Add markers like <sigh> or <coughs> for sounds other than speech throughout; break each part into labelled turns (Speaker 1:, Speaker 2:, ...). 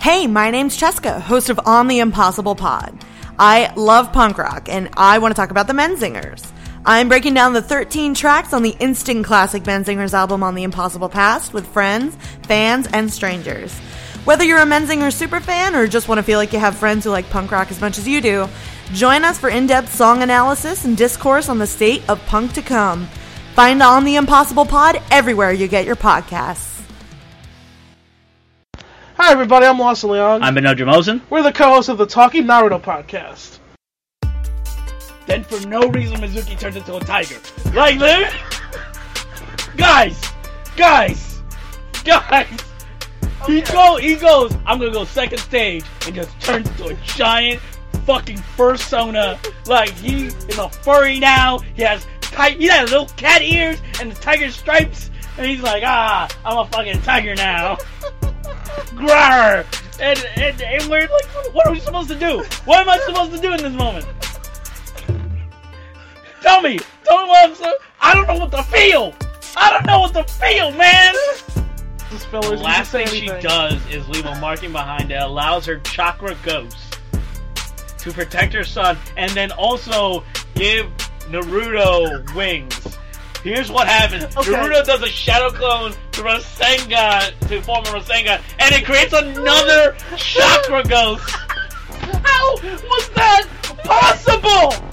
Speaker 1: Hey, my name's Cheska, host of On the Impossible Pod. I love punk rock and I want to talk about the Menzingers. I'm breaking down the 13 tracks on the instant classic Menzingers album On the Impossible Past with friends, fans, and strangers. Whether you're a Menzinger superfan or just want to feel like you have friends who like punk rock as much as you do, join us for in-depth song analysis and discourse on the state of punk to come. Find On the Impossible Pod everywhere you get your podcasts.
Speaker 2: Hi, everybody. I'm Lawson Leon.
Speaker 3: I'm Benno Jamosin.
Speaker 2: We're the co-hosts of the Talking Naruto podcast.
Speaker 4: Then for no reason, Mizuki turns into a tiger. Like, there- guys, guys, guys. He go, he goes. I'm gonna go second stage and just turns into a giant fucking persona. Like he is a furry now. He has tight. He has little cat ears and the tiger stripes. And he's like, ah, I'm a fucking tiger now. <laughs> Grrr. And, and, and we're like, what are we supposed to do? What am I supposed to do in this moment? Tell me. Tell me what I'm so- I don't know what to feel. I don't know what to feel, man.
Speaker 2: This fella's
Speaker 4: The
Speaker 2: he
Speaker 4: last
Speaker 2: can
Speaker 4: thing
Speaker 2: say
Speaker 4: she
Speaker 2: anything.
Speaker 4: does is leave a marking behind that allows her chakra ghost to protect her son and then also give Naruto wings. Here's what <laughs> happens.
Speaker 2: Okay.
Speaker 4: Naruto does a shadow clone to Rasengan, to form a Rasengan, and it creates <laughs> another chakra ghost.
Speaker 2: How was that possible?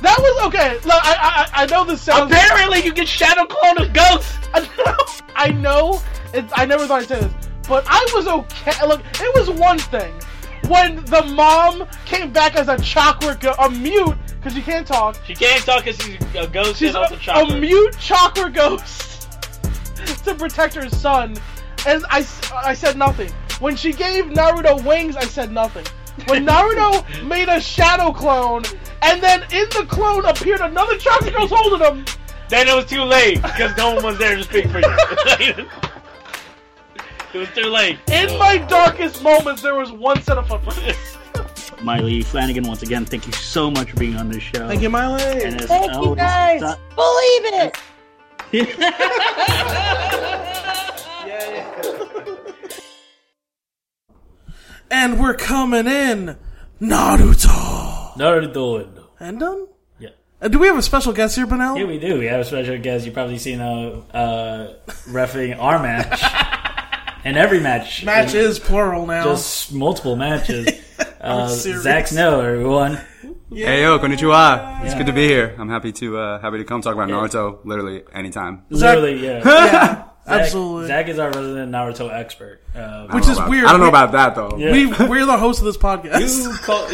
Speaker 2: That was okay. Look, I I, I know this sounds.
Speaker 4: Apparently you can shadow clone a ghost!
Speaker 2: <laughs> I know. I know. It, I never thought I'd say this, but I was okay. Look, it was one thing when the mom came back as a chakra go- a mute because she can't talk.
Speaker 4: She can't talk because she's a ghost
Speaker 2: She's
Speaker 4: and also
Speaker 2: a,
Speaker 4: chakra.
Speaker 2: a mute chakra ghost <laughs> to protect her son. And I, s- I said nothing. When she gave Naruto wings, I said nothing. When Naruto
Speaker 5: <laughs>
Speaker 2: made a shadow clone, and then in the clone appeared another chakra ghost holding him.
Speaker 4: Then it was too late because no one was there to speak for you. <laughs> it was too late.
Speaker 2: In my
Speaker 5: Oh.
Speaker 2: darkest moments, there was one set of
Speaker 5: <laughs>
Speaker 2: footprints.
Speaker 3: Miley Flanagan, once again, thank you so much for being on this show.
Speaker 2: you,
Speaker 3: And
Speaker 2: Miley.
Speaker 3: as
Speaker 6: Thank you
Speaker 3: always,
Speaker 6: guys.
Speaker 3: stop-
Speaker 6: Believe it.
Speaker 2: And we're coming in, Naruto.
Speaker 5: Naruto.
Speaker 2: And done.
Speaker 5: Yeah.
Speaker 2: Do we have a special guest here, Benel?
Speaker 5: Here we do. We have a special guest. You've probably seen uh, uh refing our
Speaker 6: <laughs>
Speaker 5: match and every match,
Speaker 2: Match
Speaker 5: And
Speaker 2: is plural now. <laughs>
Speaker 5: just multiple
Speaker 6: <laughs>
Speaker 5: matches. Uh,
Speaker 2: serious.
Speaker 5: Zack Snow, everyone.
Speaker 7: Hey yo, konnichiwa. It's good to be here. I'm happy to uh, happy to come talk about Naruto literally anytime.
Speaker 5: Literally, yeah. Zach,
Speaker 2: Absolutely.
Speaker 5: Zach is our resident Naruto expert. Uh,
Speaker 2: Which is
Speaker 7: Wow.
Speaker 2: weird.
Speaker 7: I don't know about that though.
Speaker 5: Yeah.
Speaker 2: We, we're the host of this podcast.
Speaker 5: You call,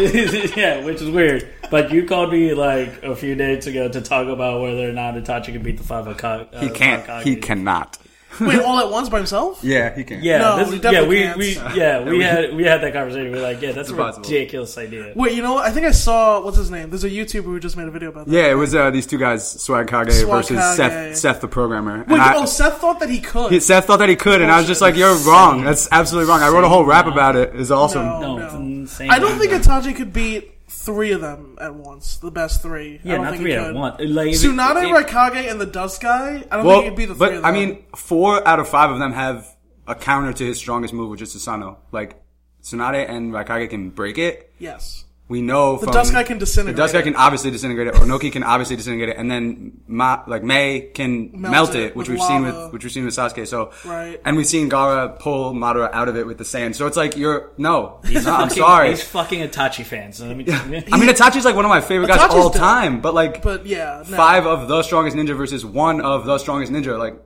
Speaker 5: <laughs> yeah, which is weird. But you called me like a few days ago to talk about whether or not Itachi can beat the five Hokage.
Speaker 7: He can't. He cannot.
Speaker 2: <laughs> Wait, all at once by himself?
Speaker 7: Yeah, he can.
Speaker 5: Yeah,
Speaker 2: No,
Speaker 5: this
Speaker 2: we
Speaker 5: is- yeah,
Speaker 2: definitely
Speaker 5: we,
Speaker 2: can't.
Speaker 5: we yeah
Speaker 7: <laughs>
Speaker 5: we had we had that conversation. We are like, yeah, that's a
Speaker 7: impossible.
Speaker 5: ridiculous idea.
Speaker 2: Wait, you know what? I think I saw what's his name. There's a YouTuber who just made a video about that.
Speaker 7: Yeah, it was uh, these two guys, Swag Kage
Speaker 2: Swag
Speaker 7: versus
Speaker 2: Kage.
Speaker 7: Seth, Seth the programmer. And
Speaker 2: Wait,
Speaker 7: I-
Speaker 2: oh, Seth thought that he could.
Speaker 7: he- Seth thought that he could, and I was just like, "You're wrong. That's absolutely wrong." I wrote a whole rap about it. It's awesome.
Speaker 2: Oh, No.
Speaker 5: No, it's insane.
Speaker 2: I don't think Itachi could beat three of them at once. The best three. I
Speaker 5: yeah,
Speaker 2: don't
Speaker 5: not
Speaker 2: think
Speaker 5: three
Speaker 2: he
Speaker 5: at
Speaker 2: could.
Speaker 5: once. Like, if it-
Speaker 2: Tsunade,
Speaker 5: if-
Speaker 2: Raikage, and the Dust Guy. I don't
Speaker 7: Well,
Speaker 2: think he could beat the three
Speaker 7: but
Speaker 2: of
Speaker 7: I
Speaker 2: them.
Speaker 7: mean, four out of five of them have a counter to his strongest move, which is Susanoo. Like Tsunade and Raikage can break it,
Speaker 2: yes.
Speaker 7: we know the from,
Speaker 2: dust guy can disintegrate
Speaker 7: The dust guy
Speaker 2: it.
Speaker 7: can obviously disintegrate it. Onoki can obviously disintegrate it, and then Ma, like May can
Speaker 2: Melt
Speaker 7: melt,
Speaker 2: it
Speaker 7: it,
Speaker 2: with
Speaker 7: which we've seen
Speaker 2: lava.
Speaker 7: with which we've seen with Sasuke. So
Speaker 2: Right.
Speaker 7: and we've seen Gara pull Madara out of it with the sand. So it's like you're no,
Speaker 5: He's
Speaker 7: no, I'm
Speaker 5: fucking-
Speaker 7: sorry.
Speaker 5: He's fucking Itachi fans. Let me
Speaker 7: I mean, Itachi's like one of my favorite guys
Speaker 2: Itachi's
Speaker 7: all
Speaker 2: dope.
Speaker 7: time, but like
Speaker 2: But yeah, no.
Speaker 7: five of the strongest ninja versus one of the strongest ninja, like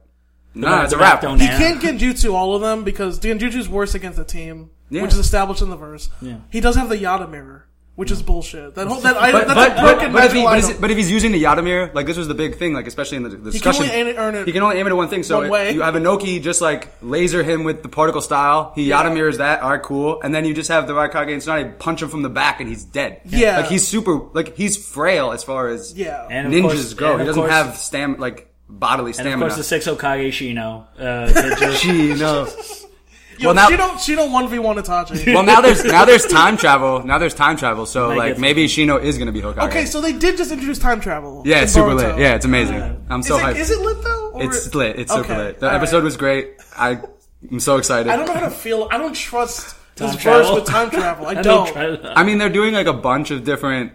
Speaker 7: nah, it's a
Speaker 5: the rap
Speaker 7: wrap.
Speaker 5: don't
Speaker 2: He
Speaker 5: Yeah.
Speaker 2: can't Genjutsu all of them because Genjutsu's worse against a team,
Speaker 7: Yeah.
Speaker 2: which is established in the verse.
Speaker 5: Yeah.
Speaker 2: He does have the Yada Mirror, which is bullshit. That whole that item,
Speaker 7: But,
Speaker 2: that's
Speaker 7: but,
Speaker 2: a
Speaker 7: but,
Speaker 2: broken
Speaker 7: but, if he,
Speaker 2: magical
Speaker 7: but, is
Speaker 2: item.
Speaker 7: it- but if he's using the Yadamir, like this was the big thing, like especially in the, the
Speaker 2: he can
Speaker 7: discussion.
Speaker 2: only aim it- earn it.
Speaker 7: He can only aim it at one thing. So
Speaker 2: One
Speaker 7: if
Speaker 2: way.
Speaker 7: you have Inoki just like laser him with the particle style. He yada mirrors that. All right, cool. And then you just have the Raikage and Tsunade punch him from the back, and he's dead.
Speaker 2: Yeah.
Speaker 7: like he's super. Like he's frail as far as
Speaker 2: Yeah.
Speaker 5: And of
Speaker 7: ninjas
Speaker 5: course-
Speaker 7: go.
Speaker 5: and
Speaker 7: He
Speaker 5: of
Speaker 7: doesn't
Speaker 5: course-
Speaker 7: have stam like
Speaker 5: And
Speaker 7: bodily
Speaker 5: of
Speaker 7: stamina.
Speaker 5: course, the six Hokage Shino. Uh,
Speaker 7: <laughs>
Speaker 5: they just,
Speaker 7: Gee, <laughs> no.
Speaker 2: Yo,
Speaker 7: well, now-
Speaker 2: she don't she don't one v one Itachi.
Speaker 7: <laughs> well, now there's now there's time travel. Now there's time travel. So
Speaker 5: Might
Speaker 7: like
Speaker 5: get-
Speaker 7: maybe Shino is gonna be Hokage.
Speaker 2: okay, so they did just introduce time travel.
Speaker 7: yeah,
Speaker 2: in
Speaker 7: it's super
Speaker 2: Boruto.
Speaker 7: lit. Yeah, it's amazing. I'm
Speaker 2: Is,
Speaker 7: so
Speaker 2: it,
Speaker 7: hyped.
Speaker 2: is it lit though? Or
Speaker 7: It's lit. It's super
Speaker 2: Okay,
Speaker 7: lit. The
Speaker 2: all
Speaker 7: episode
Speaker 2: right.
Speaker 7: was great. I am so excited.
Speaker 2: I don't know how to feel. I don't trust
Speaker 5: <laughs> Time
Speaker 6: This verse
Speaker 5: travel?
Speaker 6: with time
Speaker 7: <laughs>
Speaker 6: travel. I
Speaker 5: I
Speaker 6: don't.
Speaker 5: think tra-
Speaker 7: I mean, they're doing like a bunch of different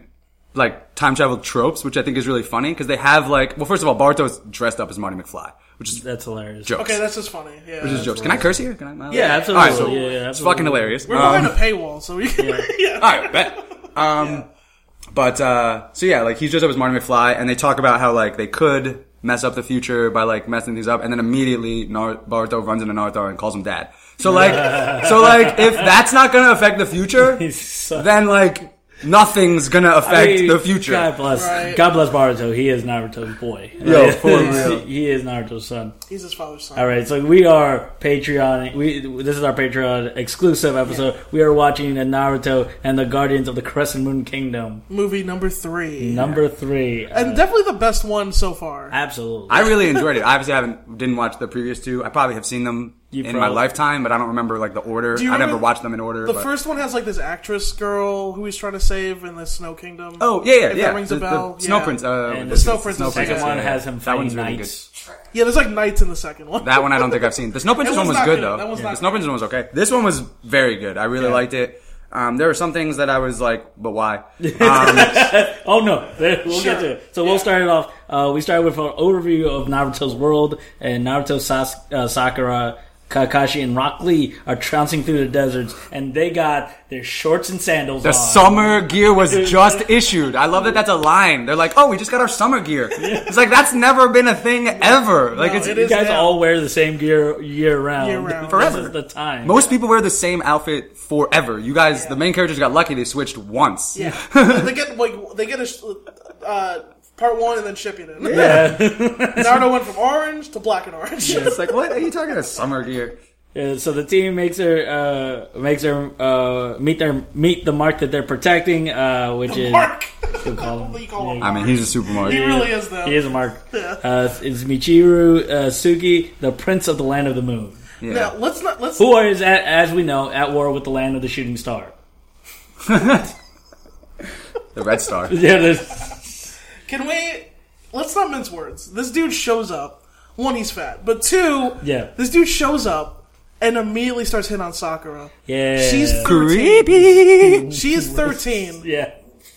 Speaker 7: like time travel tropes, which I think is really funny because they have like, well, first of all, Barto's dressed up as Marty McFly, which is
Speaker 5: That's hilarious.
Speaker 7: jokes.
Speaker 6: Okay, that's just funny. Yeah.
Speaker 7: which is jokes. Can I curse here? Can I? am I allowed?
Speaker 5: Yeah, absolutely.
Speaker 7: All right, so
Speaker 5: yeah, yeah,
Speaker 7: It's
Speaker 5: absolutely.
Speaker 7: fucking hilarious.
Speaker 6: We're
Speaker 7: Um,
Speaker 6: behind a paywall, so
Speaker 2: <laughs>
Speaker 6: we can.
Speaker 7: <laughs>
Speaker 6: yeah.
Speaker 7: All right, bet. Um, But uh, so yeah, like he's dressed up as Marty McFly, and they talk about how like they could mess up the future by like messing things up, and then immediately Nar- Barto runs into Naruto and calls him dad.
Speaker 5: <laughs>
Speaker 7: So like, so like if that's not gonna affect the future,
Speaker 5: He's so-
Speaker 7: then like nothing's gonna
Speaker 5: I
Speaker 7: affect
Speaker 5: mean,
Speaker 7: the future.
Speaker 5: God bless.
Speaker 6: Right.
Speaker 5: God bless Baruto. He is Naruto's boy.
Speaker 7: Yo,
Speaker 5: <laughs>
Speaker 7: for real.
Speaker 5: he is Naruto's son.
Speaker 6: He's his father's son.
Speaker 5: All right, so we are Patreon. We this is our Patreon exclusive episode. We are watching the Naruto and the Guardians of the Crescent Moon Kingdom,
Speaker 6: Movie number three.
Speaker 5: number three. Uh,
Speaker 6: And definitely the best one so far.
Speaker 5: absolutely,
Speaker 7: I really enjoyed it. I obviously haven't didn't watch the previous two. I probably have seen them
Speaker 5: You
Speaker 7: in my
Speaker 5: probably-
Speaker 7: lifetime, but I don't remember like the order.
Speaker 6: you
Speaker 7: I never
Speaker 6: remember
Speaker 7: watched them in order.
Speaker 6: The
Speaker 7: but-
Speaker 6: first one has like this actress girl who he's trying to save in the Snow Kingdom.
Speaker 7: Oh yeah, yeah,
Speaker 6: If
Speaker 7: yeah.
Speaker 6: that rings
Speaker 7: the,
Speaker 6: a
Speaker 7: the
Speaker 6: bell.
Speaker 7: Snow
Speaker 6: yeah.
Speaker 7: Prince. Uh,
Speaker 5: And
Speaker 7: the
Speaker 5: the
Speaker 6: Snow Prince
Speaker 7: Snow
Speaker 6: is the
Speaker 7: Princess,
Speaker 5: second
Speaker 6: Princess,
Speaker 5: one
Speaker 7: yeah,
Speaker 5: has
Speaker 7: yeah.
Speaker 5: him
Speaker 7: That
Speaker 5: fighting
Speaker 7: one's really good.
Speaker 5: knights.
Speaker 6: Yeah, there's like knights in the second one. <laughs>
Speaker 7: That one I don't think I've seen. The Snow Princess
Speaker 6: It
Speaker 7: one
Speaker 6: was not
Speaker 7: was good
Speaker 6: good.
Speaker 7: though.
Speaker 6: That was
Speaker 7: the
Speaker 6: not
Speaker 7: Snow
Speaker 6: good.
Speaker 7: Princess one was okay. This one was very good. I really liked it. Um, there were some things that I was like, but
Speaker 5: <laughs>
Speaker 7: why? Um,
Speaker 5: Oh no, <laughs> we'll get to it. So we'll start it off. Uh, we start with an overview of Naruto's world, and Naruto, Sas- uh, Sakura, Kakashi, and Rock Lee are trouncing through the deserts, and they got their shorts and sandals.
Speaker 7: the
Speaker 5: on.
Speaker 7: summer gear was just issued. I love that that's a line. They're like, oh, we just got our summer
Speaker 5: <laughs>
Speaker 7: gear. It's like that's never been a thing ever. Like
Speaker 6: No,
Speaker 7: it's
Speaker 6: it
Speaker 5: You
Speaker 6: is
Speaker 5: guys
Speaker 6: now.
Speaker 5: all wear the same gear year round.
Speaker 6: Year round.
Speaker 7: Forever.
Speaker 5: This is the time.
Speaker 7: most people wear the same outfit forever. You guys, the main characters got lucky. They switched once. <laughs>
Speaker 6: Yeah, they get like they get a sh- uh, part one and then shipping it. Yeah, <laughs> Naruto went from orange to black and orange.
Speaker 7: It's like, what are you talking about? Summer gear.
Speaker 5: Uh, so the team makes their uh, makes their uh, meet their meet the mark that they're protecting, uh, which is
Speaker 6: <laughs> Mark, <laughs>
Speaker 5: We'll call him.
Speaker 6: What do you call him?
Speaker 7: I mean, he's a
Speaker 6: he
Speaker 7: supermarket.
Speaker 6: really is though.
Speaker 5: He is a
Speaker 6: <laughs>
Speaker 5: mark. Uh, it's Michiru uh, Sugi, the prince of the land of the moon,
Speaker 6: Now let's not let's.
Speaker 5: who is at, as we know at war with the land of the shooting star. <laughs>
Speaker 7: The Red Star.
Speaker 5: Yeah, there's-
Speaker 6: Can we? Let's not mince words. This dude shows up. One, he's fat, but two,
Speaker 5: Yeah.
Speaker 6: this dude shows up and immediately starts hitting on Sakura.
Speaker 5: yeah,
Speaker 6: She's thirteen.
Speaker 7: Creepy.
Speaker 6: She's thirteen.
Speaker 5: yeah,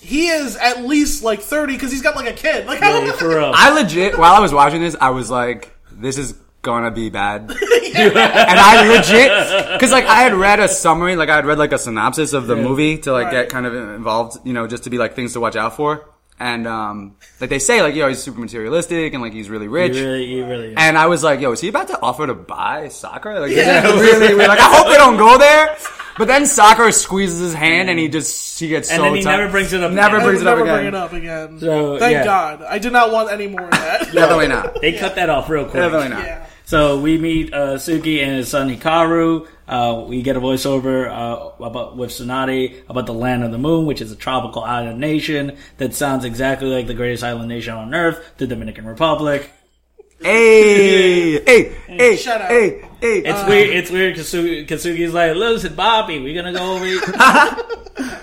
Speaker 6: He is at least like thirty because he's got like a kid. Like how?
Speaker 5: yeah, for real.
Speaker 7: I legit, while I was watching this, I was like, this is gonna
Speaker 6: <laughs>
Speaker 7: be bad. and I legit, cause like I had read a summary, like I had read like a synopsis of the movie to like get
Speaker 6: Right.
Speaker 7: kind of involved, you know, just to be like things to watch out for. And, um, like they say, like, yo, he's super materialistic and like he's really rich.
Speaker 5: You really, you really.
Speaker 7: And I was like, yo, is he about to offer to buy Sakura? Like, is that really weird? Like, I hope they don't go there. But then Sakura squeezes his hand and he just, she gets
Speaker 5: And
Speaker 7: so
Speaker 5: then he
Speaker 7: tight.
Speaker 5: never brings it up
Speaker 7: Never
Speaker 5: again.
Speaker 6: I
Speaker 7: brings
Speaker 6: would
Speaker 7: it up
Speaker 6: never
Speaker 7: again.
Speaker 6: bring it up again.
Speaker 5: So,
Speaker 6: Thank
Speaker 5: yeah.
Speaker 6: God. I did not want any more of
Speaker 7: <laughs>
Speaker 6: that.
Speaker 7: Definitely not.
Speaker 5: they cut that off real quick.
Speaker 7: Definitely
Speaker 6: <laughs>
Speaker 7: not.
Speaker 6: yeah.
Speaker 5: So we meet uh, Suki and his son Hikaru. Uh, we get a voiceover uh, about with Tsunade about the land of the moon, which is a tropical island nation that sounds exactly like the greatest island nation on earth, the Dominican Republic.
Speaker 7: Hey, hey, hey,
Speaker 6: Shut up.
Speaker 7: hey, hey. uh,
Speaker 5: It's weird. It's weird. Katsugi, Katsugi's like, "Listen, Bobby, we're gonna go over."
Speaker 7: <laughs>
Speaker 5: here."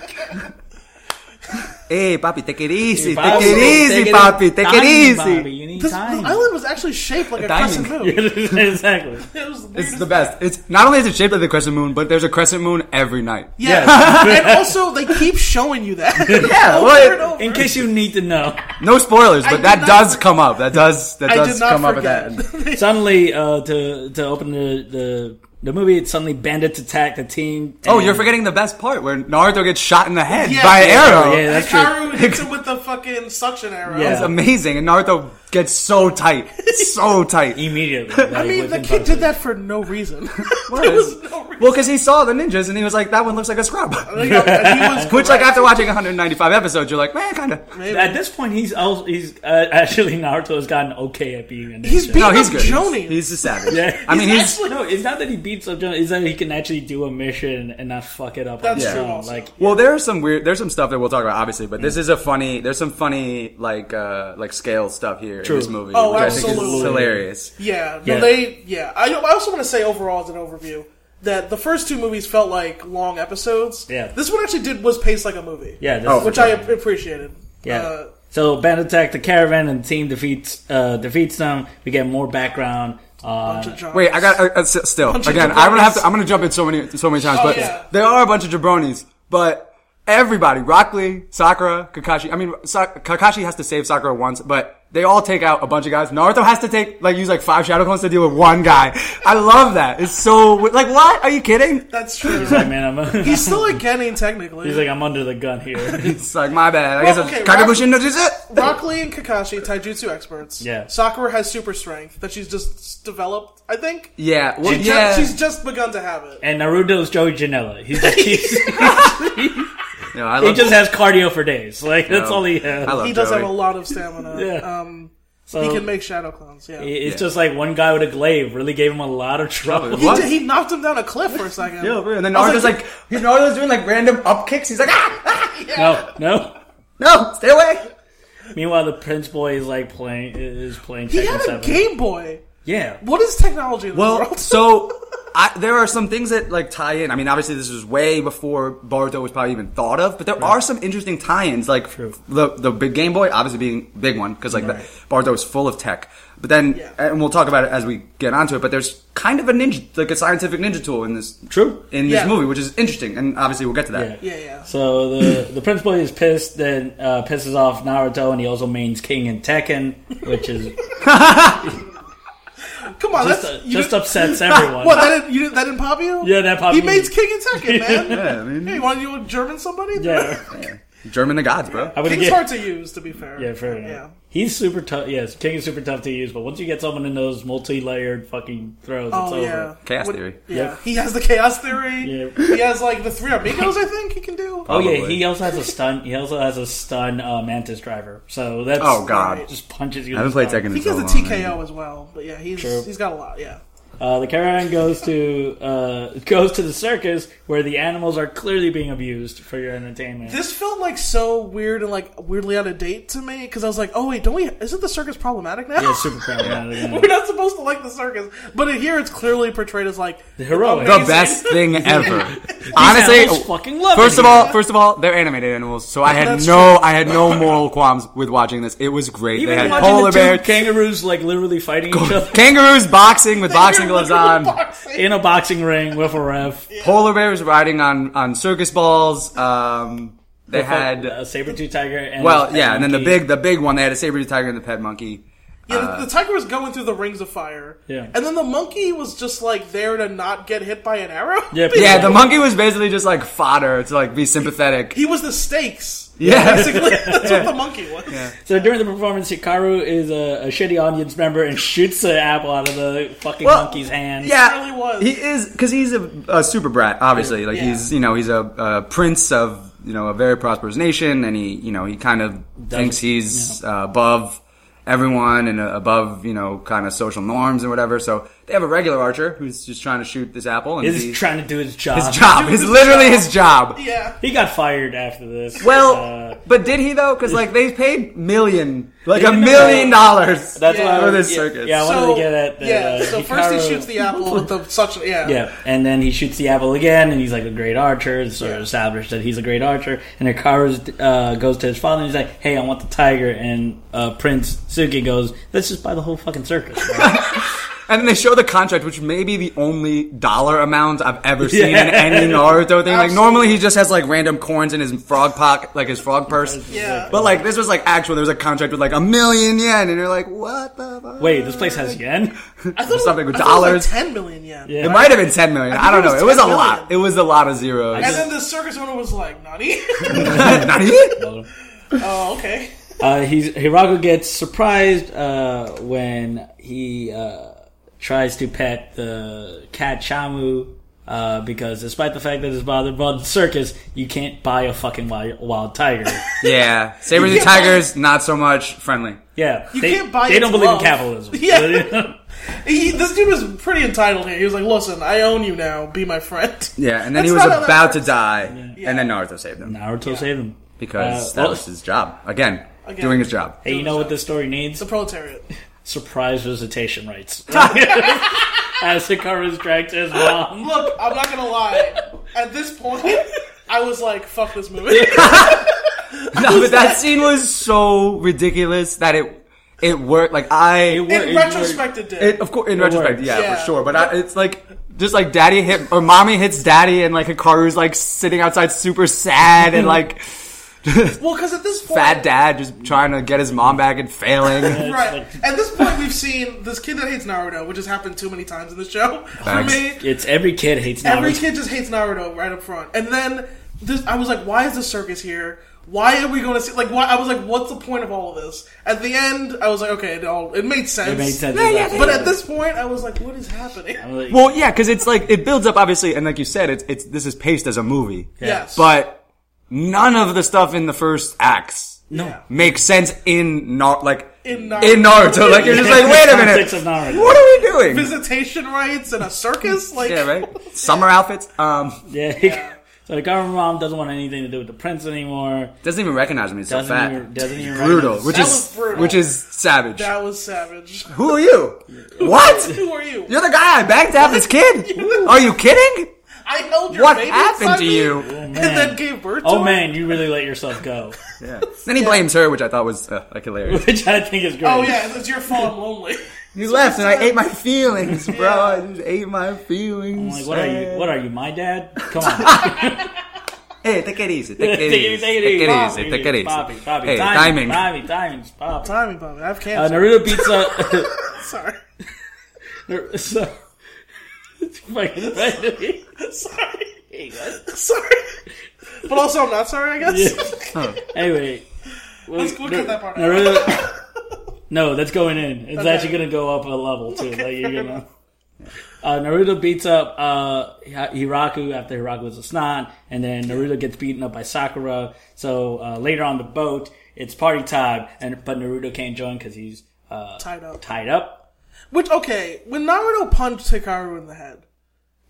Speaker 7: hey, papi, take it easy.
Speaker 5: Bobby,
Speaker 7: take it easy, papi. Take it easy.
Speaker 5: Bobby, you need
Speaker 6: This, the
Speaker 5: <laughs> time.
Speaker 6: island was actually shaped like a
Speaker 7: Diamond.
Speaker 6: crescent moon.
Speaker 7: <laughs>
Speaker 5: exactly.
Speaker 6: It was the
Speaker 7: It's
Speaker 6: weirdest-
Speaker 7: the best. It's not only is it shaped like the crescent moon, but there's a crescent moon every night.
Speaker 6: yeah. <laughs> and also, they keep showing you that.
Speaker 7: <laughs> Yeah,
Speaker 6: <laughs> Over and
Speaker 7: what?
Speaker 6: over.
Speaker 5: In case you need to know.
Speaker 7: No spoilers, but
Speaker 6: did
Speaker 7: that
Speaker 6: not
Speaker 7: does
Speaker 6: for-
Speaker 7: come up. That does that
Speaker 6: I did
Speaker 7: does come
Speaker 6: not
Speaker 7: up at that.
Speaker 6: forget. <laughs>
Speaker 7: end.
Speaker 5: suddenly uh, to to open the, the the movie, it's suddenly bandits attack the team.
Speaker 7: Oh,
Speaker 5: and-
Speaker 7: you're forgetting the best part where Naruto gets shot in the head
Speaker 6: Yeah,
Speaker 7: by an
Speaker 6: yeah,
Speaker 7: arrow.
Speaker 5: yeah, that's true.
Speaker 6: Hikaru hits
Speaker 7: <laughs>
Speaker 6: it with the fucking suction arrow.
Speaker 5: Yeah.
Speaker 7: It's amazing, and Naruto gets
Speaker 6: <laughs>
Speaker 7: so tight, so tight.
Speaker 5: immediately.
Speaker 6: I mean, the kid did that for no reason. <laughs> there was no reason.
Speaker 7: Well, because he saw the ninjas and he was like, "That one looks like a scrub."
Speaker 6: <laughs> Like, uh, he was
Speaker 7: <laughs> Which, like,
Speaker 6: correct.
Speaker 7: after watching 195 episodes, you're like, "Man, kind of."
Speaker 5: At this point, he's also, he's uh, actually Naruto has gotten okay at being a ninja.
Speaker 6: He's beat
Speaker 7: No, he's
Speaker 6: up
Speaker 7: good.
Speaker 6: Jonin.
Speaker 7: He's, he's a
Speaker 5: <laughs>
Speaker 7: savage.
Speaker 5: Yeah.
Speaker 7: I mean, he's
Speaker 5: no, it's not that he beats up Jonah. It's that he can actually do a mission and not fuck it up. on
Speaker 6: That's
Speaker 5: his
Speaker 6: true
Speaker 5: own.
Speaker 6: also.
Speaker 5: Like
Speaker 7: Well, there's some weird, there's some stuff that we'll talk about, obviously, but
Speaker 6: Mm.
Speaker 7: this is a funny, there's some funny, like, uh, like scale stuff here in this movie,
Speaker 6: Oh,
Speaker 7: which I think is
Speaker 6: absolutely.
Speaker 7: hilarious.
Speaker 6: Yeah, no,
Speaker 5: Yeah.
Speaker 6: they. Yeah, I, I also want to say overall as an overview that the first two movies felt like long episodes.
Speaker 5: Yeah.
Speaker 6: this one actually did was paced like a movie.
Speaker 5: yeah, this
Speaker 7: Oh,
Speaker 5: is-
Speaker 6: which I ap- appreciated.
Speaker 5: yeah.
Speaker 6: uh,
Speaker 5: so band attack the caravan and the team defeats uh, defeats them. We get more background
Speaker 6: bunch of jobs.
Speaker 7: Wait, I got uh, uh, s- still
Speaker 6: Bunch of
Speaker 7: again. I'm gonna have
Speaker 6: jabronis.
Speaker 7: to. I'm gonna jump in so many so many times,
Speaker 6: Oh,
Speaker 7: but
Speaker 6: yeah.
Speaker 7: there are a bunch of jabronis. But everybody, Rock Lee, Sakura, Kakashi. I mean, Sa- Kakashi has to save Sakura once, but they all take out a bunch of guys. Naruto has to take like use like five shadow clones to deal with one guy. I love that. It's so like what? Are you kidding?
Speaker 6: That's true.
Speaker 5: He's like, <laughs> man, I'm, <laughs>
Speaker 6: He's still a genin technically.
Speaker 5: he's like, I'm under the gun here.
Speaker 7: It's like my bad. I
Speaker 6: Well,
Speaker 7: guess it's
Speaker 6: okay,
Speaker 7: Kakabushin no jutsu.
Speaker 6: Rock Lee and Kakashi, taijutsu experts.
Speaker 5: Yeah.
Speaker 6: Sakura has super strength that she's just developed. I think.
Speaker 7: Yeah, well,
Speaker 6: She ju-
Speaker 7: yeah.
Speaker 6: she's just begun to have it.
Speaker 5: and Naruto's Joey Janela. He's
Speaker 6: <laughs>
Speaker 5: just, he's,
Speaker 7: No, I
Speaker 5: he
Speaker 7: love-
Speaker 5: just has cardio for days. Like that's
Speaker 7: No.
Speaker 5: all he has.
Speaker 7: I love
Speaker 6: He does
Speaker 7: Joey.
Speaker 6: have a lot of stamina.
Speaker 5: <laughs> Yeah.
Speaker 6: Um,
Speaker 5: so,
Speaker 6: he can make shadow clones. Yeah.
Speaker 5: it's just like one guy with a glaive really gave him a lot of trouble.
Speaker 6: He,
Speaker 7: What?
Speaker 6: did, he knocked him down a cliff for a second.
Speaker 7: Yeah, and then
Speaker 6: I was
Speaker 7: Naruto's like, he Naruto's doing like random up kicks. He's like, ah, ah, yeah.
Speaker 5: No, no.
Speaker 7: no, stay away.
Speaker 5: Meanwhile, the Prince Boy is like playing is playing
Speaker 6: he
Speaker 5: Tekken
Speaker 6: had a
Speaker 5: Seven.
Speaker 6: Game Boy.
Speaker 5: Yeah,
Speaker 6: What is technology in the
Speaker 7: Well,
Speaker 6: world?
Speaker 7: so I, there are some things that like tie in. I mean, obviously this was way before Boruto was probably even thought of, but there are some interesting tie-ins. Like the the big Game Boy, obviously being big one because like the, Boruto is full of tech. But then,
Speaker 6: Yeah.
Speaker 7: and we'll talk about it as we get onto it. But there's kind of a ninja, like a scientific ninja tool in this
Speaker 5: True.
Speaker 7: in this
Speaker 6: Yeah.
Speaker 7: movie, which is interesting. And obviously we'll get to
Speaker 6: <laughs>
Speaker 7: that.
Speaker 6: yeah, yeah.
Speaker 5: So the the Prince Boy is pissed, then uh, pisses off Naruto, and he also mains King in Tekken, which is
Speaker 6: <laughs> Come on,
Speaker 5: just, uh,
Speaker 6: that's you
Speaker 5: just
Speaker 6: didn't- <laughs>
Speaker 5: upsets everyone.
Speaker 6: What that didn't, you didn't, that didn't pop you?
Speaker 5: Yeah, that popped
Speaker 6: He
Speaker 5: me.
Speaker 6: made King
Speaker 5: <laughs>
Speaker 6: and Second, man.
Speaker 7: Yeah, I mean-
Speaker 6: hey, why don't you German somebody? <laughs>
Speaker 5: yeah,
Speaker 7: German the gods, bro.
Speaker 5: I would
Speaker 6: King's
Speaker 5: get
Speaker 6: hard to use, to be fair.
Speaker 5: yeah, fair enough. He's super tough. Yes, King is super tough to use, but once you get someone in those multi-layered fucking throws,
Speaker 6: Oh
Speaker 5: it's
Speaker 6: yeah.
Speaker 5: over.
Speaker 7: Chaos theory.
Speaker 6: Yeah.
Speaker 5: Yep.
Speaker 6: He has the chaos theory.
Speaker 5: <laughs> Yeah.
Speaker 6: He has like the three amigos. I think he can do.
Speaker 5: Oh yeah,
Speaker 7: Probably.
Speaker 5: he also has a stun. He also has a stun uh, Mantis driver. So that's
Speaker 7: Oh god,
Speaker 6: Right.
Speaker 5: just punches you.
Speaker 7: I haven't played Tekken. in
Speaker 6: He
Speaker 7: so
Speaker 6: has a
Speaker 7: long,
Speaker 6: TKO
Speaker 7: man.
Speaker 6: as well. But yeah, he's
Speaker 5: True.
Speaker 6: he's got a lot. Yeah.
Speaker 5: Uh, the caravan goes to uh, <laughs> goes to the circus where the animals are clearly being abused for your entertainment.
Speaker 6: This felt like so weird and like weirdly out of date to me because I was like, oh wait, don't we? Isn't the circus problematic now?
Speaker 5: yeah, super <laughs> proud of
Speaker 6: <laughs> We're
Speaker 5: that.
Speaker 6: not supposed to like the circus, but in here it's clearly portrayed as like
Speaker 5: Heroic.
Speaker 7: the
Speaker 6: <laughs>
Speaker 7: best thing ever. Honestly,
Speaker 5: animals fucking <laughs> love
Speaker 7: first
Speaker 5: it
Speaker 7: of
Speaker 5: here.
Speaker 7: all, first of all, they're animated animals, so I had
Speaker 6: That's
Speaker 7: no, I had no moral qualms with watching this. It was great.
Speaker 5: Even
Speaker 7: they had
Speaker 5: watching
Speaker 7: polar
Speaker 5: the two
Speaker 7: bears, <laughs>
Speaker 5: kangaroos like literally fighting each other
Speaker 7: kangaroos
Speaker 5: <laughs>
Speaker 7: boxing with boxing
Speaker 6: You're
Speaker 7: gloves
Speaker 6: literally
Speaker 7: on,
Speaker 6: boxing.
Speaker 5: in a boxing ring with a ref.
Speaker 7: polar bears riding on on circus balls. Um, they had
Speaker 5: a saber tooth tiger. And
Speaker 7: well, yeah, and then the
Speaker 5: monkey.
Speaker 7: big, the big one. They had a saber tooth tiger and the pet monkey.
Speaker 6: Yeah, the, the tiger was going through the rings of fire.
Speaker 5: Yeah.
Speaker 6: And then the monkey was just like there to not get hit by an arrow. <laughs>
Speaker 5: Yeah,
Speaker 7: Yeah, the monkey was basically just like fodder to like be sympathetic.
Speaker 6: He was the stakes. <laughs>
Speaker 7: Yeah.
Speaker 6: Basically, that's
Speaker 7: <laughs>
Speaker 6: what the monkey was.
Speaker 5: So during the performance, Hikaru is a, a shitty audience member and shoots an apple out of the fucking
Speaker 7: Well,
Speaker 5: monkey's hand.
Speaker 7: Yeah,
Speaker 6: really was.
Speaker 7: He is because he's a, a super brat, obviously. Like
Speaker 6: Yeah.
Speaker 7: he's you know he's a, a prince of you know a very prosperous nation, and he you know he kind of thinks he's uh, above everyone and uh, above you know kind of social norms and whatever. So they have a regular archer who's just trying to shoot this apple, and he-
Speaker 5: is trying to do his job.
Speaker 7: his job is literally his
Speaker 6: <laughs>
Speaker 7: job.
Speaker 6: Yeah.
Speaker 5: He got fired after this.
Speaker 7: Well,
Speaker 5: Uh,
Speaker 7: but did he though? Because like they paid million, like
Speaker 5: They
Speaker 7: a
Speaker 5: didn't
Speaker 7: million
Speaker 5: know.
Speaker 7: dollars.
Speaker 5: that's
Speaker 6: Yeah.
Speaker 5: why I
Speaker 7: For
Speaker 5: was-
Speaker 7: this
Speaker 5: yeah,
Speaker 7: circus.
Speaker 5: Yeah, I wanted to get at that.
Speaker 6: yeah.
Speaker 5: uh,
Speaker 6: so first he
Speaker 5: Hikaru-
Speaker 6: shoots the apple with the such. Yeah.
Speaker 5: Yeah, and then he shoots the apple again, and he's like a great archer. So
Speaker 6: Yeah.
Speaker 5: established that he's a great archer. And Hikaru uh, goes to his father, and he's like, "Hey, I want the tiger." And uh, Prince Suki goes, "Let's just buy the whole fucking circus."
Speaker 7: <laughs>
Speaker 5: right?"
Speaker 7: And then they show the contract, which may be the only dollar amount I've ever seen in
Speaker 5: Yeah.
Speaker 7: any Naruto thing. Like
Speaker 6: Absolutely.
Speaker 7: normally he just has like random coins in his frog pocket, like his frog purse.
Speaker 6: Yeah.
Speaker 7: But like this was like actual. There was a contract with like a million yen, and you're like, what the? Fuck?
Speaker 5: Wait, this place has yen.
Speaker 6: I thought it was-
Speaker 7: something with
Speaker 6: I thought it was,
Speaker 7: dollars.
Speaker 6: like Ten million yen.
Speaker 5: Yeah.
Speaker 7: It might have been ten million. I, don't
Speaker 6: it
Speaker 7: know.
Speaker 6: was
Speaker 7: It was a
Speaker 6: 10 million.
Speaker 7: lot. It was a lot of <laughs> zeros.
Speaker 6: And then the circus owner was like, "Nani?" <laughs>
Speaker 7: Not even.
Speaker 6: oh, okay.
Speaker 5: Uh, he's, Hirago gets surprised uh, when he uh, tries to pet the cat Shamu. Uh, because despite the fact that his father bought the circus, you can't buy a fucking wild, wild
Speaker 6: <laughs>
Speaker 5: tiger.
Speaker 7: yeah, saber the tigers not so much friendly.
Speaker 5: Yeah,
Speaker 6: You
Speaker 5: they,
Speaker 6: can't buy
Speaker 5: They
Speaker 6: its
Speaker 5: don't believe
Speaker 6: love.
Speaker 5: in capitalism.
Speaker 6: <laughs> Yeah. He, this dude was pretty entitled here. He was like, "Listen, I own you now. Be my friend." <laughs>
Speaker 7: Yeah, and then he
Speaker 6: That's
Speaker 7: was
Speaker 6: not how that
Speaker 7: about
Speaker 6: works.
Speaker 7: to die, and then Naruto saved him
Speaker 5: <laughs> Naruto saved him
Speaker 7: because
Speaker 5: Uh,
Speaker 7: that
Speaker 5: well,
Speaker 7: was his job again,
Speaker 6: Again.
Speaker 7: doing his job.
Speaker 5: Hey, you know what this story needs?
Speaker 6: The proletariat.
Speaker 5: Surprise visitation
Speaker 6: <laughs>
Speaker 5: rights. <laughs> As Hikaru's dragged to his
Speaker 6: <laughs>
Speaker 5: mom.
Speaker 6: Look, I'm not gonna lie. At this point, <laughs> I was like, "Fuck this movie."
Speaker 7: No, but that scene was so ridiculous that it it worked. Like I,
Speaker 5: worked.
Speaker 6: In retrospect, it did.
Speaker 7: It, of course, in retrospect,
Speaker 5: works.
Speaker 7: yeah,
Speaker 6: Yeah.
Speaker 7: for sure. But I, it's like just like daddy hit or mommy hits daddy, and like Hikaru's like sitting outside, super sad, and
Speaker 6: <laughs>
Speaker 7: like
Speaker 6: <laughs> well, because at this point,
Speaker 7: fat dad just trying to get his mom back and failing.
Speaker 6: <laughs> Right. At this point, we've seen this kid that hates Naruto, which has happened too many times in the show. For
Speaker 7: Facts.
Speaker 6: me,
Speaker 5: It's every kid hates
Speaker 6: every
Speaker 5: Naruto.
Speaker 6: kid just hates Naruto right up front. And then this, I was like, why is the circus here? Why are we going to see? Like, why? I was like, what's the point of all of this? At the end, I was like, okay, it all it made sense.
Speaker 5: It made sense.
Speaker 6: But at this point, I was like, what is happening?
Speaker 5: well,
Speaker 7: well, yeah, because it's like it builds up obviously, and like you said, it's it's this is paced as a movie,
Speaker 6: Yes.
Speaker 7: but none of the stuff in the first acts
Speaker 5: no.
Speaker 7: makes sense in Nar like
Speaker 6: In
Speaker 7: in
Speaker 6: Naruto.
Speaker 7: Naruto. Like
Speaker 5: <laughs>
Speaker 7: you're <laughs> just like, wait a minute,
Speaker 5: Context of Naruto.
Speaker 7: <laughs> what are we doing?
Speaker 6: Visitation rights and a circus? Like,
Speaker 7: <laughs> Yeah, right. Summer outfits. Um,
Speaker 5: Yeah. <laughs> so the government mom doesn't want anything to do with the prince anymore.
Speaker 7: doesn't even recognize me. He's so
Speaker 5: Doesn't
Speaker 7: fat.
Speaker 5: even doesn't even
Speaker 7: brutal,
Speaker 5: recognize-
Speaker 7: which
Speaker 6: That
Speaker 7: is
Speaker 6: was brutal.
Speaker 7: which is savage.
Speaker 6: That was savage.
Speaker 7: Who are you? <laughs> what?
Speaker 6: Who are you?
Speaker 7: You're the guy I backstabbed this kid. are you kidding?
Speaker 6: I held your
Speaker 7: What
Speaker 6: baby
Speaker 7: happened
Speaker 6: inside
Speaker 7: to
Speaker 6: me <laughs>
Speaker 7: you?
Speaker 6: and
Speaker 5: Oh, man.
Speaker 6: then gave birth to
Speaker 5: Oh
Speaker 6: her?
Speaker 5: man, you really let yourself go, <laughs>
Speaker 7: Yeah. Then he blames her, which I thought was uh, like hilarious.
Speaker 5: which I think is great.
Speaker 6: Oh yeah, it's your fault.
Speaker 5: <laughs>
Speaker 6: I'm lonely.
Speaker 7: <laughs> You left, and I ate my feelings, bro. I just ate my
Speaker 5: I'm like,
Speaker 7: feelings.
Speaker 5: what are you? What are you? My dad? Come on. <laughs>
Speaker 7: Hey, take it easy. Take it easy.
Speaker 5: Take it
Speaker 7: Take it
Speaker 5: easy,
Speaker 7: easy. Take it easy.
Speaker 5: Bobby, Bobby,
Speaker 7: Hey,
Speaker 5: timing,
Speaker 7: timing.
Speaker 5: timing, timing, Bobby.
Speaker 6: Tommy, Bobby, I've
Speaker 5: Uh,
Speaker 6: cancer.
Speaker 5: Naruto beats <laughs> up.
Speaker 6: Sorry.
Speaker 5: Nar- so, <laughs> it's fucking <laughs> right.
Speaker 6: Sorry. <laughs> Sorry. But also, I'm not sorry, I guess. <laughs>
Speaker 5: Anyway, let's
Speaker 6: go cut that part out. <laughs>
Speaker 5: Naruto. no, that's going in. It's actually going to go up a level too. like you're gonna. Uh, Naruto beats up uh, Hiraku after Hiraku was a snot, and then Naruto gets beaten up by Sakura. So uh, later on the boat, it's party time, and but Naruto can't join because he's uh,
Speaker 6: Tied up.
Speaker 5: tied up.
Speaker 6: Which, okay, when Naruto punched Hikaru in the head,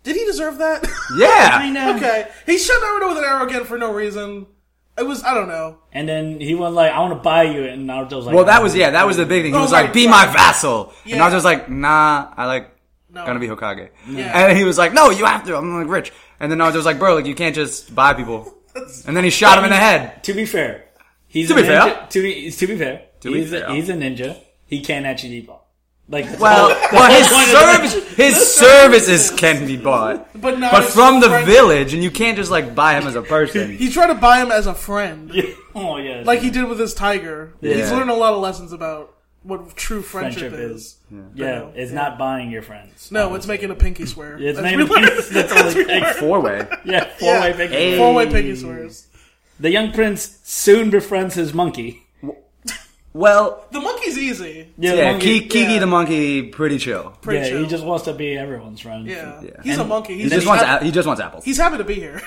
Speaker 6: did he deserve that? <laughs>
Speaker 7: Yeah.
Speaker 5: know.
Speaker 6: okay. He shot Naruto with an arrow again for no reason. It was, I don't know.
Speaker 5: And then he went like, "I want to buy you," and Naruto's like,
Speaker 7: Well, that was yeah. That was the big thing. He
Speaker 6: Oh,
Speaker 7: was
Speaker 6: right,
Speaker 7: like, "Be
Speaker 6: right.
Speaker 7: my vassal," and I was
Speaker 6: Yeah.
Speaker 7: just like, "Nah, I like
Speaker 6: No.
Speaker 7: gonna be Hokage."
Speaker 6: Yeah.
Speaker 7: And he was like, "No, you have to. I'm like rich." And then I was just like, "Bro, like you can't just buy people." And then he shot him in the head.
Speaker 5: To be fair, he's
Speaker 7: To
Speaker 5: a
Speaker 7: be
Speaker 5: ninja.
Speaker 7: fair.
Speaker 5: To be to be faar
Speaker 7: To be
Speaker 5: he's, a,
Speaker 7: fair.
Speaker 5: he's a ninja. He can't actually evolve. Like that's
Speaker 7: Well,
Speaker 5: all-
Speaker 7: <laughs>
Speaker 5: that's
Speaker 7: well,
Speaker 5: all
Speaker 7: his
Speaker 5: point of the-
Speaker 7: service, his services can be bought,
Speaker 6: But not
Speaker 7: but
Speaker 6: as
Speaker 7: from
Speaker 6: a
Speaker 7: the
Speaker 6: friend.
Speaker 7: village, and you can't just like buy him as a person.
Speaker 6: He tried to buy him as a friend,
Speaker 5: oh yeah,
Speaker 6: like he did with his tiger. He's
Speaker 7: Yeah.
Speaker 6: learned a lot of lessons about what true friendship,
Speaker 5: Friendship
Speaker 6: is.
Speaker 5: is- yeah. It's not buying your friends.
Speaker 6: No, it's making a pinky swear.
Speaker 5: It's
Speaker 6: <laughs> That's
Speaker 5: making a <laughs>
Speaker 6: what-
Speaker 5: pinky- that's all it
Speaker 6: what
Speaker 5: takes.
Speaker 6: we learned.
Speaker 7: Four way.
Speaker 5: Yeah, four way big.
Speaker 6: Four-way pinky swears.
Speaker 5: The young prince soon befriends his monkey.
Speaker 7: Well,
Speaker 6: The monkey's easy.
Speaker 5: Yeah, the
Speaker 7: yeah,
Speaker 5: monkey-
Speaker 7: Ki- Kiki
Speaker 6: yeah.
Speaker 7: the monkey, pretty chill.
Speaker 6: Pretty
Speaker 5: yeah,
Speaker 6: chill.
Speaker 5: he just wants to be everyone's friend.
Speaker 6: yeah.
Speaker 7: Yeah.
Speaker 6: He's a
Speaker 5: And-
Speaker 6: monkey. He's,
Speaker 7: He just
Speaker 6: he's
Speaker 7: wants
Speaker 6: happy,
Speaker 7: a- he just wants apples.
Speaker 6: he's happy to be here.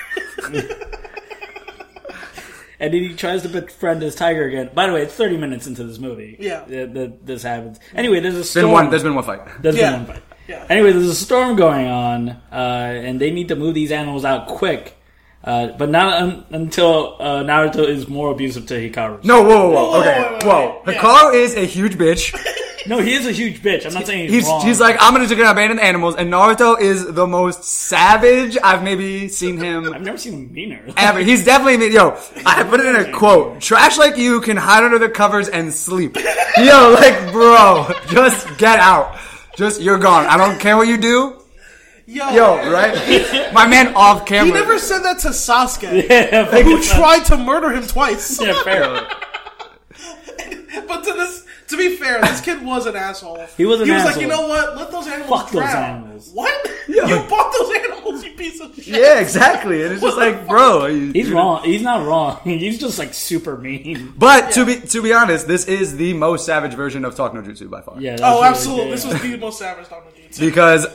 Speaker 5: And then he tries to befriend his tiger again. By the way, it's thirty minutes into this movie.
Speaker 6: Yeah.
Speaker 5: that, that this happens. Anyway, there's a storm.
Speaker 7: Been one. There's been one fight.
Speaker 5: There's
Speaker 6: Yeah.
Speaker 5: been one fight.
Speaker 6: yeah.
Speaker 5: Anyway, there's a storm going on, uh, and they need to move these animals out quick. Uh, but not un- until uh, Naruto is more abusive to Hikaru.
Speaker 7: No, whoa, whoa, whoa.
Speaker 6: whoa,
Speaker 7: okay,
Speaker 6: whoa, whoa,
Speaker 7: whoa.
Speaker 6: whoa. Yeah.
Speaker 7: Hikaru is a huge bitch.
Speaker 5: no, he is a huge bitch. I'm not saying he's,
Speaker 7: He's
Speaker 5: wrong.
Speaker 7: he's like, I'm gonna just gonna abandon the animals, and Naruto is the most savage I've maybe seen
Speaker 5: I've
Speaker 7: him
Speaker 5: never seen him meaner. <laughs>
Speaker 7: ever. He's definitely yo. I put it in a quote: "Trash like you can hide under the covers
Speaker 5: <laughs>
Speaker 7: and sleep." Yo, like, bro, just get out. Just you're gone. I don't care what you do.
Speaker 6: Yo,
Speaker 7: Yo, right? My man off camera.
Speaker 6: he never said that to
Speaker 5: <laughs>
Speaker 6: Sasuke,
Speaker 5: Yeah, fucking
Speaker 6: who
Speaker 5: sucks.
Speaker 6: tried to murder him twice.
Speaker 5: Yeah, <laughs> fair.
Speaker 6: <laughs> But to this, to be fair, this kid was an asshole.
Speaker 5: <laughs> He was an
Speaker 6: He was
Speaker 5: asshole.
Speaker 6: like, you know what? Let those animals
Speaker 5: Fuck those
Speaker 6: drown.
Speaker 5: animals.
Speaker 6: What? <laughs> You bought those animals, you piece of shit.
Speaker 7: yeah, exactly. And it's just like, bro, you-
Speaker 5: He's
Speaker 7: you-
Speaker 5: wrong. He's not wrong. <laughs> He's just like super mean.
Speaker 7: But to be to be honest, this is the most savage version of Talk No Jutsu by far.
Speaker 5: Yeah. that's
Speaker 6: Oh,
Speaker 5: really
Speaker 6: absolutely.
Speaker 5: good.
Speaker 6: This was the most savage Dama Jutsu.
Speaker 7: Because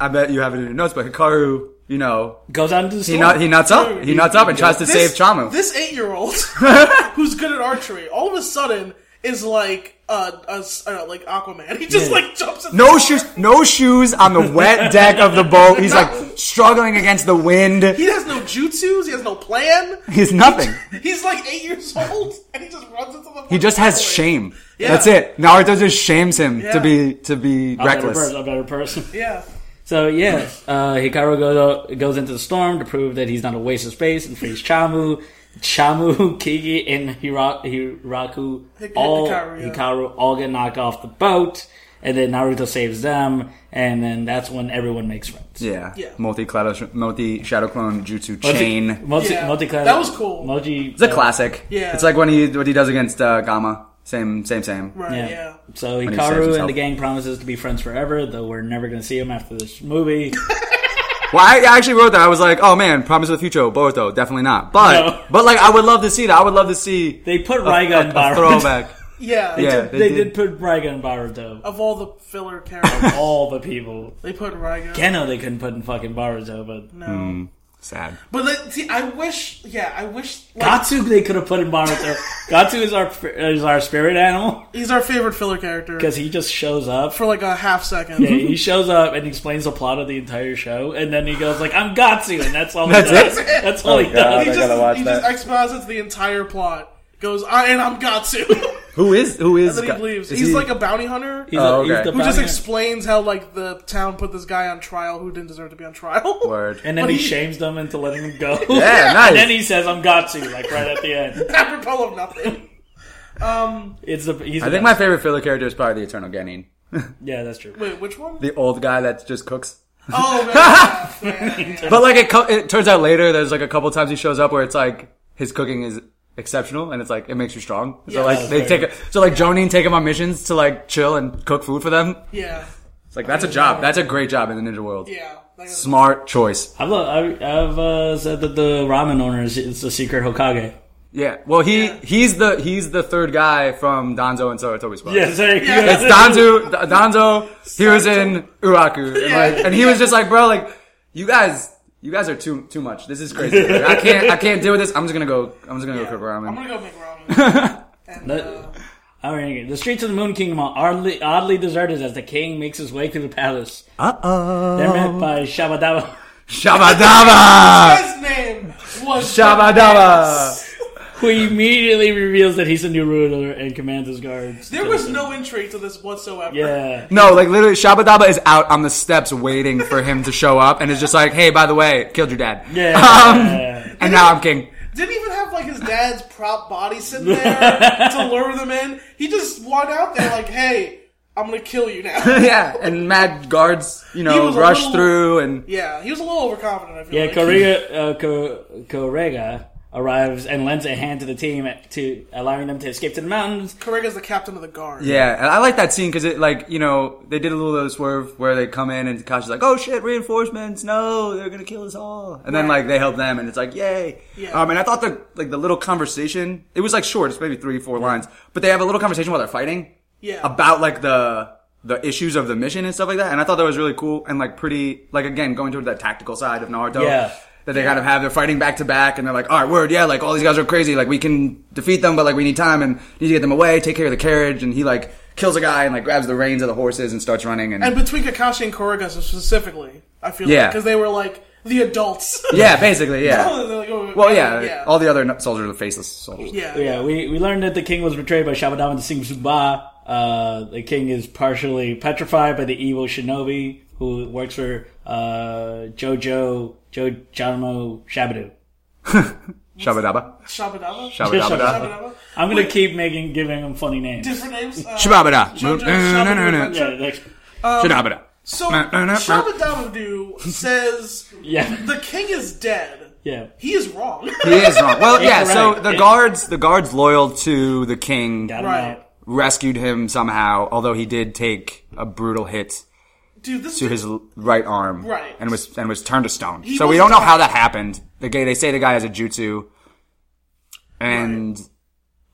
Speaker 7: I bet you have it in your notes, but Hikaru, you know,
Speaker 5: goes out into the storm.
Speaker 7: he nut, he nuts up. He nuts up and tries to save Chamu.
Speaker 6: This
Speaker 7: <laughs>
Speaker 6: eight-year-old <laughs> who's good at archery, all of a sudden is like uh, a s- uh, like Aquaman. <laughs> He just
Speaker 5: Yeah.
Speaker 6: like jumps. At
Speaker 7: no shoes, no shoes on the
Speaker 6: <laughs>
Speaker 7: wet deck of the boat. He's like struggling against the wind.
Speaker 6: He has no jutsus. He has no plan.
Speaker 7: He's nothing.
Speaker 6: He's like eight years <laughs> old, and he just runs into the.
Speaker 7: He just has shame.
Speaker 6: Yeah.
Speaker 7: That's it. Naruto just shames him
Speaker 6: Yeah.
Speaker 7: to be to be
Speaker 5: I'm a better
Speaker 7: reckless.
Speaker 5: person, a better person.
Speaker 6: Yeah.
Speaker 5: So yeah, uh, Hikaru goes goes into the storm to prove that he's not a waste of space and frees Chamu, Chamu, <laughs> Kiki, and Hira- Hiraku.
Speaker 6: Hik-
Speaker 5: all
Speaker 6: Hikaru, yeah.
Speaker 5: Hikaru all get knocked off the boat, and then Naruto saves them, and then that's when everyone makes friends.
Speaker 7: Yeah.
Speaker 6: Yeah.
Speaker 7: Multi multi shadow clone jutsu
Speaker 5: Multi-
Speaker 7: chain.
Speaker 5: multi,
Speaker 6: Yeah.
Speaker 5: multi-
Speaker 6: That was cool.
Speaker 5: Multi, uh,
Speaker 7: It's a classic.
Speaker 6: Yeah.
Speaker 7: It's like when he what he does against uh, Gamma. Same, same, same.
Speaker 6: Right,
Speaker 5: Yeah.
Speaker 6: yeah.
Speaker 5: So
Speaker 7: he saves
Speaker 5: Hikaru and
Speaker 7: himself.
Speaker 5: the gang promises to be friends forever, though we're never going to see him after this
Speaker 6: <laughs>
Speaker 5: movie.
Speaker 7: Well, I, I actually wrote that. I was like, oh man, Promise of the Future, Boruto, definitely not. But,
Speaker 5: No.
Speaker 7: <laughs> but like, I would love to see that. I would love to see
Speaker 5: They put
Speaker 7: a,
Speaker 5: Raiga
Speaker 7: a,
Speaker 5: and
Speaker 7: a
Speaker 5: Baruto.
Speaker 7: throwback.
Speaker 6: Yeah.
Speaker 7: Yeah,
Speaker 5: <laughs> They,
Speaker 7: they
Speaker 5: did
Speaker 7: did.
Speaker 5: put Raiga and Baruto.
Speaker 6: Of all the
Speaker 5: <laughs>
Speaker 6: filler characters,
Speaker 5: All the people.
Speaker 6: they put Raiga.
Speaker 5: Geno they couldn't put in fucking Baruto, but
Speaker 6: no.
Speaker 7: Sad.
Speaker 6: But like, see, I wish. Yeah, I wish. Like,
Speaker 5: Gatsu they could have put in Baruto. Gatsu is our is our spirit animal
Speaker 6: He's our favorite filler character
Speaker 5: because he just shows
Speaker 6: <laughs>
Speaker 5: up.
Speaker 6: for like a half second. <laughs>
Speaker 5: Yeah, he shows up and explains the plot of the entire show, and then he goes like, "I'm Gatsu," and that's all he
Speaker 7: That's
Speaker 5: does. <laughs>
Speaker 7: it?
Speaker 5: That's all he
Speaker 7: Oh, God.
Speaker 5: does.
Speaker 6: he
Speaker 7: I
Speaker 6: just,
Speaker 7: gotta watch
Speaker 6: he
Speaker 7: that.
Speaker 6: just exposits the entire plot. Goes, I and I'm Gatsu. <laughs>
Speaker 7: Who is, who is,
Speaker 6: and then
Speaker 7: Ga-
Speaker 6: he leaves.
Speaker 7: is
Speaker 6: He's
Speaker 7: he-
Speaker 6: like a bounty hunter
Speaker 5: He's,
Speaker 7: Oh,
Speaker 5: a- he's
Speaker 7: okay.
Speaker 5: the
Speaker 6: who just
Speaker 5: bounty-
Speaker 6: explains how like the town put this guy on trial who didn't deserve to be on trial.
Speaker 7: <laughs> word.
Speaker 5: and then
Speaker 6: but
Speaker 5: he,
Speaker 6: he-
Speaker 5: shames them into letting him go.
Speaker 7: yeah, nice.
Speaker 5: <laughs> And then he says, "I'm Gatsu," like right at the end.
Speaker 6: <laughs> Apropos of nothing.
Speaker 7: <laughs>
Speaker 5: It's the he's.
Speaker 7: I think my favorite filler character is probably the Eternal <laughs> Genin.
Speaker 5: yeah, that's true.
Speaker 6: Wait, which one?
Speaker 7: The old guy that just cooks. <laughs>
Speaker 6: Oh man, yeah, yeah, yeah.
Speaker 7: But like, it, co- it turns out later, there's like a couple times he shows up where it's like, his cooking is exceptional and it's like, it makes you strong. So
Speaker 6: Yeah.
Speaker 7: like, they
Speaker 5: Fair.
Speaker 7: take, a, so like Jonin take him on missions to like chill and cook food for them.
Speaker 6: yeah,
Speaker 7: It's like, that's a job. That's a great job in the ninja world.
Speaker 6: yeah. Like,
Speaker 7: Smart choice.
Speaker 5: I've I, I've uh, said that the ramen owner is, is the secret Hokage. <laughs>
Speaker 7: Yeah. Well, he he's the he's the third guy from Danzo and Saratobi's spot.
Speaker 5: Yes, there you go.
Speaker 7: It's Danzo. D- Danzo. He was in Uraku, and, like, and he was just like, bro, like you guys, you guys are too too much. This is crazy. Like, I can't I can't deal with this. I'm just gonna go. I'm just gonna go cook
Speaker 6: I'm
Speaker 7: ramen.
Speaker 6: gonna go make
Speaker 7: <laughs>
Speaker 6: ramen. and,
Speaker 5: That-
Speaker 6: uh,
Speaker 5: All right, the streets of the Moon Kingdom are oddly, oddly deserted as the king makes his way through the palace.
Speaker 7: Uh oh.
Speaker 5: They're met by Shabadawa.
Speaker 7: Shabadaba.
Speaker 6: his name was
Speaker 7: Shabadaba.
Speaker 5: <laughs> who immediately reveals that he's a new ruler and commands his guards.
Speaker 6: There was no intrigue to this whatsoever.
Speaker 5: Yeah.
Speaker 7: No, like literally, Shabadaba is out on the steps waiting for him to show up, and is just like, hey, by the way, killed your dad.
Speaker 5: Yeah.
Speaker 7: Um, and now I'm king.
Speaker 6: Didn't even have like his dad's prop body sitting
Speaker 7: <laughs>
Speaker 6: there to lure them in. He just walked out there like, "Hey, I'm gonna kill you now."
Speaker 7: <laughs> yeah, and mad guards, you
Speaker 6: He
Speaker 7: know,
Speaker 6: was a
Speaker 7: rush
Speaker 6: little-
Speaker 7: through and
Speaker 6: yeah, he was a little overconfident. I feel
Speaker 5: yeah,
Speaker 6: like.
Speaker 5: Korea, uh, Ko- Korega arrives and lends a hand to the team to allowing them to escape to the mountains.
Speaker 6: Correga's the captain of the guard.
Speaker 7: yeah, and I like that scene because it like you know they did a little of the swerve where they come in and Takashi's like, oh shit, reinforcements, no, they're gonna kill us all, and then like they help them and it's like yay.
Speaker 6: Yeah.
Speaker 7: Um, and I thought the like the little conversation, it was like short, it's maybe three four lines, but they have a little conversation while they're fighting
Speaker 6: Yeah.
Speaker 7: about like the the issues of the mission and stuff like that, and I thought that was really cool and like pretty like again going toward that tactical side of Naruto.
Speaker 5: Yeah.
Speaker 7: that they kind of have. They're fighting back to back, and they're like, "All right, word, yeah, like all these guys are crazy. Like we can defeat them, but like we need time and need to get them away. Take care of the carriage." And he like kills a guy and like grabs the reins of the horses and starts running. And,
Speaker 6: And between Kakashi and Korega specifically, I feel
Speaker 7: Yeah.
Speaker 6: like because they were like the adults.
Speaker 7: <laughs> yeah,
Speaker 6: <laughs>
Speaker 7: basically,
Speaker 6: They're
Speaker 7: yeah.
Speaker 6: like, oh,
Speaker 7: Well, yeah,
Speaker 6: yeah.
Speaker 7: All the other n- soldiers are faceless soldiers.
Speaker 6: yeah,
Speaker 5: Yeah, we, we learned that the king was betrayed by Shabadaman Singh Suba. Uh, the king is partially petrified by the evil shinobi who works for uh, Jojo Jo Janmo Shabadu.
Speaker 7: Shabadaba,
Speaker 6: Shabadaba.
Speaker 7: shabadabada,
Speaker 6: Shabadaba.
Speaker 5: I'm gonna keep making giving him funny names.
Speaker 6: Different names.
Speaker 5: <laughs>
Speaker 6: Uh,
Speaker 7: shababada,
Speaker 6: Jojo,
Speaker 7: shababada,
Speaker 5: Yeah, like-
Speaker 7: shababada.
Speaker 6: so
Speaker 7: Nah, nah, nah, nah. <laughs>
Speaker 6: Shabadabadu says
Speaker 5: yeah, <laughs>
Speaker 6: the king is dead.
Speaker 5: yeah.
Speaker 6: He is wrong.
Speaker 7: <laughs> He is wrong. Well, yeah. So
Speaker 5: Right.
Speaker 7: the guards, the guards loyal to the king,
Speaker 5: Got him
Speaker 6: Right.
Speaker 5: out.
Speaker 7: rescued him somehow. Although he did take a brutal hit
Speaker 6: Dude, this
Speaker 7: to his l- right arm,
Speaker 6: Right.
Speaker 7: and was and was turned to stone.
Speaker 6: He
Speaker 7: so we
Speaker 6: was
Speaker 7: don't know
Speaker 6: not-
Speaker 7: how that happened. The guy, they say the guy has a jutsu, and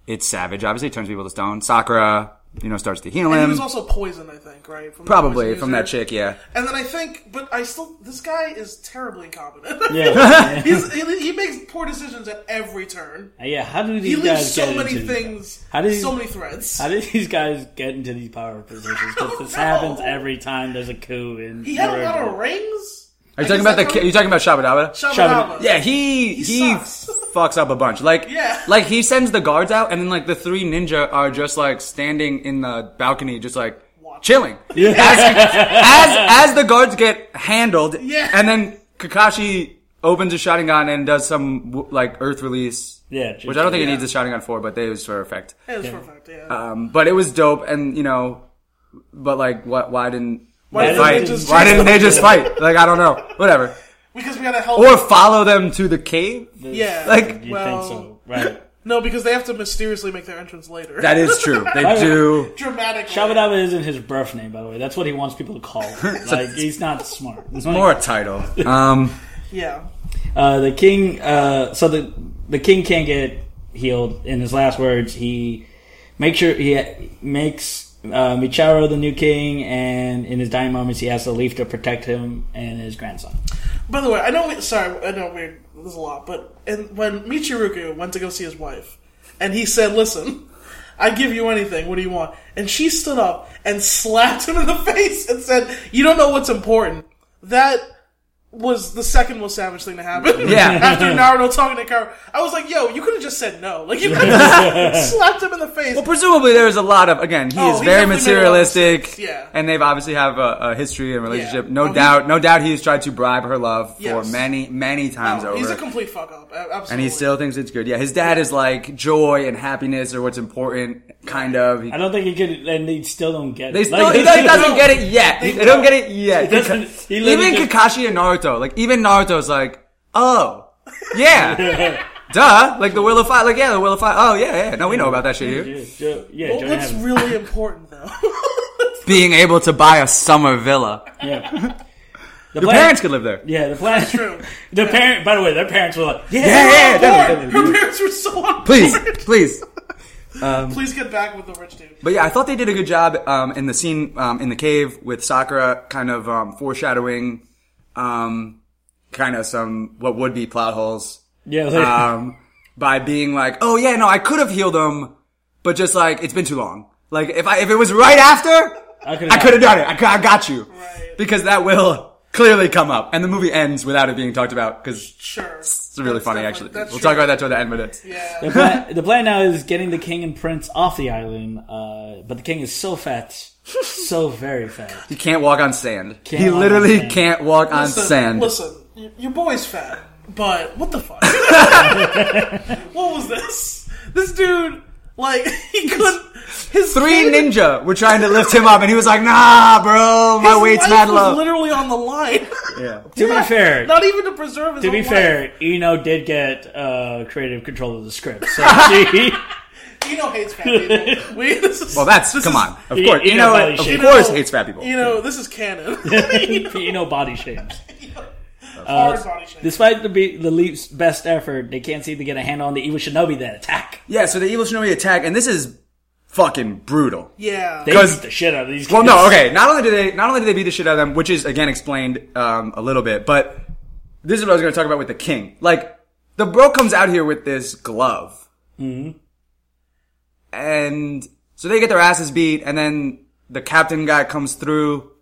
Speaker 7: it's savage. Obviously, it turns people to stone. Sakura, you know, starts to heal
Speaker 6: he
Speaker 7: him.
Speaker 6: was also poisoned, I think, right? From the
Speaker 7: um, Probably
Speaker 6: poison
Speaker 7: from that
Speaker 6: user.
Speaker 7: chick, yeah.
Speaker 6: And then I think, but I still, this guy is terribly incompetent. <laughs>
Speaker 7: <laughs>
Speaker 5: Yeah,
Speaker 6: He's, he, he makes poor decisions at every turn.
Speaker 5: yeah. How do
Speaker 6: He
Speaker 5: these
Speaker 6: leaves
Speaker 5: guys
Speaker 6: so
Speaker 5: get
Speaker 6: many
Speaker 5: into-
Speaker 6: things,
Speaker 5: How did he-
Speaker 6: so many threads.
Speaker 5: How do these guys get into these power positions? Because this
Speaker 6: <laughs> I don't know.
Speaker 5: happens every time there's a coup. In
Speaker 6: He had a lot
Speaker 5: Naruto.
Speaker 6: of rings.
Speaker 7: Are you talking about the? ki- Are you talking about Shabadaba?
Speaker 6: Shabadaba.
Speaker 7: yeah, he he,
Speaker 6: sucks.
Speaker 7: fucks up a bunch. Like
Speaker 6: <laughs> Yeah.
Speaker 7: like he sends the guards out, and then like the three ninja are just like standing in the balcony, just like
Speaker 6: <laughs>
Speaker 7: chilling. As, as the guards get handled,
Speaker 6: Yeah.
Speaker 7: and then Kakashi opens a Sharingan and does some w- like Earth release.
Speaker 5: Yeah,
Speaker 7: which I don't think it needs a Sharingan for, but they was for effect.
Speaker 6: It was perfect, yeah.
Speaker 7: Um, but it was dope, and you know, but like, what? Why didn't?
Speaker 6: Why
Speaker 7: they
Speaker 6: didn't they
Speaker 7: fight?
Speaker 6: just-
Speaker 7: why
Speaker 6: <laughs>
Speaker 7: didn't they just fight? Like I don't know. Whatever.
Speaker 6: because we gotta help.
Speaker 7: Or follow them to the cave.
Speaker 6: yeah,
Speaker 7: Like
Speaker 5: You
Speaker 6: well,
Speaker 5: think so,
Speaker 6: <laughs>
Speaker 5: right?
Speaker 6: no, because they have to mysteriously make their entrance later. <laughs>
Speaker 7: that is true. They do.
Speaker 6: dramatic.
Speaker 5: Shabadaba isn't his birth name, by the way. That's what he wants people to call.
Speaker 7: <laughs>
Speaker 5: Him. Like he's not smart. It's
Speaker 7: More a title. Um,
Speaker 6: Yeah,
Speaker 5: Uh, the king. Uh, so the the king can't get healed. In his last words, he makes sure he makes uh, Michiro the new king, and in his dying moments, he asks the leaf to protect him and his grandson.
Speaker 6: By the way, I know. We, sorry, I know we're there's a lot, but and when Michiruku went to go see his wife, and he said, "Listen, I give you anything. What do you want?" And she stood up and slapped him in the <laughs> face and said, "You don't know what's important." That was the second most savage thing to happen.
Speaker 7: <laughs> Yeah.
Speaker 6: <laughs> After Naruto talking to Kara, I was like, "Yo, you could have just said no. Like you could have just slapped him in the face."
Speaker 7: well, presumably there is a lot of. Again, he
Speaker 6: Oh,
Speaker 7: is
Speaker 6: he definitely made
Speaker 7: very
Speaker 6: a lot of
Speaker 7: materialistic.
Speaker 6: mistakes, yeah.
Speaker 7: And they've obviously have a, a history and relationship.
Speaker 6: Yeah.
Speaker 7: No
Speaker 6: Oh, he-
Speaker 7: doubt. no doubt he has tried to bribe her love
Speaker 6: Yes.
Speaker 7: for many, many times
Speaker 6: No,
Speaker 7: over.
Speaker 6: he's a complete fuck up. a- Absolutely.
Speaker 7: and he still thinks it's good. Yeah, his dad is like joy and happiness are what's important, kind of. He,
Speaker 5: I don't think he could, and they still don't get.
Speaker 7: they
Speaker 5: it.
Speaker 7: still, he
Speaker 5: Like-
Speaker 6: <laughs>
Speaker 7: doesn't get it yet. They, don't get it yet.
Speaker 5: He doesn't- he literally
Speaker 7: even
Speaker 5: just-
Speaker 7: Kakashi and Naruto, like even Naruto's like, oh,
Speaker 6: <laughs>
Speaker 7: yeah, duh, like the will of fire, like yeah, the will of fire. Oh yeah, yeah. No, we know about that shit here.
Speaker 5: <laughs> Yeah, Joe- yeah,
Speaker 6: Well,
Speaker 5: Joe
Speaker 6: what's
Speaker 5: Adams.
Speaker 6: really important though? <laughs>
Speaker 7: being able to buy a summer villa.
Speaker 5: yeah. The
Speaker 7: Your
Speaker 5: plan-
Speaker 7: parents could live there.
Speaker 5: Yeah, the plan.
Speaker 6: true.
Speaker 5: <laughs> The parent. By the way, their parents were like, "Yeah,
Speaker 7: Yeah, yeah,
Speaker 6: Her
Speaker 7: definitely, definitely.
Speaker 6: parents were so on
Speaker 7: Please,
Speaker 6: board.
Speaker 7: please.
Speaker 6: Please get back with the rich dude.
Speaker 7: But yeah, I thought they did a good job um, in the scene um, in the cave with Sakura, kind of um, foreshadowing, um, kind of some what would be plot holes
Speaker 5: <laughs> yeah." Like,
Speaker 7: um, by being like, "Oh yeah, no, I could have healed him, but just like it's been too long. Like if I if it was right after, I
Speaker 5: could've
Speaker 7: could have done it. I, cou- I got you
Speaker 6: Right.
Speaker 7: because that will clearly come up, and the movie ends without it being talked about because
Speaker 6: Sure.
Speaker 7: It's really funny, actually.
Speaker 6: definitely- that's
Speaker 7: We'll
Speaker 6: true.
Speaker 7: talk about that toward the end of it.
Speaker 5: the,
Speaker 6: Yeah.
Speaker 5: plan, the plan now is getting the king and prince off the island, uh, but the king is so fat, so very fat.
Speaker 7: He can't walk on sand.
Speaker 5: Can't
Speaker 7: he
Speaker 5: walk on
Speaker 7: literally
Speaker 5: sand.
Speaker 7: can't walk on
Speaker 6: Listen,
Speaker 7: sand.
Speaker 6: Listen, y- your boy's fat, but what the
Speaker 7: <laughs>
Speaker 6: fuck? what was this? This dude, like, <laughs> he couldn't. His
Speaker 7: Three
Speaker 6: kid-
Speaker 7: ninja were trying to lift him up, and he was like, "Nah, bro, my
Speaker 6: his
Speaker 7: weight's
Speaker 6: life
Speaker 7: mad
Speaker 6: was
Speaker 7: low."
Speaker 6: Literally on the line.
Speaker 7: Yeah.
Speaker 5: To be fair,
Speaker 6: Not even to preserve his.
Speaker 5: to be
Speaker 6: own
Speaker 5: fair, Eno did get uh, creative control of the script. So she, <laughs>
Speaker 7: <laughs>
Speaker 6: life. Eno hates fat people. We, this is,
Speaker 7: Well, that's
Speaker 6: this
Speaker 7: come
Speaker 6: is-
Speaker 7: on. Of
Speaker 5: He-
Speaker 7: course,
Speaker 5: he
Speaker 7: you know,
Speaker 5: nobody
Speaker 7: of
Speaker 5: shaped.
Speaker 7: course, hates fat people.
Speaker 6: You know, this
Speaker 5: <laughs>
Speaker 6: is canon.
Speaker 5: Eno body shames. Uh,
Speaker 6: Hard body shape.
Speaker 5: Despite the be- the Leafs' best effort, they can't seem to get a handle on the evil shinobi that attack.
Speaker 7: Yeah. So the evil shinobi attack, and this is fucking brutal.
Speaker 6: yeah.
Speaker 5: They
Speaker 7: 'Cause-
Speaker 5: beat the shit out of these.
Speaker 7: Well, no,
Speaker 5: kids.
Speaker 7: okay. Not only do they not only do they beat the shit out of them, which is again explained um, a little bit, but this is what I was going to talk about with the king. Like the bro comes out here with this glove, mm-hmm. and so they get their asses beat, and then the captain guy comes through,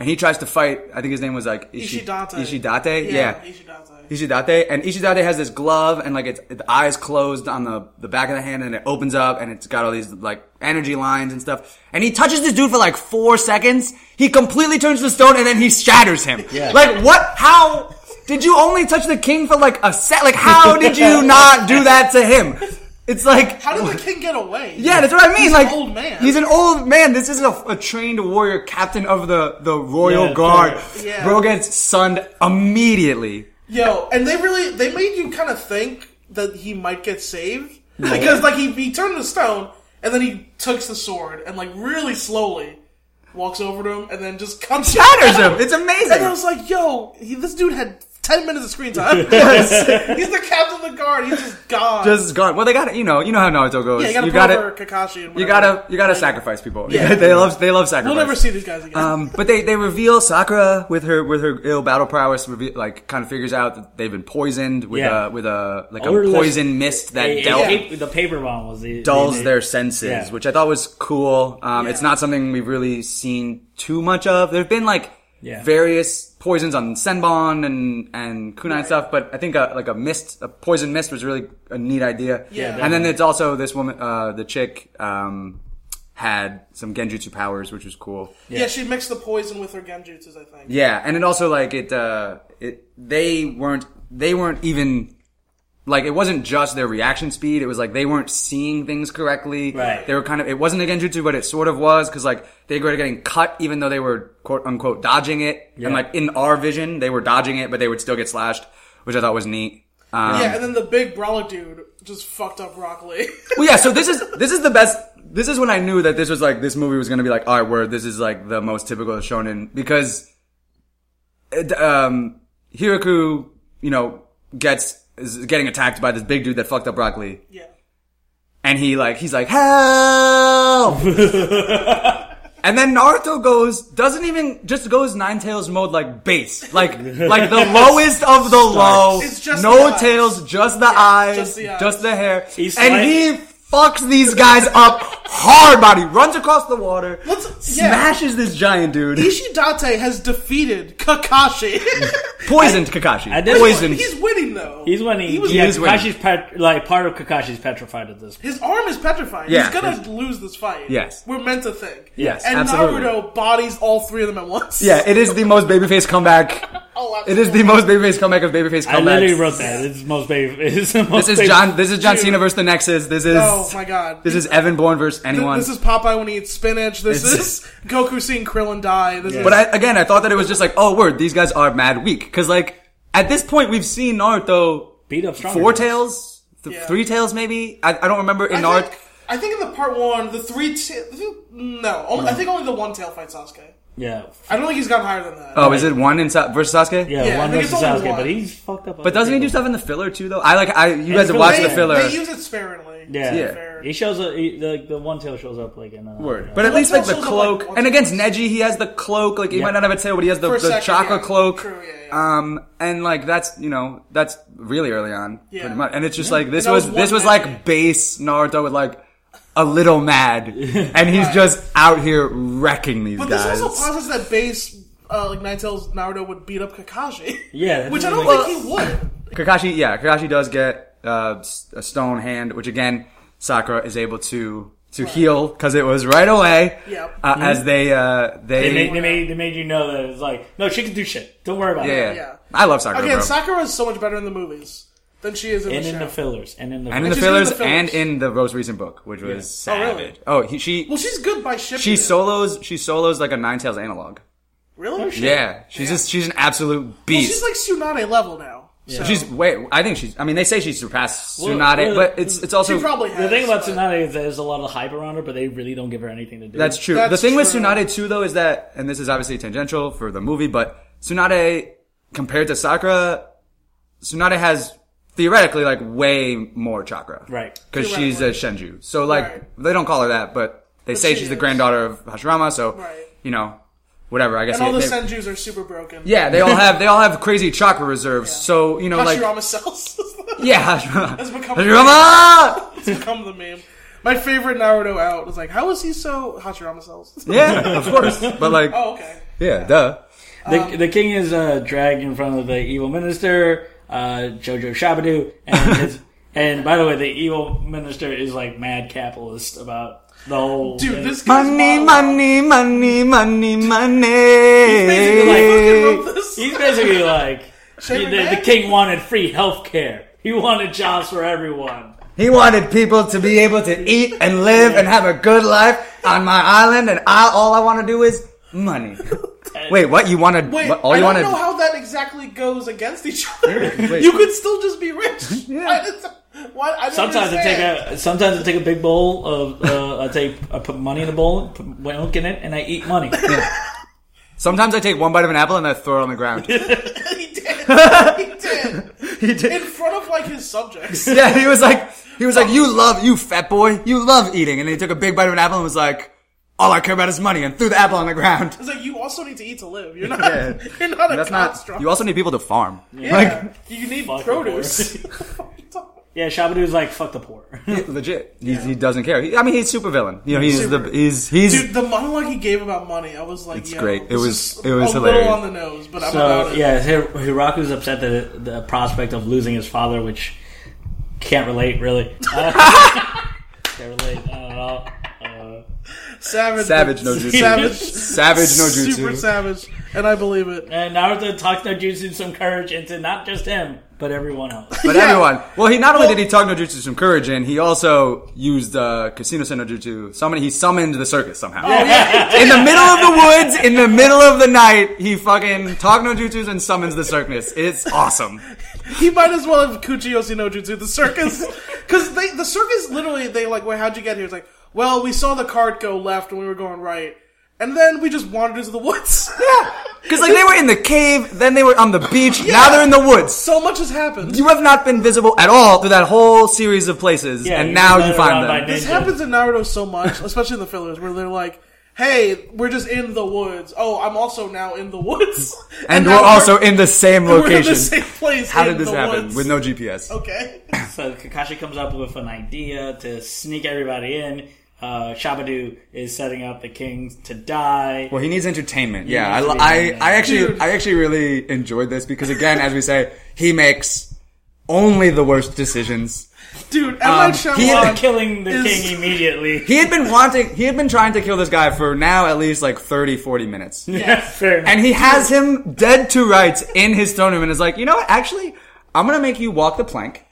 Speaker 7: and he tries to fight. I think his name was like Ishi-
Speaker 6: Ishidate.
Speaker 7: Ishidate, yeah.
Speaker 6: Ishidate.
Speaker 7: Ishidate, and Ishidate has this glove, and like it's the eyes closed on the the back of the hand, and it opens up, and it's got all these like energy lines and stuff. And he touches this dude for like four seconds. He completely turns to stone, and then he shatters him. Like what? How did you only touch the king for like a set? Like how did you not do that to him? It's like
Speaker 6: How did the king get away?
Speaker 7: yeah, that's what I mean.
Speaker 6: He's an
Speaker 7: like
Speaker 6: old man.
Speaker 7: He's an old man. This is a, a trained warrior, captain of the the royal
Speaker 5: Yeah,
Speaker 7: guard.
Speaker 6: yeah.
Speaker 7: Bro gets sunned immediately.
Speaker 6: Yo, and they really they made you kind of think that he might get saved <laughs> because like he he turned to stone and then he takes the sword and like really slowly walks over to him and then just comes
Speaker 7: Shatters him. It's
Speaker 6: And I
Speaker 7: amazing.
Speaker 6: was like, yo, he, this dude had ten minutes of screen
Speaker 7: <laughs>
Speaker 6: time. he's the captain of the guard. He's just gone.
Speaker 7: just gone. Well, they got to you know you know how Naruto goes.
Speaker 6: yeah, you gotta
Speaker 7: you
Speaker 6: put
Speaker 7: got
Speaker 6: over
Speaker 7: to
Speaker 6: Kakashi. And
Speaker 7: you
Speaker 6: whatever.
Speaker 7: got to you got to sacrifice people.
Speaker 6: Yeah.
Speaker 7: <laughs> they love they love sacrifice.
Speaker 6: We'll never see these guys again.
Speaker 7: Um, but they, they reveal Sakura with her with her ill battle prowess, reve like kind of figures out that they've been poisoned with
Speaker 5: Yeah.
Speaker 7: a with a like
Speaker 5: Or
Speaker 7: a
Speaker 5: less-
Speaker 7: poison mist that
Speaker 5: They-
Speaker 7: dealt
Speaker 5: they- the paper bomb was the
Speaker 7: dulls
Speaker 5: they-
Speaker 7: their senses,
Speaker 5: yeah.
Speaker 7: which I thought was cool. Um, It's
Speaker 6: Yeah.
Speaker 7: not something we've really seen too much of. There have been like
Speaker 5: Yeah.
Speaker 7: various poisons on Senbon and and Kunai and stuff, but I think a, like a mist, a poison mist, was really a neat idea.
Speaker 6: Yeah.
Speaker 7: and then it's also this woman, uh, the chick. Um, had some Genjutsu powers, which was cool.
Speaker 6: Yeah. she mixed the poison with her genjutsus, I think.
Speaker 7: Yeah, and it also like it uh it they weren't they weren't even like it wasn't just their reaction speed, it was like they weren't seeing things correctly.
Speaker 5: Right.
Speaker 7: They were kind of it wasn't a genjutsu, but it sort of was cuz like they were getting cut even though they were quote unquote dodging it. And like in our vision, they were dodging it but they would still get slashed, which I thought was neat. Um,
Speaker 6: Yeah, and then the big brawler dude just fucked up Rock Lee.
Speaker 7: Well, yeah. So this is this is the best. This is when I knew that this was like this movie was gonna be like, all right, word. This is like the most typical shonen because, it, um, Hiraku, you know, gets is getting attacked by this big dude that fucked up broccoli,
Speaker 6: <laughs> yeah.
Speaker 7: and he like he's like
Speaker 5: <laughs>
Speaker 7: help, and then Naruto goes doesn't even just goes nine tails mode like base like like the lowest of the low,
Speaker 6: It's just
Speaker 7: no
Speaker 6: the eyes.
Speaker 7: tails, just the eyes,
Speaker 6: just the eyes.
Speaker 7: just the hair,
Speaker 5: He's
Speaker 7: and
Speaker 5: like-
Speaker 7: he fucks these guys up hard body, runs across the water,
Speaker 6: Let's- yeah.
Speaker 7: smashes this giant dude,
Speaker 6: Ishidate has defeated
Speaker 7: <laughs>
Speaker 6: Kakashi.
Speaker 7: poisoned Kakashi,
Speaker 5: I did-
Speaker 7: poisoned.
Speaker 6: He's winning though.
Speaker 5: He's winning.
Speaker 6: He was-
Speaker 5: yeah,
Speaker 7: He is winning.
Speaker 5: Kakashi's pet, like part of Kakashi's petrified at this. point.
Speaker 6: His arm is petrified.
Speaker 7: Yeah,
Speaker 6: He's gonna lose this fight.
Speaker 7: Yes.
Speaker 6: We're meant to think.
Speaker 7: Yes,
Speaker 6: And
Speaker 7: absolutely.
Speaker 6: Naruto bodies all three of them at once.
Speaker 7: Yeah, it is the most babyface comeback.
Speaker 6: Oh, absolutely.
Speaker 7: It is the most babyface comeback of babyface comebacks.
Speaker 5: I literally wrote that. It's most baby. <laughs> It's the most
Speaker 7: Oh,
Speaker 6: <laughs>
Speaker 7: This is
Speaker 5: baby-
Speaker 7: John. This is John
Speaker 6: Dude.
Speaker 7: Cena versus the Nexus. This is.
Speaker 6: <laughs> Oh my god.
Speaker 7: This is Evan Bourne versus anyone.
Speaker 6: This is Popeye when he eats spinach. This
Speaker 7: It's- <laughs>
Speaker 6: is Goku seeing Krillin die. This is
Speaker 7: but I, again, I thought that it was just like, oh, word, these guys are mad weak. Because like at this point, we've seen Naruto
Speaker 5: beat up stronger.
Speaker 7: four tails, th-
Speaker 6: Yeah.
Speaker 7: three tails, maybe. I, I don't remember in
Speaker 6: I
Speaker 7: Naruto.
Speaker 6: think, I think in the part one, the three. ta- I think- no, only,
Speaker 7: Mm.
Speaker 6: I think only the one tail fights Sasuke.
Speaker 5: Yeah,
Speaker 6: I don't think he's gotten higher than that.
Speaker 7: Oh, is it one in Sa- versus Sasuke?
Speaker 5: yeah.
Speaker 6: Yeah, I
Speaker 5: one
Speaker 6: think it's
Speaker 5: versus
Speaker 6: only
Speaker 5: Sasuke,
Speaker 6: one.
Speaker 5: but he's fucked up.
Speaker 7: But doesn't he do stuff in the filler too? Though I like. I you guys have
Speaker 5: filler,
Speaker 7: watched
Speaker 6: they,
Speaker 7: the filler.
Speaker 6: They use it sparingly.
Speaker 5: Yeah.
Speaker 6: To be
Speaker 7: Yeah.
Speaker 6: fair.
Speaker 5: He shows up. He, the the one tail shows up like in uh,
Speaker 7: Word.
Speaker 5: uh,
Speaker 7: But at
Speaker 6: Well,
Speaker 7: least
Speaker 6: that's
Speaker 7: like the
Speaker 6: also the, like,
Speaker 7: cloak,
Speaker 6: one-
Speaker 7: and against Neji, he has the cloak. Like he
Speaker 5: Yeah.
Speaker 7: might not have a tail, but he has the,
Speaker 6: For a
Speaker 7: the
Speaker 6: second,
Speaker 7: chakra
Speaker 6: yeah.
Speaker 7: cloak.
Speaker 6: True, yeah, yeah.
Speaker 7: Um, and like that's you know that's really early on,
Speaker 6: Yeah.
Speaker 7: pretty much. And it's just like this
Speaker 6: And that
Speaker 7: was,
Speaker 6: was
Speaker 7: this
Speaker 6: one
Speaker 7: was like
Speaker 6: Neji.
Speaker 7: base Naruto with like a little mad, and he's just out here wrecking these
Speaker 6: But this
Speaker 7: guys.
Speaker 6: also posits that base uh, like Ninetales Naruto would beat up Kakashi.
Speaker 5: Yeah, that
Speaker 6: <laughs> which I
Speaker 5: doesn't
Speaker 6: don't
Speaker 5: make-
Speaker 6: think he would.
Speaker 7: Kakashi, yeah, Kakashi does get uh, s- a stone hand, which again Sakura is able to to heal because it was right away.
Speaker 6: Yep. Mm-hmm.
Speaker 7: Uh, As they uh,
Speaker 5: They made, they made they made you know that it's like no, she can do shit. Don't worry about
Speaker 7: Yeah.
Speaker 5: it.
Speaker 6: Yeah.
Speaker 7: I love Sakura.
Speaker 6: Again,
Speaker 7: bro.
Speaker 6: Sakura is so much better in the movies than she is in
Speaker 5: And
Speaker 6: the
Speaker 5: in the
Speaker 6: show.
Speaker 5: fillers, and in the
Speaker 7: and in the
Speaker 6: Which is in
Speaker 7: fillers,
Speaker 6: the fillers.
Speaker 7: and in the most recent book, which was
Speaker 6: Oh, really?
Speaker 7: savage. Oh, he, she
Speaker 6: well, she's good by shipping.
Speaker 7: she
Speaker 6: it.
Speaker 7: solos she solos like a Nine Tails analog.
Speaker 6: really.
Speaker 7: Yeah, she's just she's an absolute
Speaker 6: Well,
Speaker 7: beast.
Speaker 6: she's like Tsunade level now. So
Speaker 7: she's wait. I think she's. I mean, they say she surpassed
Speaker 5: Well,
Speaker 7: Tsunade,
Speaker 5: well,
Speaker 7: but it's it's also
Speaker 6: uh, she probably has.
Speaker 5: the thing about
Speaker 6: but-
Speaker 5: Tsunade is there's a lot of hype around her, but they really don't give her anything to do.
Speaker 7: that's true. the
Speaker 6: That's
Speaker 7: thing with
Speaker 6: true.
Speaker 7: Tsunade too, though, is that and this is obviously tangential for the movie, but Tsunade compared to Sakura, Tsunade has theoretically like way more chakra,
Speaker 5: Right.
Speaker 7: Because she's a Shenju, so like
Speaker 6: Right.
Speaker 7: they don't call her that, but they say
Speaker 6: she
Speaker 7: she's the
Speaker 6: is.
Speaker 7: granddaughter of Hashirama, so
Speaker 6: Right.
Speaker 7: you know, whatever. I guess
Speaker 6: and all
Speaker 7: they-
Speaker 6: the
Speaker 7: they-
Speaker 6: Senjus are super broken.
Speaker 7: Yeah, they all have they all have crazy chakra reserves. So you know, like
Speaker 6: Hashirama <laughs> cells.
Speaker 7: yeah, Hashirama.
Speaker 6: Has become-
Speaker 7: Hashirama!
Speaker 6: it's become the meme. My favorite Naruto out was like, how is he so Hashirama
Speaker 5: <laughs>
Speaker 6: cells?
Speaker 7: Yeah, of course. But like,
Speaker 6: oh, okay.
Speaker 7: yeah, duh.
Speaker 5: the, the king is uh, dragged in front of the evil minister, uh, Jojo Shabadoo,
Speaker 6: <laughs>
Speaker 5: and his, and by the way, the evil minister is like mad capitalist about the whole
Speaker 6: Dude,
Speaker 5: thing.
Speaker 6: this guy's
Speaker 7: Money,
Speaker 6: wild.
Speaker 7: money, money, money,
Speaker 6: Basically, like,
Speaker 7: money.
Speaker 6: fucking wrote this.
Speaker 5: He's basically
Speaker 6: <laughs>
Speaker 5: like the,
Speaker 6: Shaving
Speaker 5: the
Speaker 6: man?
Speaker 5: king wanted free health care. He wanted jobs for everyone.
Speaker 7: He wanted people to be able to eat and live and have a good life on my island, and I all I want to do is
Speaker 6: <laughs>
Speaker 7: money. Wait, what? You want to?
Speaker 6: Wait,
Speaker 7: What, all
Speaker 6: I
Speaker 7: you
Speaker 6: don't
Speaker 7: want
Speaker 6: know
Speaker 7: to?
Speaker 6: how that exactly goes against each other.
Speaker 7: Wait.
Speaker 6: You could still just be rich.
Speaker 7: <laughs> Yeah.
Speaker 6: I don't- Why, I don't
Speaker 5: Sometimes I take
Speaker 6: understand.
Speaker 5: a sometimes I take a big bowl of uh, I take I put money in the bowl, put milk in it, and I eat
Speaker 6: <laughs>
Speaker 5: money.
Speaker 7: Sometimes I take one bite of an apple and I throw it on the ground.
Speaker 6: he did. <laughs> He did.
Speaker 7: <laughs> he did.
Speaker 6: In front of like his subjects.
Speaker 7: <laughs> Yeah, he was like, he was like, you love, you fat boy, you love eating. And then he took a big bite of an apple and was like, all I care about is money, and threw the apple on the ground.
Speaker 6: It's like you also need to eat to live.
Speaker 7: <laughs>
Speaker 6: You're not.
Speaker 7: Yeah.
Speaker 6: <laughs> You're not a
Speaker 7: That's
Speaker 6: construct.
Speaker 7: not. You also need people to farm.
Speaker 6: yeah. <laughs> you need <laughs> produce.
Speaker 5: Yeah, Shabadoo's like fuck the poor. <laughs>
Speaker 7: Like legit, he's, he doesn't care. He, I mean, he's super villain. You know, he's the he's he's.
Speaker 6: Dude, the monologue he gave about money, I was like,
Speaker 7: It's
Speaker 6: yo,
Speaker 7: great. It
Speaker 6: this
Speaker 7: was-
Speaker 6: is
Speaker 7: it was
Speaker 6: a
Speaker 7: hilarious.
Speaker 6: little on the nose, but I'm
Speaker 5: So
Speaker 6: about it.
Speaker 5: yeah, Hi- Hiraku's upset that the prospect of losing his father, which <laughs> can't relate really. Uh, can't relate not at all. Uh,
Speaker 6: Savage.
Speaker 7: Savage no jutsu.
Speaker 6: Savage.
Speaker 7: <laughs> Savage no jutsu.
Speaker 6: Super savage. And I believe it.
Speaker 5: And Naruto talks no jutsu some courage into not just him, but everyone else. <laughs>
Speaker 7: But
Speaker 6: Yeah.
Speaker 7: everyone, well, he not only did he talk no jutsu some courage in, he also used uh, Casino Sen no jutsu. Summon, he summoned the circus somehow. in the middle of the woods, in the middle of the night, he fucking talk no jutsus and summons the circus. It's awesome.
Speaker 6: <laughs> He might as well have Kuchiyoshi no Jutsu, the
Speaker 7: <laughs>
Speaker 6: circus. Because they the circus literally, they like, well, how'd you get here? It's like, well, we saw the cart go left when we were going right. And then we just wandered into the woods. <laughs> Yeah.
Speaker 7: Because like they were in the cave, then they were on the beach, now they're in the woods.
Speaker 6: So much has happened.
Speaker 7: You have not been visible at all through that whole series of places,
Speaker 5: Yeah,
Speaker 7: and
Speaker 5: you
Speaker 7: now
Speaker 5: just
Speaker 7: you
Speaker 5: run
Speaker 7: find
Speaker 5: around
Speaker 7: them.
Speaker 5: by
Speaker 6: This
Speaker 5: ninja.
Speaker 6: happens in Naruto so much, especially in the fillers, where they're like, hey, we're just in the woods. Oh, I'm also now in the woods. <laughs>
Speaker 7: And
Speaker 6: now
Speaker 7: we're also in the
Speaker 6: <laughs>
Speaker 7: same
Speaker 6: we're in the
Speaker 7: location.
Speaker 6: same place.
Speaker 7: How
Speaker 6: in
Speaker 7: did this
Speaker 6: the
Speaker 7: happen?
Speaker 6: woods.
Speaker 7: With no GPS.
Speaker 6: Okay.
Speaker 5: So Kakashi comes up with an idea to sneak everybody in. Uh, Shabadoo is setting up the kings to die.
Speaker 7: Well, he needs entertainment. Yeah,
Speaker 5: needs to be
Speaker 7: I, I,
Speaker 5: entertained.
Speaker 7: I actually, I actually really enjoyed this because again, as we say, he makes only the worst decisions.
Speaker 6: Dude, M. Night
Speaker 7: Um, he
Speaker 6: Shyamalan.
Speaker 7: had-
Speaker 5: killing the
Speaker 6: is-
Speaker 5: king immediately.
Speaker 7: <laughs> He had been wanting, he had been trying to kill this guy for now at least like 30, 40
Speaker 5: <laughs>
Speaker 7: minutes.
Speaker 5: Fair enough.
Speaker 7: And he has him dead to rights in his throne room and is like, you know what, actually, I'm gonna make you walk the plank,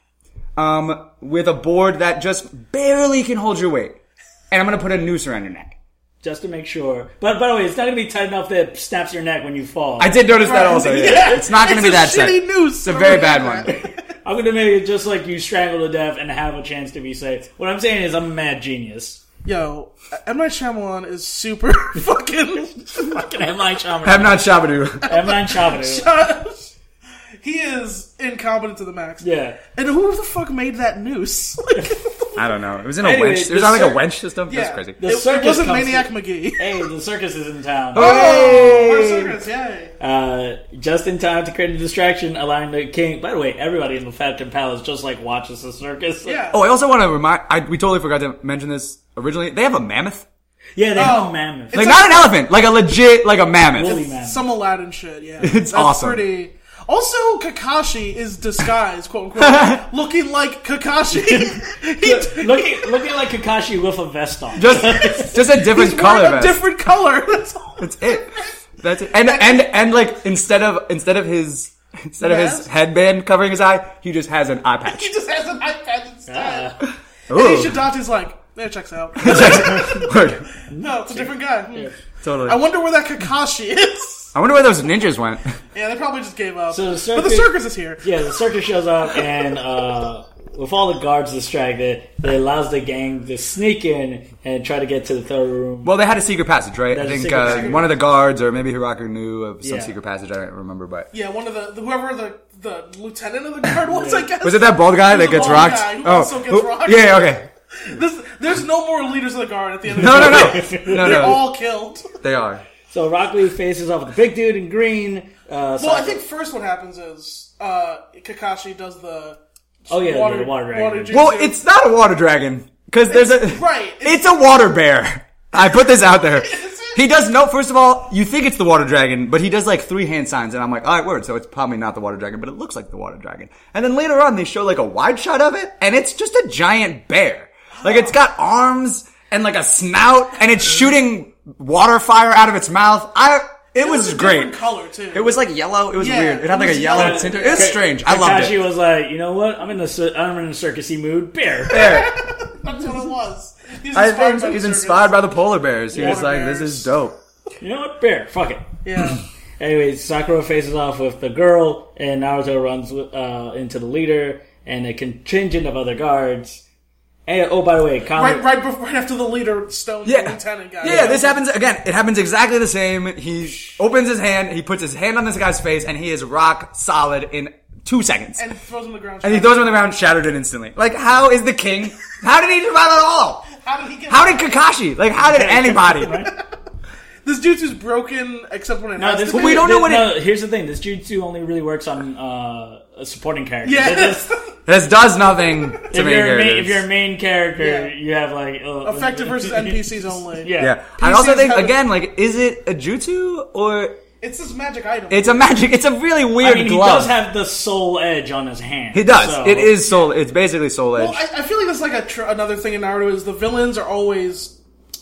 Speaker 7: um, with a board that just barely can hold your weight. And I'm gonna put a noose around your neck.
Speaker 5: just to make sure. But by the way, it's not going to be tight enough that it snaps your neck when you fall.
Speaker 7: I
Speaker 5: I,
Speaker 7: did notice that also. yeah. It's not gonna
Speaker 6: It's
Speaker 7: be
Speaker 6: a
Speaker 7: that set.
Speaker 6: shitty noose.
Speaker 7: It's a very bad one. <laughs>
Speaker 5: am going to make it just like you strangle to death and have a chance to be saved. What I'm saying is, I'm a mad genius. <laughs>
Speaker 6: Yo, M. Night Shyamalan is super <laughs> fucking.
Speaker 5: Fucking M. Night Shyamalan.
Speaker 7: I'm not Shabadoo.
Speaker 5: M. Night Shyamalan.
Speaker 6: he is incompetent to the max.
Speaker 5: Yeah.
Speaker 6: And who the fuck made that noose? <laughs> Like,
Speaker 7: I don't know. It was in a
Speaker 5: Anyway,
Speaker 7: wench. It
Speaker 5: the
Speaker 7: was on like a
Speaker 5: cir-
Speaker 7: wench system. That's
Speaker 6: yeah.
Speaker 7: crazy.
Speaker 6: It, it
Speaker 5: circus
Speaker 6: wasn't
Speaker 5: comes
Speaker 6: Maniac
Speaker 5: to-
Speaker 6: McGee. <laughs>
Speaker 5: Hey, the circus is in town.
Speaker 6: Oh,
Speaker 7: Oh.
Speaker 6: Our
Speaker 7: Hey!
Speaker 6: circus, yay.
Speaker 5: Uh, just in time to create a distraction, allowing the king. By the way, everybody in the Falcon Palace just like watches the circus.
Speaker 6: Yeah.
Speaker 7: Oh, I also want to remind. I, we totally forgot to mention this originally. They have a mammoth,
Speaker 5: <laughs> yeah, they
Speaker 6: Oh.
Speaker 5: have mammoths.
Speaker 7: like not an elephant, like a legit, like a
Speaker 5: Woolly
Speaker 7: mammoth.
Speaker 5: mammoths.
Speaker 6: Some Aladdin shit, yeah.
Speaker 7: It's awesome.
Speaker 6: pretty. Also, Kakashi is disguised, quote unquote, looking like Kakashi. he,
Speaker 5: looking, looking like Kakashi with a vest on.
Speaker 6: <laughs>
Speaker 7: Just, just a different
Speaker 6: he's
Speaker 7: color
Speaker 6: wearing a
Speaker 7: vest.
Speaker 6: different color. <laughs> That's all.
Speaker 7: That's it. That's it. And and and like instead of instead of his instead of his
Speaker 6: Mask?
Speaker 7: headband covering his eye, he just has an eye patch.
Speaker 6: He just has an iPad instead.
Speaker 5: <laughs> Uh,
Speaker 7: Ooh. <laughs>
Speaker 6: Ishidate's like, yeah, checks out.
Speaker 7: Word.
Speaker 6: no, it's a different guy. Hmm.
Speaker 7: Totally.
Speaker 6: I wonder where that Kakashi is. <laughs>
Speaker 7: I wonder where those ninjas went.
Speaker 6: Yeah, they probably just gave up.
Speaker 5: So the
Speaker 6: but the
Speaker 5: circus-
Speaker 6: circus is here.
Speaker 5: yeah, the circus shows up, and uh, with all the guards distracted, it allows the gang to sneak in and try to get to the third room.
Speaker 7: Well, they had a secret passage, right? I
Speaker 5: a
Speaker 7: think
Speaker 5: secret
Speaker 7: uh,
Speaker 5: passage.
Speaker 7: one of the guards or maybe Hiraku knew of some
Speaker 5: Yeah.
Speaker 7: secret passage. I don't remember, but
Speaker 6: Yeah, one of the, the whoever the, the lieutenant of the guard was, I guess.
Speaker 7: Was it that bald guy
Speaker 6: He was
Speaker 7: that gets
Speaker 6: the bald
Speaker 7: rocked?
Speaker 6: guy who
Speaker 7: oh,
Speaker 6: also gets
Speaker 7: who-
Speaker 6: rocked.
Speaker 7: yeah, okay.
Speaker 6: This, there's no more leaders of the guard at the end of
Speaker 7: No,
Speaker 6: the
Speaker 7: no,
Speaker 6: movie. <laughs>
Speaker 7: no, no,
Speaker 6: They're
Speaker 7: no.
Speaker 6: all killed.
Speaker 7: they are.
Speaker 5: So Rock Lee faces off with the big dude in green. Uh,
Speaker 6: Well, I think first what happens is uh, Kakashi does the
Speaker 5: oh yeah,
Speaker 6: water,
Speaker 5: the water dragon.
Speaker 6: water jutsu.
Speaker 7: Well, it's not a water dragon because there's a
Speaker 6: right,
Speaker 7: It's, a water bear. I put this
Speaker 6: <laughs>
Speaker 7: out there. He does no. First of all, you think it's the water dragon, but he does like three hand signs, and I'm like, all right, word. So it's probably not the water dragon, but it looks like the water dragon. And then later on, they show like a wide shot of it, and it's just a giant bear. Like it's got arms and like a snout, and it's shooting water fire out of its mouth. I. It, was,
Speaker 6: a
Speaker 7: great.
Speaker 6: different color too.
Speaker 7: It was like yellow. It was
Speaker 6: Yeah,
Speaker 7: weird. It
Speaker 6: it
Speaker 7: had like a
Speaker 6: was
Speaker 7: yellow
Speaker 6: yellow.
Speaker 7: tinter. It was
Speaker 5: Ka-
Speaker 7: strange. I loved
Speaker 5: Kakashi
Speaker 7: it.
Speaker 5: was like, you know what? I'm in the cir- I'm in a circusy mood. Bear.
Speaker 6: <laughs>
Speaker 7: There.
Speaker 6: that's what it was. He's
Speaker 7: I
Speaker 6: inspired by
Speaker 7: think
Speaker 6: the
Speaker 7: he's
Speaker 6: circus.
Speaker 7: inspired by the polar bears. He was
Speaker 6: Polar
Speaker 7: like, "This
Speaker 6: bears.
Speaker 7: is dope."
Speaker 5: You know what? Bear. Fuck it.
Speaker 6: Yeah,
Speaker 7: <laughs>
Speaker 5: Anyways, Sakura faces off with the girl, and Naruto runs uh, into the leader and a contingent of other guards. And oh, by the way, Kami,
Speaker 6: right, right, before, right after the leader stone
Speaker 7: Yeah,
Speaker 6: lieutenant guy.
Speaker 7: yeah. This happens again. It happens exactly the same. He opens his hand. He puts his hand on this guy's face, and he is rock solid in two seconds. And,
Speaker 6: and throws him to the ground.
Speaker 7: he throws him on the ground, shattered it instantly. Like, how is the king? How did he survive at all?
Speaker 6: How did he get?
Speaker 7: How did Kakashi? Like, how did anybody? <laughs>
Speaker 6: this dude's who's broken except when it
Speaker 5: No,
Speaker 6: has
Speaker 5: Uh, this
Speaker 6: to
Speaker 7: we
Speaker 6: be.
Speaker 7: don't know what
Speaker 5: no, Here's the thing: this jutsu only really works on uh, a supporting character.
Speaker 6: Yes.
Speaker 7: <laughs> This does nothing to
Speaker 5: If
Speaker 7: me.
Speaker 5: you're, a main, if you're a main character,
Speaker 6: Yeah.
Speaker 5: you have like uh, <laughs>
Speaker 6: Effective
Speaker 7: <laughs>
Speaker 6: versus NPCs only.
Speaker 5: Yeah.
Speaker 7: yeah, I also
Speaker 6: PCs
Speaker 7: think
Speaker 6: have-
Speaker 7: again, like, is it a jutsu or
Speaker 6: It's this magic item.
Speaker 7: it's a magic? It's a really
Speaker 5: I
Speaker 7: weird
Speaker 5: mean, he
Speaker 7: glove.
Speaker 5: does have the soul edge on his hand.
Speaker 7: He does.
Speaker 5: so-
Speaker 7: It is soul. It's basically soul edge.
Speaker 6: Well, I, I feel like that's like a tr- another thing in Naruto is the villains are always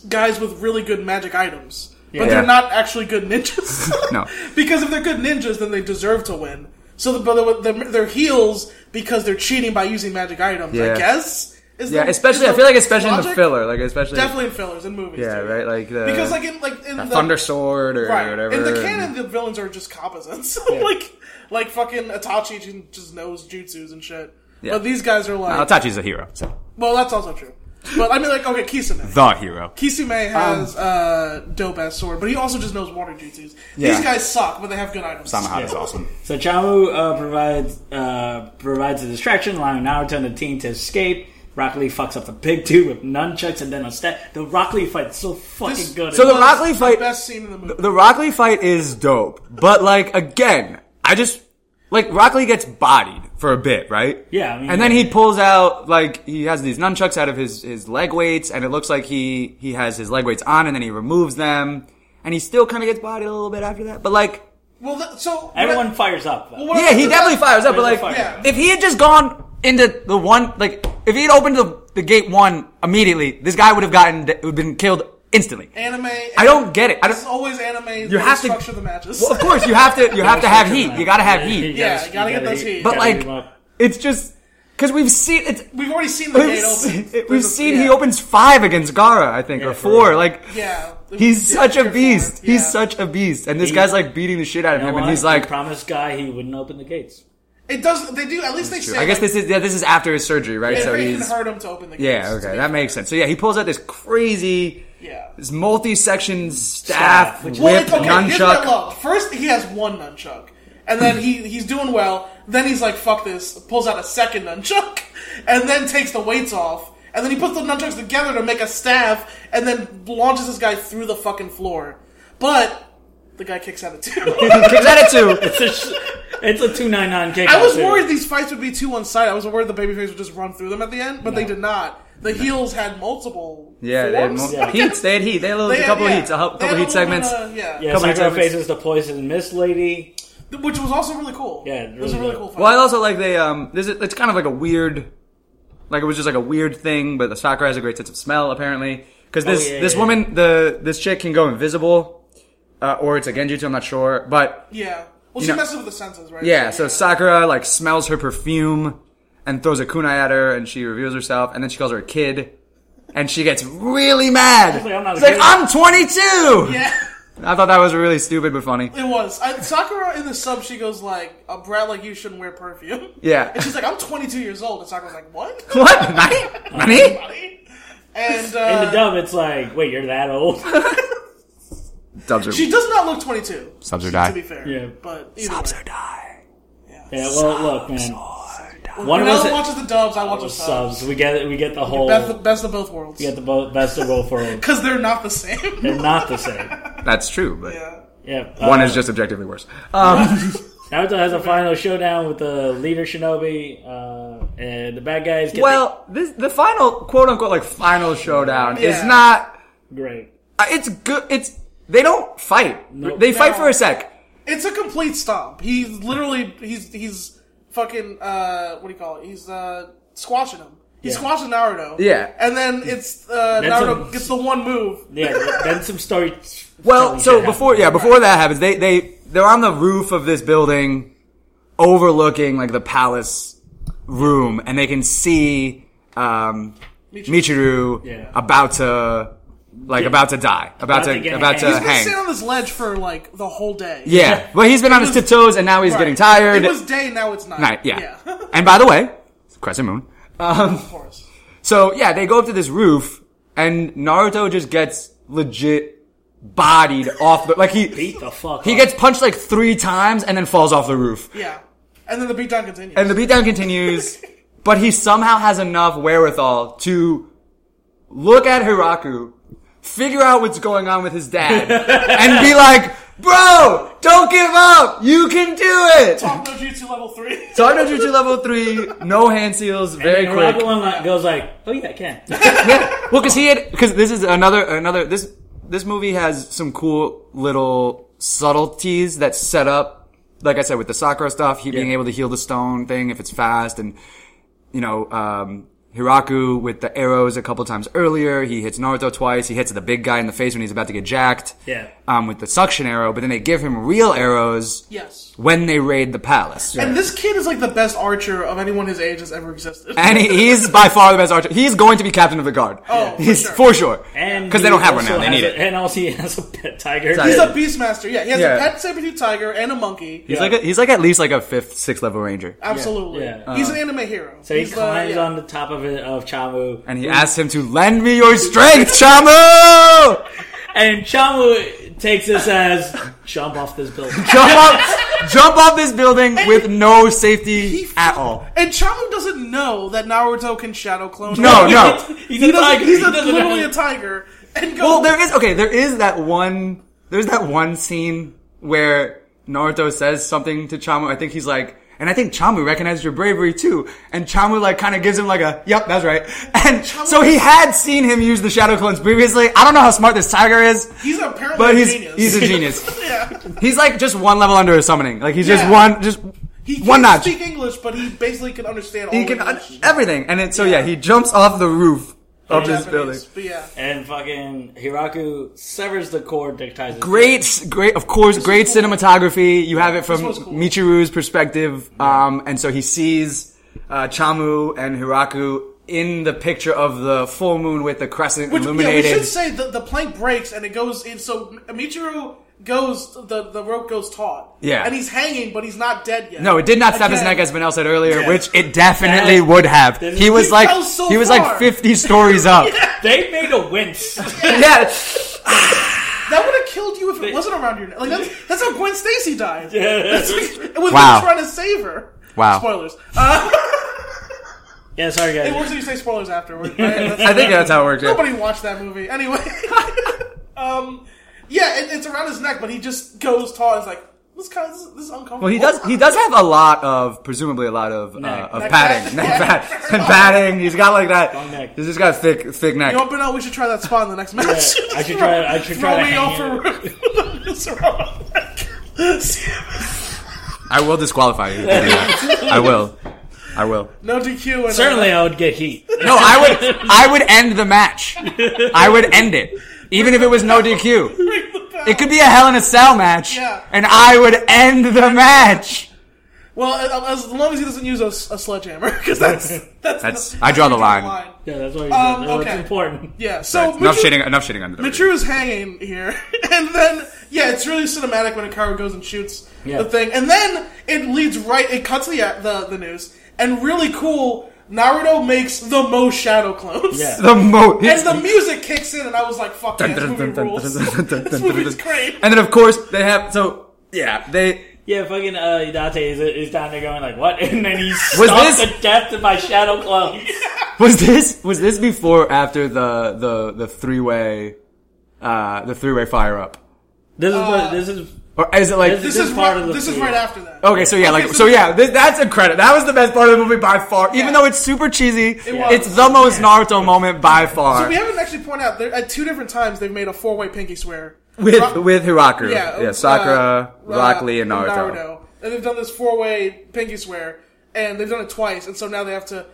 Speaker 6: guys with really good magic items, but
Speaker 7: Yeah.
Speaker 6: they're not actually good ninjas.
Speaker 7: <laughs> No.
Speaker 6: <laughs> because if they're good ninjas, then they deserve to win. So, the, but they're, they're heels because they're cheating by using magic items. I
Speaker 7: Yeah.
Speaker 6: guess. Is
Speaker 7: Yeah,
Speaker 6: the-
Speaker 7: especially
Speaker 6: is
Speaker 7: I feel like especially in the
Speaker 6: logic?
Speaker 7: filler, like especially
Speaker 6: definitely in fillers in movies.
Speaker 7: yeah,
Speaker 6: too.
Speaker 7: right, like the
Speaker 6: Because like in like in the,
Speaker 7: Thunder Sword or
Speaker 6: right
Speaker 7: whatever.
Speaker 6: in the canon, the villains are just composites. <laughs> like like fucking Itachi j- just knows jutsus and shit.
Speaker 7: Yeah.
Speaker 6: But these guys are like
Speaker 7: Uh, Itachi's a hero, so
Speaker 6: well, that's also true. But I mean, like, okay, Kisame.
Speaker 7: the Um, hero.
Speaker 6: Kisame has uh, dope ass sword, but he also just knows water jutsus.
Speaker 7: Yeah.
Speaker 6: These guys suck, but they have good items.
Speaker 7: Samahara is awesome.
Speaker 5: So Chamu uh, provides uh, provides a distraction, allowing Naruto and the team to escape. Rock Lee fucks up the big dude with nunchucks and then a step. The Rock Lee fight's so fucking
Speaker 6: This-
Speaker 5: good.
Speaker 7: So the
Speaker 6: That's
Speaker 7: Rock Lee
Speaker 6: the
Speaker 7: fight,
Speaker 6: best scene in the movie.
Speaker 7: the Rock Lee fight is dope, but like again, I just like Rock Lee gets bodied for a bit, right?
Speaker 5: Yeah, I mean-
Speaker 7: and then he pulls out like he has these nunchucks out of his his leg weights, and it looks like he he has his leg weights on, and then he removes them, and he still kind of gets bodied a little bit after that. But like,
Speaker 6: well, that, so
Speaker 5: Everyone fires up. Though.
Speaker 6: what-
Speaker 7: yeah, he definitely fires up, but
Speaker 5: Raise
Speaker 7: like
Speaker 5: the fire.
Speaker 7: if he had just gone into the one, like if he had opened the the gate one immediately, this guy would have gotten would have been killed instantly.
Speaker 6: anime.
Speaker 7: I don't get it. I
Speaker 6: It's
Speaker 7: don't.
Speaker 6: always anime.
Speaker 7: You have to
Speaker 6: structure the matches.
Speaker 7: Well, of course you have to. You have to have heat. You gotta have heat.
Speaker 6: Yeah, you gotta get those heat.
Speaker 7: But like, it's just because we've seen it's.
Speaker 6: <laughs> We've already seen the
Speaker 7: We've,
Speaker 6: gate open.
Speaker 7: seen,
Speaker 6: There's
Speaker 7: <laughs> we've
Speaker 6: a-
Speaker 7: seen
Speaker 6: yeah.
Speaker 7: he opens five against Gara, I think, or
Speaker 5: for
Speaker 7: four.
Speaker 5: real.
Speaker 7: Like,
Speaker 6: Yeah.
Speaker 7: he's
Speaker 6: Yeah,
Speaker 7: such
Speaker 6: three
Speaker 7: a
Speaker 6: or
Speaker 7: beast.
Speaker 6: four,
Speaker 7: He's
Speaker 6: yeah.
Speaker 7: such a beast, and this
Speaker 5: He-
Speaker 7: guy's like beating the shit out of him, and he's like,
Speaker 5: promised guy he wouldn't open the gates.
Speaker 6: It does. They do. At least they say.
Speaker 7: I guess
Speaker 6: like,
Speaker 7: this is yeah, this is after his surgery, right?
Speaker 6: it
Speaker 7: so
Speaker 6: really
Speaker 7: he's
Speaker 6: can hurt him to open the gates.
Speaker 7: yeah, okay, that makes sense. So yeah, he pulls out this crazy,
Speaker 6: Yeah.
Speaker 7: this multi-section staff, whip,
Speaker 6: Well, it's okay. Here's what I
Speaker 7: nunchuck.
Speaker 6: love. First, he has one nunchuck, and then he he's doing well. Then he's like, "Fuck this!" Pulls out a second nunchuck, <laughs> and then takes the weights off, and then he puts the nunchucks together to make a staff, and then launches this guy through the fucking floor. But the guy kicks out of two.
Speaker 7: <laughs> Kicks out
Speaker 6: <laughs>
Speaker 7: at two.
Speaker 5: It's a, sh- it's a two nine nine kick.
Speaker 6: I was
Speaker 5: too.
Speaker 6: worried these fights would be too one sided. I was worried the babyface would just run through them at the end, but they did not. The heels had multiple.
Speaker 7: Yeah, they had
Speaker 6: forms.
Speaker 7: mo- heats. They had heat. They had a, little,
Speaker 6: They
Speaker 7: a
Speaker 6: had-
Speaker 7: couple
Speaker 6: yeah,
Speaker 7: of heats, a hu-
Speaker 6: they had a
Speaker 7: couple of heat
Speaker 6: little uh, bit
Speaker 7: segments.
Speaker 6: of- yeah.
Speaker 5: Yeah,
Speaker 7: Couple of
Speaker 5: Sakura
Speaker 7: segments.
Speaker 5: faces the poison mist lady.
Speaker 6: which was also really cool.
Speaker 5: Yeah,
Speaker 6: it was a
Speaker 5: really
Speaker 6: really
Speaker 5: good.
Speaker 6: cool fight.
Speaker 7: Well, I also like they um. This is, it's kind of like a weird, like it was just like a weird thing. But the Sakura has a great sense of smell apparently, because this
Speaker 6: Oh,
Speaker 5: yeah,
Speaker 7: this
Speaker 5: yeah,
Speaker 7: woman the this chick can go invisible, uh, or it's a Genjutsu. I'm not sure, but
Speaker 6: yeah. Well,
Speaker 7: You
Speaker 6: she
Speaker 7: know-
Speaker 6: messes with the senses, right?
Speaker 7: yeah.
Speaker 6: <laughs>
Speaker 7: So Sakura like smells her perfume and throws a kunai at her, and she reveals herself, and then she calls her a kid. And she gets really mad.
Speaker 5: like, I'm not
Speaker 7: She's
Speaker 5: a
Speaker 7: like,
Speaker 5: kid.
Speaker 7: "I'm 22."
Speaker 6: yeah.
Speaker 7: I thought that was really stupid but funny.
Speaker 6: It was. I, Sakura in the sub, she goes like, a brat like you shouldn't wear perfume.
Speaker 7: Yeah.
Speaker 6: And she's like, I'm 22 years old. And Sakura's like, what?
Speaker 7: <laughs> what? Nani? Nani?
Speaker 6: <laughs> And,
Speaker 5: In
Speaker 6: uh,
Speaker 5: the dub, it's like, wait, you're that
Speaker 7: <laughs>
Speaker 5: old?
Speaker 7: Dubs are,
Speaker 6: she does not look 22.
Speaker 7: subs are
Speaker 6: To be
Speaker 7: die.
Speaker 6: fair.
Speaker 5: Yeah.
Speaker 6: But either
Speaker 7: Subs
Speaker 6: way.
Speaker 7: are die.
Speaker 5: yeah, well, look, man. One
Speaker 6: One
Speaker 5: of
Speaker 6: Manella
Speaker 5: us
Speaker 6: watches the dubs, I watch the
Speaker 5: was
Speaker 6: subs.
Speaker 5: subs. We get we get the whole
Speaker 6: Best, the best of both worlds.
Speaker 5: we
Speaker 6: <laughs>
Speaker 5: get the bo- best of both worlds.
Speaker 6: Because they're not the same.
Speaker 5: They're not the
Speaker 7: <laughs>
Speaker 5: same.
Speaker 7: That's true, but
Speaker 6: yeah.
Speaker 5: Yeah,
Speaker 7: One
Speaker 5: uh,
Speaker 7: is just objectively worse. Uh,
Speaker 5: Naruto has a final showdown with the leader Shinobi, uh, and the bad guys get
Speaker 7: well, this the final quote unquote like final showdown is
Speaker 6: Yeah.
Speaker 7: not.
Speaker 5: the- great.
Speaker 7: uh, It's good. It's they don't fight. They fight
Speaker 6: No.
Speaker 7: for a sec.
Speaker 6: It's a complete stomp. He's literally he's he's fucking uh what do you call it? He's uh squashing him. He's
Speaker 5: Yeah.
Speaker 6: squashing Naruto.
Speaker 7: Yeah.
Speaker 6: And then it's uh
Speaker 5: That's
Speaker 6: Naruto
Speaker 5: a-
Speaker 6: gets the one move.
Speaker 5: Yeah, then some
Speaker 7: <laughs>
Speaker 5: story.
Speaker 7: Well,
Speaker 5: telling
Speaker 7: so
Speaker 5: shit
Speaker 7: before yeah, before that happens, they they they're on the roof of this building, overlooking like the palace room, and they can see um, Michiru
Speaker 5: Yeah.
Speaker 7: about to like about to die, about,
Speaker 5: About to
Speaker 7: to,
Speaker 5: get hanged.
Speaker 7: about to
Speaker 6: He's been
Speaker 7: hang.
Speaker 6: sitting on this ledge for like the whole day.
Speaker 7: yeah, but he's been on his
Speaker 6: was-
Speaker 7: tiptoes, and now he's
Speaker 6: Right.
Speaker 7: getting tired.
Speaker 6: It was day, now it's night.
Speaker 7: Night, yeah.
Speaker 6: <laughs>
Speaker 5: <laughs>
Speaker 7: and by the way, Crescent Moon. Um,
Speaker 6: of course.
Speaker 7: so yeah, they go up to this roof, and Naruto just gets legit bodied off the like he
Speaker 5: beat the fuck.
Speaker 7: he
Speaker 5: up.
Speaker 7: gets punched like three times and then falls off the roof,
Speaker 6: Yeah. And then the beatdown continues. <laughs>
Speaker 7: and the beatdown continues. but he somehow has enough wherewithal to look at Hiraku, figure out what's going on with his dad, and be like, "Bro, don't give up. You can do it."
Speaker 6: Talk Oh, no jutsu level three.
Speaker 7: Tarno Jutsu level three, no hand seals, very
Speaker 5: and
Speaker 7: quick.
Speaker 5: Rocket One like, goes like, "Oh yeah, I can."
Speaker 7: <laughs> Well, because he had because this is another another this this movie has some cool little subtleties that set up, like I said, with the Sakura stuff, he being able to heal the stone thing if it's fast, and you know um, Hiraku with the arrows a couple times earlier. He hits Naruto twice. He hits the big guy in the face when he's about to get jacked.
Speaker 5: Yeah.
Speaker 7: Um, with the suction arrow, but then they give him real arrows
Speaker 6: Yes.
Speaker 7: when they raid the palace.
Speaker 6: And this kid is like the best archer of anyone his age has ever existed.
Speaker 7: And he, he's by far the best archer. He's going to be captain of the guard.
Speaker 6: Oh, for
Speaker 7: he's
Speaker 6: sure.
Speaker 7: for sure.
Speaker 5: And
Speaker 7: because they
Speaker 5: he
Speaker 7: don't have one
Speaker 5: also
Speaker 7: now, they
Speaker 5: has
Speaker 7: need
Speaker 5: a-
Speaker 7: it.
Speaker 5: And also, he has a pet tiger.
Speaker 7: Tiger.
Speaker 6: He's a beastmaster. Yeah, he has
Speaker 7: Yeah.
Speaker 6: a pet saber-tooth tiger and a monkey.
Speaker 7: He's like a, he's like at least like a fifth, sixth level ranger.
Speaker 6: Absolutely.
Speaker 5: Yeah.
Speaker 6: He's an anime hero.
Speaker 5: So he
Speaker 6: He's, uh,
Speaker 5: climbs
Speaker 6: yeah.
Speaker 5: on the top of it, of Chamu,
Speaker 7: And he asks him to lend me your strength, Shamu.
Speaker 5: and Chamu takes this as jump off this building.
Speaker 7: Jump off, jump off this building with no safety
Speaker 6: He-
Speaker 7: at all.
Speaker 6: And Chamu doesn't know that Naruto can shadow clone.
Speaker 7: No,
Speaker 6: him.
Speaker 7: no.
Speaker 5: he's
Speaker 6: He
Speaker 5: a
Speaker 6: doesn't,
Speaker 5: tiger.
Speaker 6: <laughs> he's
Speaker 5: He
Speaker 6: a,
Speaker 5: doesn't
Speaker 6: literally
Speaker 5: have-
Speaker 6: a tiger. And go,
Speaker 7: Well, there is okay. There is that one. There's that one scene where Naruto says something to Chamu. I think he's like, and I think Chamu recognized your bravery too. And Chamu like kind of gives him like a, yep, that's right. <laughs> And so he had seen him use the shadow clones previously. I don't know how smart this tiger is,
Speaker 6: he's apparently
Speaker 7: but
Speaker 6: a
Speaker 7: he's
Speaker 6: genius. <laughs>
Speaker 7: he's a genius.
Speaker 6: yeah.
Speaker 7: He's like just one level under a summoning. Like he's just
Speaker 6: Yeah.
Speaker 7: one, just
Speaker 6: He can't
Speaker 7: one notch.
Speaker 6: speak English, but he basically can understand all
Speaker 7: He can un-
Speaker 6: English.
Speaker 7: everything, and it, so yeah, he jumps off the roof of this building.
Speaker 6: Japanese, But yeah.
Speaker 5: and fucking Hiraku severs the cord that ties it.
Speaker 7: Great, great, of course, great
Speaker 6: cool.
Speaker 7: cinematography. You have it from
Speaker 6: was cool.
Speaker 7: Michiru's perspective. Um, and so he sees, uh, Chamu and Hiraku in the picture of the full moon with the crescent
Speaker 6: Which, yeah, we
Speaker 7: illuminated.
Speaker 6: should say the, the plank breaks and it goes in. So Michiru goes, the, the rope goes taut.
Speaker 7: Yeah.
Speaker 6: And he's hanging, but he's not dead yet.
Speaker 7: no, it did not stab his
Speaker 6: Again.
Speaker 7: neck as Benel said earlier, which it definitely
Speaker 5: That-
Speaker 7: would have. He was
Speaker 6: He
Speaker 7: like,
Speaker 6: fell so
Speaker 7: he was
Speaker 6: far.
Speaker 7: like 50
Speaker 6: <laughs>
Speaker 7: stories up.
Speaker 5: They made a wince.
Speaker 7: yeah.
Speaker 6: That would have killed you if it wasn't around your neck. Like that's, that's how Gwen Stacy died. <laughs> That's like-
Speaker 5: <laughs>
Speaker 6: it was
Speaker 7: Wow.
Speaker 6: me trying to save her.
Speaker 7: Wow.
Speaker 6: Spoilers. Uh, <laughs>
Speaker 5: yeah, sorry guys.
Speaker 6: it works if you say spoilers
Speaker 7: <laughs>
Speaker 6: afterward. Right?
Speaker 7: I
Speaker 6: <laughs>
Speaker 7: think that's how it worked. yeah.
Speaker 6: nobody watched that movie anyway. <laughs> um, yeah, it, it's around his neck, but he just goes tall. It's like this kind of this, is uncomfortable.
Speaker 7: Well, he does. He does have a lot of, presumably, a lot of uh,
Speaker 5: Neck.
Speaker 7: of
Speaker 6: Neck
Speaker 7: padding,
Speaker 6: pad.
Speaker 7: neck pad, and <laughs> padding. He's got like that.
Speaker 5: Long neck.
Speaker 7: He's just got thick, thick neck.
Speaker 6: You know, Benel, we should try that spot in the next match.
Speaker 5: Yeah,
Speaker 6: <laughs>
Speaker 5: I should try- I should try
Speaker 6: Throw
Speaker 5: to hang
Speaker 6: me over <laughs> with this around my <laughs> neck.
Speaker 7: I will disqualify you. if you do that.
Speaker 6: <laughs>
Speaker 7: I will. I will.
Speaker 6: no DQ. And
Speaker 5: <laughs>
Speaker 6: uh, <laughs>
Speaker 5: Certainly, I would get heat.
Speaker 7: No, I would. I would end the match. I would end it, even if it was no DQ. It could be a Hell in a Cell match,
Speaker 6: Yeah.
Speaker 7: and I would end the match.
Speaker 6: Well, as as long as he doesn't use a, s- a sledgehammer, <laughs> because that's that's
Speaker 7: That's- I draw the line.
Speaker 5: Yeah, that's what you
Speaker 6: Um,
Speaker 5: said. That's
Speaker 6: okay.
Speaker 5: important.
Speaker 6: Yeah. So
Speaker 7: enough
Speaker 6: Michiru-
Speaker 7: shitting. Enough shitting on the.
Speaker 6: Michiru is hanging here, <laughs> and then yeah, it's really cinematic when Hikaru goes and shoots
Speaker 5: Yeah.
Speaker 6: the thing, and then it leads right. It cuts the uh, the, the news, and really cool. Naruto makes the most shadow clones.
Speaker 5: Yeah.
Speaker 7: The mo.
Speaker 6: <laughs> And
Speaker 7: <laughs>
Speaker 6: the music kicks in, and I was like, "Fuck yeah, this movie rules. This movie's great."
Speaker 7: And then of course they have so yeah they
Speaker 5: Yeah, fucking uh, Idate is, is down there going like, "What?" <laughs> And then he
Speaker 7: Was
Speaker 5: stops
Speaker 7: this-
Speaker 5: the death of my shadow clone.
Speaker 7: was this was this before or after the the the three way uh the three way fire up
Speaker 5: This is what this is.
Speaker 7: or is it like
Speaker 5: This
Speaker 6: This,
Speaker 5: This
Speaker 6: is
Speaker 5: part
Speaker 6: right,
Speaker 5: of the
Speaker 6: this is
Speaker 5: movie.
Speaker 6: right after that.
Speaker 7: Okay, so yeah, like so yeah, th- that's a credit. That was the best part of the movie by far. Even
Speaker 6: Yeah.
Speaker 7: though it's super cheesy,
Speaker 6: was.
Speaker 7: it's the most Naruto moment by far.
Speaker 6: So we haven't actually pointed out there at two different times they've made a four way pinky swear
Speaker 7: with with Hiraku,
Speaker 6: Yeah,
Speaker 7: yeah,
Speaker 6: uh,
Speaker 7: Sakura,
Speaker 6: uh,
Speaker 7: Rock Lee, and
Speaker 6: uh,
Speaker 7: Naruto.
Speaker 6: And they've done this four way pinky swear, and they've done it twice, and so now they have to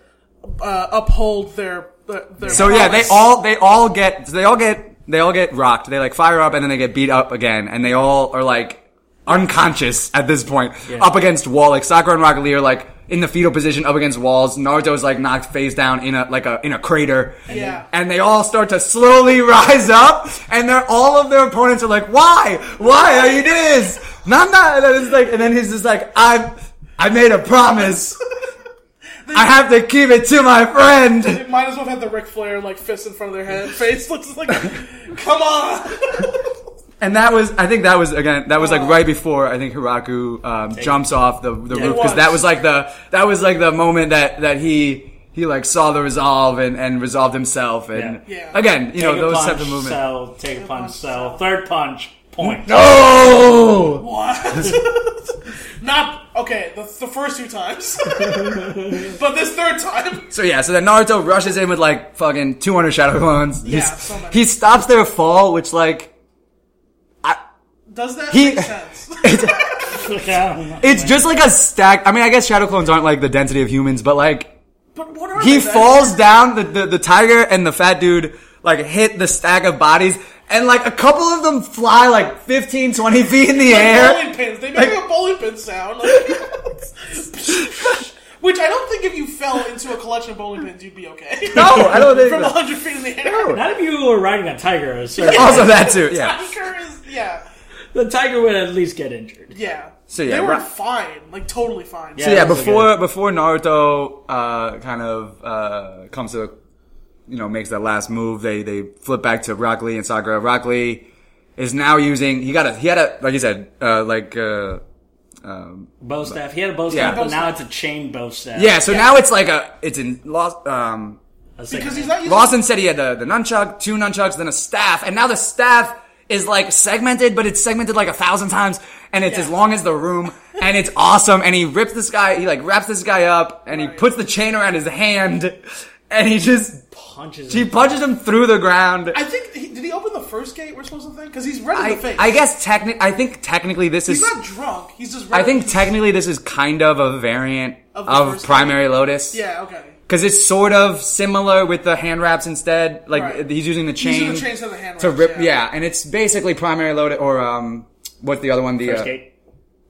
Speaker 6: uh, uphold their. Uh, their
Speaker 7: So yeah, they
Speaker 6: promise.
Speaker 7: all they all get they all get they all get rocked. They like fire up and then they get beat up again, and they all are like unconscious at this point, up against wall. Like Sakura and Rocket Lee are like in the fetal position up against walls. Naruto's like knocked face down in a like a in a crater.
Speaker 6: Yeah.
Speaker 7: And they all start to slowly <laughs> rise up, and they're all of their opponents are like, "Why? Why are you this? Nanda!" And then it's like, and then he's just like, "I, I made a
Speaker 6: <laughs>
Speaker 7: promise. I have to keep it to my friend."
Speaker 6: They might as well have had the Ric Flair like fist in front of their head, <laughs> face looks like, come on. <laughs>
Speaker 7: And that was, I think that was again, that was
Speaker 5: Oh.
Speaker 7: like right before I think Hiraku um, jumps off the, the roof because
Speaker 6: was.
Speaker 7: that was like the that was like the moment that that he he like saw the resolve and and resolved himself and
Speaker 5: Yeah.
Speaker 6: Yeah.
Speaker 7: again you know
Speaker 5: Take a
Speaker 7: those
Speaker 5: punch,
Speaker 7: type of movements.
Speaker 5: Sell, take a punch, sell. Third punch, point. <laughs>
Speaker 7: Oh,
Speaker 6: What? Not okay. The, the first two times, <laughs> but this third time, <laughs>
Speaker 7: so yeah, so then Naruto rushes in with like fucking two hundred shadow clones.
Speaker 6: Yeah,
Speaker 7: He's-
Speaker 6: so many.
Speaker 7: he stops their fall, which like
Speaker 6: does that
Speaker 7: He-
Speaker 6: make
Speaker 7: <laughs>
Speaker 6: sense?
Speaker 5: Yeah, I don't know.
Speaker 7: it's just like a stack. I mean, I guess shadow clones aren't like the density of humans, but like
Speaker 6: But what are
Speaker 7: He
Speaker 6: they?
Speaker 7: falls down. The, the the tiger and the fat dude like hit the stack of bodies, and like a couple of them fly like 15, 20 feet in the
Speaker 6: Bowling
Speaker 7: air.
Speaker 6: pins. They make a bowling pin sound. like- <laughs> Which I don't think if you fell into a collection of bowling pins, you'd be okay.
Speaker 7: <laughs> No, I don't think.
Speaker 6: From
Speaker 7: that- <laughs>
Speaker 6: 100 feet in the air.
Speaker 5: Not if you were riding a tiger. Or something.
Speaker 7: Also that too. Yeah.
Speaker 6: Tiger is, yeah.
Speaker 5: The tiger would at least get injured.
Speaker 6: Yeah.
Speaker 7: So, yeah,
Speaker 6: they were
Speaker 7: Ra-
Speaker 6: fine, like totally fine.
Speaker 7: So yeah,
Speaker 5: that's okay.
Speaker 7: before before Naruto uh, kind of uh, comes to you know makes that last move, they they flip back to Rock Lee and Sakura. Rock Lee is now using he got a he had a like you said uh, like uh, um,
Speaker 5: Bow staff. He had a bow staff,
Speaker 7: Yeah.
Speaker 5: but now it's a chain bow staff.
Speaker 7: yeah. So now it's like a it's in lost. Um,
Speaker 5: That's like-
Speaker 6: Because he's not using
Speaker 7: Lawson said he had the, the nunchuck, two nunchucks, then a staff, and now the staff is like segmented, but it's segmented like a thousand times, and it's as long as the room, and it's awesome. And he rips this guy, he like wraps this guy up, and he puts the chain around his hand, and he just
Speaker 5: punches.
Speaker 7: he
Speaker 5: him.
Speaker 7: punches him through the ground.
Speaker 6: I think, he, did he open the first gate we're supposed to think? Because he's red in the
Speaker 7: I,
Speaker 6: face.
Speaker 7: I guess technically, I think technically this
Speaker 6: He's
Speaker 7: is.
Speaker 6: not drunk, he's just red
Speaker 7: I
Speaker 6: in
Speaker 7: think
Speaker 6: the-
Speaker 7: technically this is kind of a variant
Speaker 6: Of
Speaker 7: of,
Speaker 6: the first one.
Speaker 7: Primary Lotus.
Speaker 6: Yeah, okay.
Speaker 7: Because it's sort of similar with the hand wraps instead. Like
Speaker 6: Right.
Speaker 7: he's using the chain,
Speaker 6: using the chain instead of the hand
Speaker 7: to
Speaker 6: wraps,
Speaker 7: rip.
Speaker 6: yeah.
Speaker 7: Yeah. and it's basically primary loaded or um, what's the other one? The
Speaker 5: First
Speaker 7: uh,
Speaker 5: gate.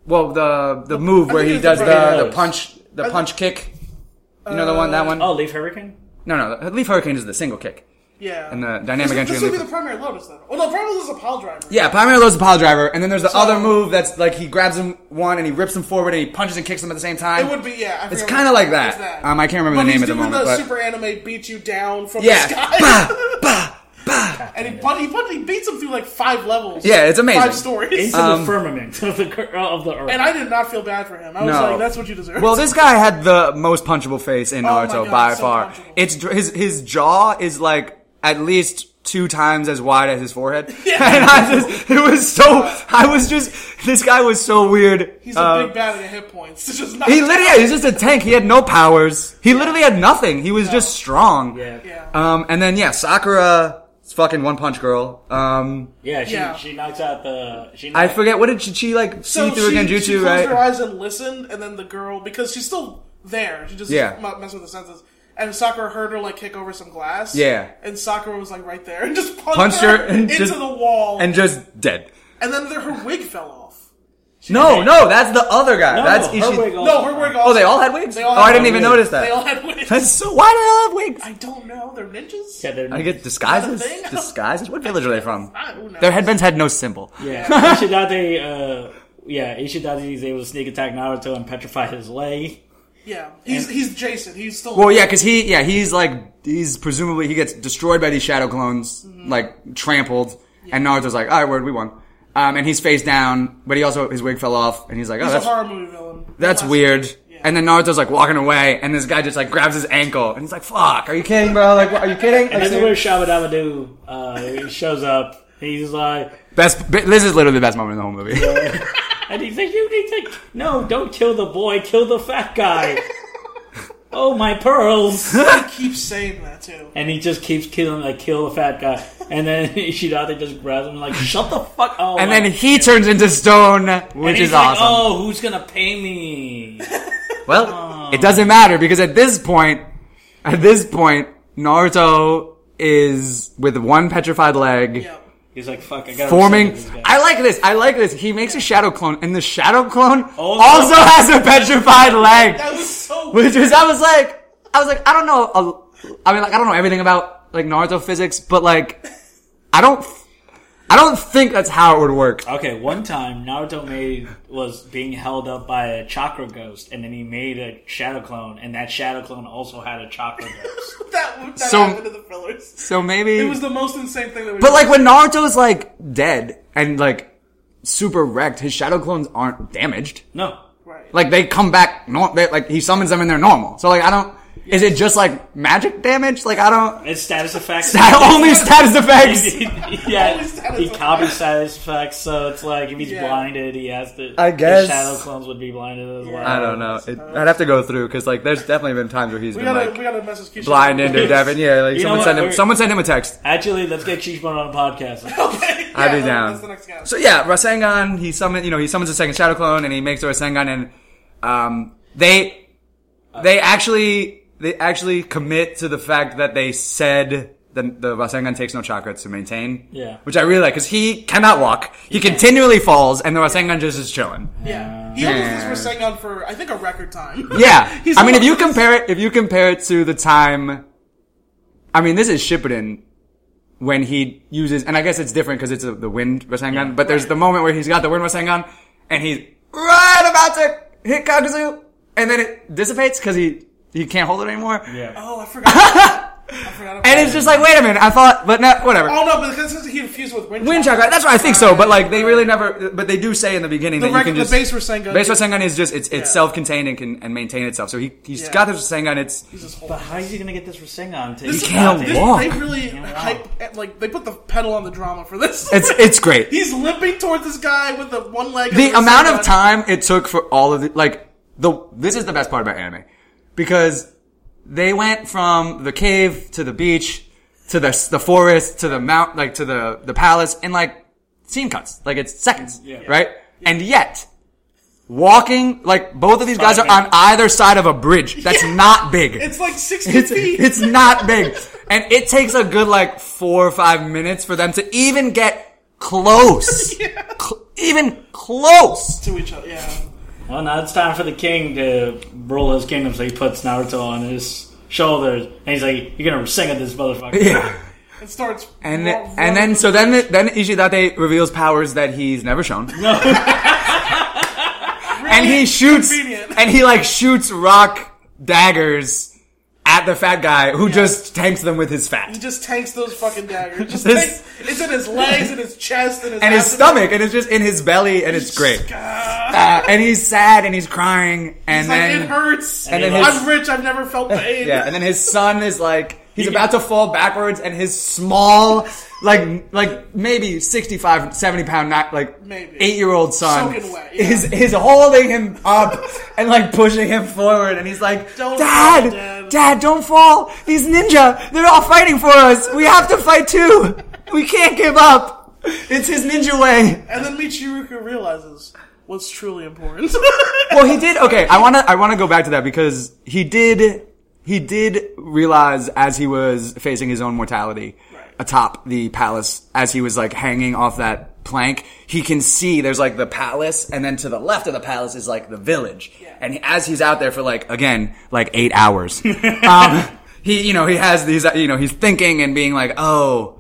Speaker 7: well, the the move where
Speaker 6: think
Speaker 7: he
Speaker 6: it's
Speaker 7: does
Speaker 6: the primary
Speaker 7: the, the
Speaker 5: lotus.
Speaker 7: punch, the punch kick. You know the one, that one.
Speaker 5: Oh, leaf hurricane.
Speaker 7: No, no, the Leaf Hurricane is the single kick
Speaker 6: Yeah.
Speaker 7: and the dynamic
Speaker 6: this,
Speaker 7: entry.
Speaker 6: this
Speaker 7: and
Speaker 6: would be
Speaker 7: leaf-
Speaker 6: the primary Lotus then. Oh no, primary Lotus is a pile driver.
Speaker 7: yeah, primary lotus is the pile driver, and then there's the other move that's like he grabs him one and he rips him forward and he punches and kicks him at the same time.
Speaker 6: It would be yeah. I
Speaker 7: It's
Speaker 6: forget
Speaker 7: kind of
Speaker 6: what-
Speaker 7: like
Speaker 6: what
Speaker 7: that.
Speaker 6: is
Speaker 7: Um, I can't remember
Speaker 6: but
Speaker 7: the name
Speaker 6: he's
Speaker 7: at the
Speaker 6: doing
Speaker 7: moment,
Speaker 6: the
Speaker 7: but
Speaker 6: super anime beat you down from
Speaker 7: yeah,
Speaker 6: the
Speaker 7: <laughs>
Speaker 6: sky.
Speaker 7: bah, bah, bah.
Speaker 6: And he, but he, but he beats him through like five levels.
Speaker 7: Yeah, it's amazing. Uh,
Speaker 6: Five stories.
Speaker 5: Into
Speaker 7: Um,
Speaker 5: the firmament of the cur- of the earth.
Speaker 6: and I did not feel bad for him. I was
Speaker 7: No.
Speaker 6: like, that's what you deserve.
Speaker 7: Well, this guy had the most punchable face in
Speaker 6: Oh my
Speaker 7: Naruto
Speaker 6: God,
Speaker 7: by
Speaker 6: so
Speaker 7: far.
Speaker 6: punchable.
Speaker 7: It's dr- his his jaw is like at least two times as wide as
Speaker 6: <laughs>
Speaker 7: his forehead. And I just, it was so. I was just. This guy was so weird.
Speaker 6: <laughs> he's
Speaker 7: Uh,
Speaker 6: a big bad at the hit points. <laughs> It's just not.
Speaker 7: he literally he's just a tank. He had no powers. He literally had nothing. He was just strong.
Speaker 5: yeah. yeah,
Speaker 6: Yeah.
Speaker 7: Um, and then yeah, Sakura. Fucking one punch girl. Um,
Speaker 5: She
Speaker 6: Yeah.
Speaker 5: she knocks out the. She
Speaker 7: I
Speaker 5: knocks,
Speaker 7: forget what did she, she like
Speaker 6: so
Speaker 7: see through
Speaker 6: she,
Speaker 7: again
Speaker 6: she
Speaker 7: jutsu,
Speaker 6: closed her
Speaker 7: right?
Speaker 6: eyes and listened, and then the girl because she's still there. She just
Speaker 7: Yeah.
Speaker 6: not messing with the senses. And Sakura heard her like kick over some glass.
Speaker 7: Yeah.
Speaker 6: And Sakura was like right there and just punched,
Speaker 7: Punched
Speaker 6: her,
Speaker 7: her and
Speaker 6: into
Speaker 7: just-
Speaker 6: the wall.
Speaker 7: And just dead.
Speaker 6: And then the, her wig fell off.
Speaker 7: No, no, that's the other guy.
Speaker 5: no,
Speaker 7: that's
Speaker 5: her
Speaker 7: Ishi-
Speaker 5: wig
Speaker 6: No,
Speaker 5: also-
Speaker 6: her wig.
Speaker 7: Oh, they all had wigs?
Speaker 6: They all
Speaker 7: oh,
Speaker 6: had
Speaker 7: I didn't even
Speaker 6: wigs.
Speaker 7: notice that.
Speaker 6: They all <laughs> had wigs.
Speaker 7: <laughs> That's so. Why do they all have wigs?
Speaker 6: I don't know. They're ninjas.
Speaker 5: Yeah, they're-
Speaker 7: I get
Speaker 6: Is
Speaker 7: disguises.
Speaker 6: that a thing?
Speaker 7: Disguises. What village are they from?
Speaker 6: I don't know.
Speaker 7: Their headbands had no symbol.
Speaker 5: Yeah,
Speaker 7: <laughs>
Speaker 5: Ishidate. Uh, yeah, Ishidate is able to sneak attack Naruto and petrify his leg.
Speaker 6: Yeah, he's he's Jason. He's still.
Speaker 7: Well, yeah, because he, yeah, he's like, he's presumably he gets destroyed by these shadow clones,
Speaker 6: Mm-hmm.
Speaker 7: like trampled, and Naruto's like, all right, word, we won. Um, and he's face down, but he also his wig fell off, and he's like, oh,
Speaker 6: he's a
Speaker 7: that's
Speaker 6: horror movie villain.
Speaker 7: that's
Speaker 6: Last-
Speaker 7: weird. And then Naruto's like walking away, and this guy just like grabs his ankle, and he's like, "Fuck, are you kidding, bro? Like, what- are you kidding?"
Speaker 5: And
Speaker 7: Like,
Speaker 5: this is where Shabadabadoo uh, shows up. He's like,
Speaker 7: best. This is literally the best moment in the whole movie.
Speaker 5: and he's like, you need to no, don't kill the boy, kill the fat
Speaker 7: <laughs>
Speaker 5: guy. oh my pearls!
Speaker 6: He keeps saying that too.
Speaker 5: And he just keeps killing, like, kill the fat guy. And then <laughs> Ishidate just grabs him, like, shut the fuck up.
Speaker 7: And then he turns into stone, which is awesome.
Speaker 5: Oh, who's gonna pay me?
Speaker 6: oh.
Speaker 7: Well, it doesn't matter because at this point, at this point, Naruto is with one petrified leg
Speaker 6: Yeah.
Speaker 5: He's like, fuck, I gotta
Speaker 7: forming.
Speaker 5: reset this guy.
Speaker 7: I like this. I like this. He makes a shadow clone, and the shadow clone
Speaker 5: Oh.
Speaker 7: also
Speaker 6: <laughs>
Speaker 7: has a petrified
Speaker 6: That
Speaker 7: leg,
Speaker 6: was
Speaker 7: <laughs>
Speaker 6: so.
Speaker 7: which is. I was like, I was like, I don't know. A, I mean, like, I don't know everything about like Naruto physics, but like, I don't. I don't think that's how it would work.
Speaker 5: Okay, one time Naruto made was being held up by a chakra ghost, and then he made a shadow clone, and that shadow clone also had a chakra ghost.
Speaker 6: That, that
Speaker 7: So-
Speaker 6: happened in the fillers.
Speaker 7: So maybe
Speaker 6: It was the most insane thing that we.
Speaker 7: But like when Naruto's like dead and like super wrecked, his shadow clones aren't damaged.
Speaker 5: No,
Speaker 6: right.
Speaker 7: Like they come back, nor- they, like he summons them and they're normal. So like I don't. Is it just like magic damage? Like I don't. <laughs>
Speaker 5: it's status effects.
Speaker 7: Only
Speaker 6: <laughs>
Speaker 7: status
Speaker 5: <laughs>
Speaker 7: effects.
Speaker 5: yeah,
Speaker 6: Only status
Speaker 5: he
Speaker 6: effects.
Speaker 5: copies status effects, so it's like if he's
Speaker 6: Yeah.
Speaker 5: blinded, he has to.
Speaker 7: I
Speaker 5: the
Speaker 7: guess.
Speaker 5: shadow clones would be blinded as well.
Speaker 7: I don't know. It, I'd have to go through because like there's definitely been times where he's
Speaker 6: we
Speaker 7: been
Speaker 6: gotta
Speaker 7: like
Speaker 6: we gotta message Keisha.
Speaker 7: blinded or Devin. Yeah, like
Speaker 5: know
Speaker 7: someone
Speaker 5: what?
Speaker 7: send him.
Speaker 5: We're-
Speaker 7: Someone send him a text.
Speaker 5: Actually, let's get Cheechbone on a
Speaker 6: <laughs>
Speaker 5: podcast.
Speaker 6: Okay.
Speaker 7: I'd
Speaker 6: <laughs>
Speaker 7: be
Speaker 6: yeah,
Speaker 7: down.
Speaker 6: That's the next guy.
Speaker 7: So yeah, Rasengan, he summons, you know, he summons a second Shadow Clone and he makes a Rasengan and, um, they, they actually, they actually commit to the fact that they said the, the Rasengan takes no chakra to maintain.
Speaker 5: Yeah.
Speaker 7: Which I really like, because he cannot walk. He continually falls, and the Rasengan just is chilling.
Speaker 6: Yeah. He almost was Rasengan for, I think, a record time.
Speaker 7: <laughs> Yeah.
Speaker 6: He's
Speaker 7: I mean,
Speaker 6: the
Speaker 7: if you
Speaker 6: one-
Speaker 7: compare it, if you compare it to the time, I mean, this is Shippuden when he uses, and I guess it's different because it's a, the wind Rasengan, but there's the moment where he's got the wind Rasengan and he's right about to hit Kakuzu and then it dissipates because he, he can't hold it anymore.
Speaker 5: Yeah.
Speaker 6: <laughs> Oh, I forgot. I forgot about
Speaker 7: And it's just like, wait a minute, I thought, but no, whatever.
Speaker 6: Oh no, but because he infused with wind.
Speaker 7: Wind chakra. That's what I think so. But like they really never. But they do say in the beginning
Speaker 6: The
Speaker 7: that
Speaker 6: rec-
Speaker 7: you can
Speaker 6: the
Speaker 7: just
Speaker 6: base Rasengan-
Speaker 7: Base Rasengan is just it's it's
Speaker 6: Yeah.
Speaker 7: self-contained and can and maintain itself. So he he's
Speaker 6: Yeah.
Speaker 7: got this Rasengan. It's
Speaker 5: But how is he gonna get this Rasengan? To
Speaker 6: This
Speaker 7: He
Speaker 6: is-
Speaker 7: can't
Speaker 6: this-
Speaker 7: walk.
Speaker 6: They really hype, like they put the pedal on the drama for this.
Speaker 7: it's it's great.
Speaker 6: <laughs> He's limping towards this guy with the one leg.
Speaker 7: the
Speaker 6: and second
Speaker 7: amount of
Speaker 6: leg.
Speaker 7: time it took for all of the like the this is the best part about anime because they went from the cave to the beach to the the forest to the mount like to the the palace in like scene cuts like it's seconds right and yet walking like both of these guys are on either side of a bridge that's not big
Speaker 6: It's like sixty
Speaker 7: it's,
Speaker 6: feet. <laughs>
Speaker 7: it's not big. And it takes a good like four or five minutes for them to even get
Speaker 6: <laughs>
Speaker 7: close. Cl- even close.
Speaker 6: to each other. Yeah.
Speaker 5: Well, now it's time for the king to rule his kingdom. So he puts Naruto on his shoulders, and he's like, "You're gonna sing at this motherfucker."
Speaker 7: Yeah.
Speaker 6: It starts.
Speaker 7: And
Speaker 6: ro-
Speaker 7: and then so then then Ishidate reveals powers that he's
Speaker 6: <laughs>
Speaker 7: never shown. No. and he shoots
Speaker 6: convenient.
Speaker 7: and he like shoots rock daggers at the fat guy who just tanks them with his fat.
Speaker 6: he just tanks those fucking daggers. Just
Speaker 7: This-
Speaker 6: tanks- it's in his legs, in his chest, and his
Speaker 7: and his
Speaker 6: abdomen.
Speaker 7: stomach and it's just in his belly and it's great.
Speaker 6: God.
Speaker 7: Uh, and he's sad and he's crying and
Speaker 6: ah, It's
Speaker 7: then
Speaker 6: like it hurts.
Speaker 7: and then his-
Speaker 6: I'm rich. I've never
Speaker 7: <laughs>
Speaker 6: felt pain.
Speaker 7: Yeah, and then his son is like he's about to fall backwards, and his small, like like maybe 65, 70 pound, not like
Speaker 6: Maybe.
Speaker 7: eight year old son
Speaker 6: Soaking wet, yeah.
Speaker 7: is is holding him up and like pushing him forward, and he's like,
Speaker 6: Don't
Speaker 7: Dad,
Speaker 6: fall,
Speaker 7: Dad,
Speaker 6: Dad."
Speaker 7: don't fall! These ninja, they're all fighting for us. We have to fight too. We can't give up. It's his ninja way."
Speaker 6: And then Michiruku realizes what's truly important. <laughs>
Speaker 7: well, he did. Okay, I wanna I wanna go back to that because he did he did realize as he was facing his own mortality atop the palace as he was like hanging off that plank he can see there's like the palace and then to the left of the palace is like the village and as he's out there for like again like eight hours <laughs> um, he you know he has these uh, you know he's thinking and being like oh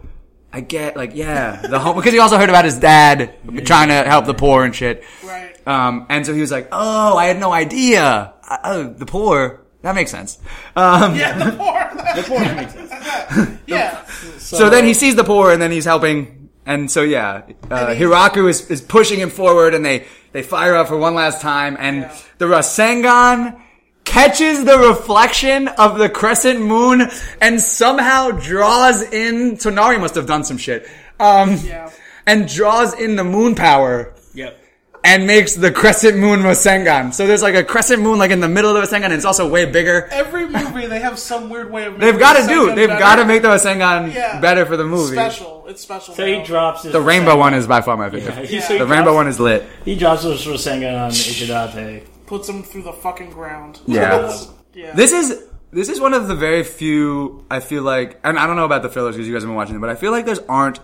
Speaker 7: i get like yeah the home because he also heard about his dad trying to help the poor and shit
Speaker 6: Right.
Speaker 7: um, and so he was like, "Oh, I had no idea. I, oh, the poor. That makes sense." Um,
Speaker 6: yeah, the poor. The poor makes sense. <laughs> yeah.
Speaker 7: so, then he sees the poor, and then he's helping. And so yeah, uh, Hiraku is, is pushing him forward, and they they fire up for one last time, and the Rasengan catches the reflection of the crescent moon and somehow draws in. Tonari must have done some shit. Um,
Speaker 6: Yeah.
Speaker 7: and draws in the moon power
Speaker 5: Yep.
Speaker 7: and makes the crescent moon Rasengan. So there's like a crescent moon like in the middle of the Rasengan and it's also way bigger.
Speaker 6: Every movie they have some weird way of. Making
Speaker 7: They've got to
Speaker 6: the
Speaker 7: do.
Speaker 6: Sengan
Speaker 7: They've
Speaker 6: better.
Speaker 7: got to make the Rasengan
Speaker 6: Yeah.
Speaker 7: better for the movie.
Speaker 6: special. It's special.
Speaker 5: So he
Speaker 6: now.
Speaker 5: drops his
Speaker 7: The rainbow one is by far my favorite.
Speaker 5: He- so he
Speaker 7: The rainbow
Speaker 5: drops-
Speaker 7: one is
Speaker 6: <laughs>
Speaker 7: lit.
Speaker 5: He drops his Rasengan on Ishidate.
Speaker 6: puts him through the fucking ground.
Speaker 7: Yeah.
Speaker 6: yeah.
Speaker 7: This is this is one of the very few I feel like, and I don't know about the fillers because you guys have been watching them, but I feel like there's aren't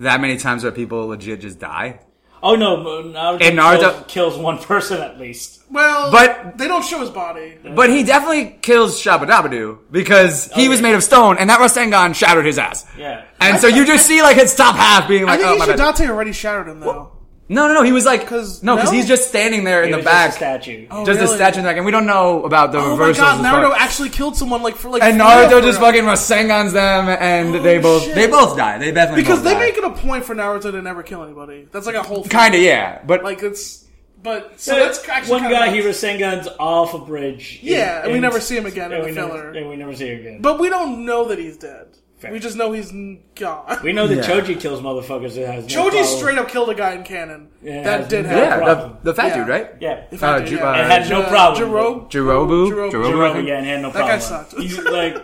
Speaker 7: that many times where people legit just die.
Speaker 5: Oh no! but Naruto,
Speaker 7: And Naruto-
Speaker 5: kills, kills one person at least.
Speaker 6: well,
Speaker 7: but-
Speaker 6: but they don't show his body.
Speaker 7: But he definitely kills Shabadabadu because
Speaker 6: Oh,
Speaker 7: he was made of stone, and that Rasengan shattered his ass.
Speaker 5: Yeah.
Speaker 7: And so you just see like his top half being
Speaker 6: I
Speaker 7: like,
Speaker 6: think
Speaker 7: "Oh my bad."
Speaker 6: Ishidate already shattered him though.
Speaker 7: No, no, no. He was like,
Speaker 6: 'Cause-
Speaker 7: no, because
Speaker 6: no?
Speaker 7: he's just standing there in
Speaker 5: It
Speaker 7: the
Speaker 5: was just a
Speaker 7: back, just,
Speaker 5: statue. Oh,
Speaker 7: the
Speaker 6: really?
Speaker 7: statue in the back, and we don't know about the
Speaker 6: Oh my
Speaker 7: reversals.
Speaker 6: god,
Speaker 7: as far-
Speaker 6: Naruto actually killed someone like for like.
Speaker 7: and
Speaker 6: for
Speaker 7: Naruto
Speaker 6: real,
Speaker 7: just
Speaker 6: for real.
Speaker 7: fucking Rasengans them, and
Speaker 6: Oh,
Speaker 7: they both
Speaker 6: shit.
Speaker 7: they both die. They definitely
Speaker 6: because
Speaker 7: both
Speaker 6: they
Speaker 7: die.
Speaker 6: make it a point for Naruto to never kill anybody. That's like a whole thing.
Speaker 7: kind of yeah, but
Speaker 6: like it's but so that's actually
Speaker 5: one
Speaker 6: kinda
Speaker 5: guy.
Speaker 6: nuts.
Speaker 5: He Rasengan's off a bridge.
Speaker 6: Yeah, and we never see him again
Speaker 5: we
Speaker 6: in the
Speaker 5: never,
Speaker 6: filler.
Speaker 5: and we never see him again.
Speaker 6: But we don't know that he's dead. We just know he's n- gone. <laughs>
Speaker 5: we know that
Speaker 7: Yeah.
Speaker 5: Choji kills motherfuckers. It has no
Speaker 6: Choji
Speaker 5: problem.
Speaker 6: straight up killed a guy in canon.
Speaker 5: Yeah,
Speaker 6: that did
Speaker 5: yeah.
Speaker 6: happen.
Speaker 7: yeah, the, the fat
Speaker 6: Yeah.
Speaker 7: dude, right?
Speaker 5: Yeah.
Speaker 6: If I
Speaker 7: Uh,
Speaker 6: did,
Speaker 7: Ju-
Speaker 6: yeah.
Speaker 7: uh,
Speaker 5: It had no problem.
Speaker 6: Jirobu.
Speaker 7: Jirobu? Jirobu?
Speaker 5: Jirobu, yeah, and had no
Speaker 6: That guy
Speaker 5: problem.
Speaker 6: sucked.
Speaker 5: He's
Speaker 6: <laughs>
Speaker 5: like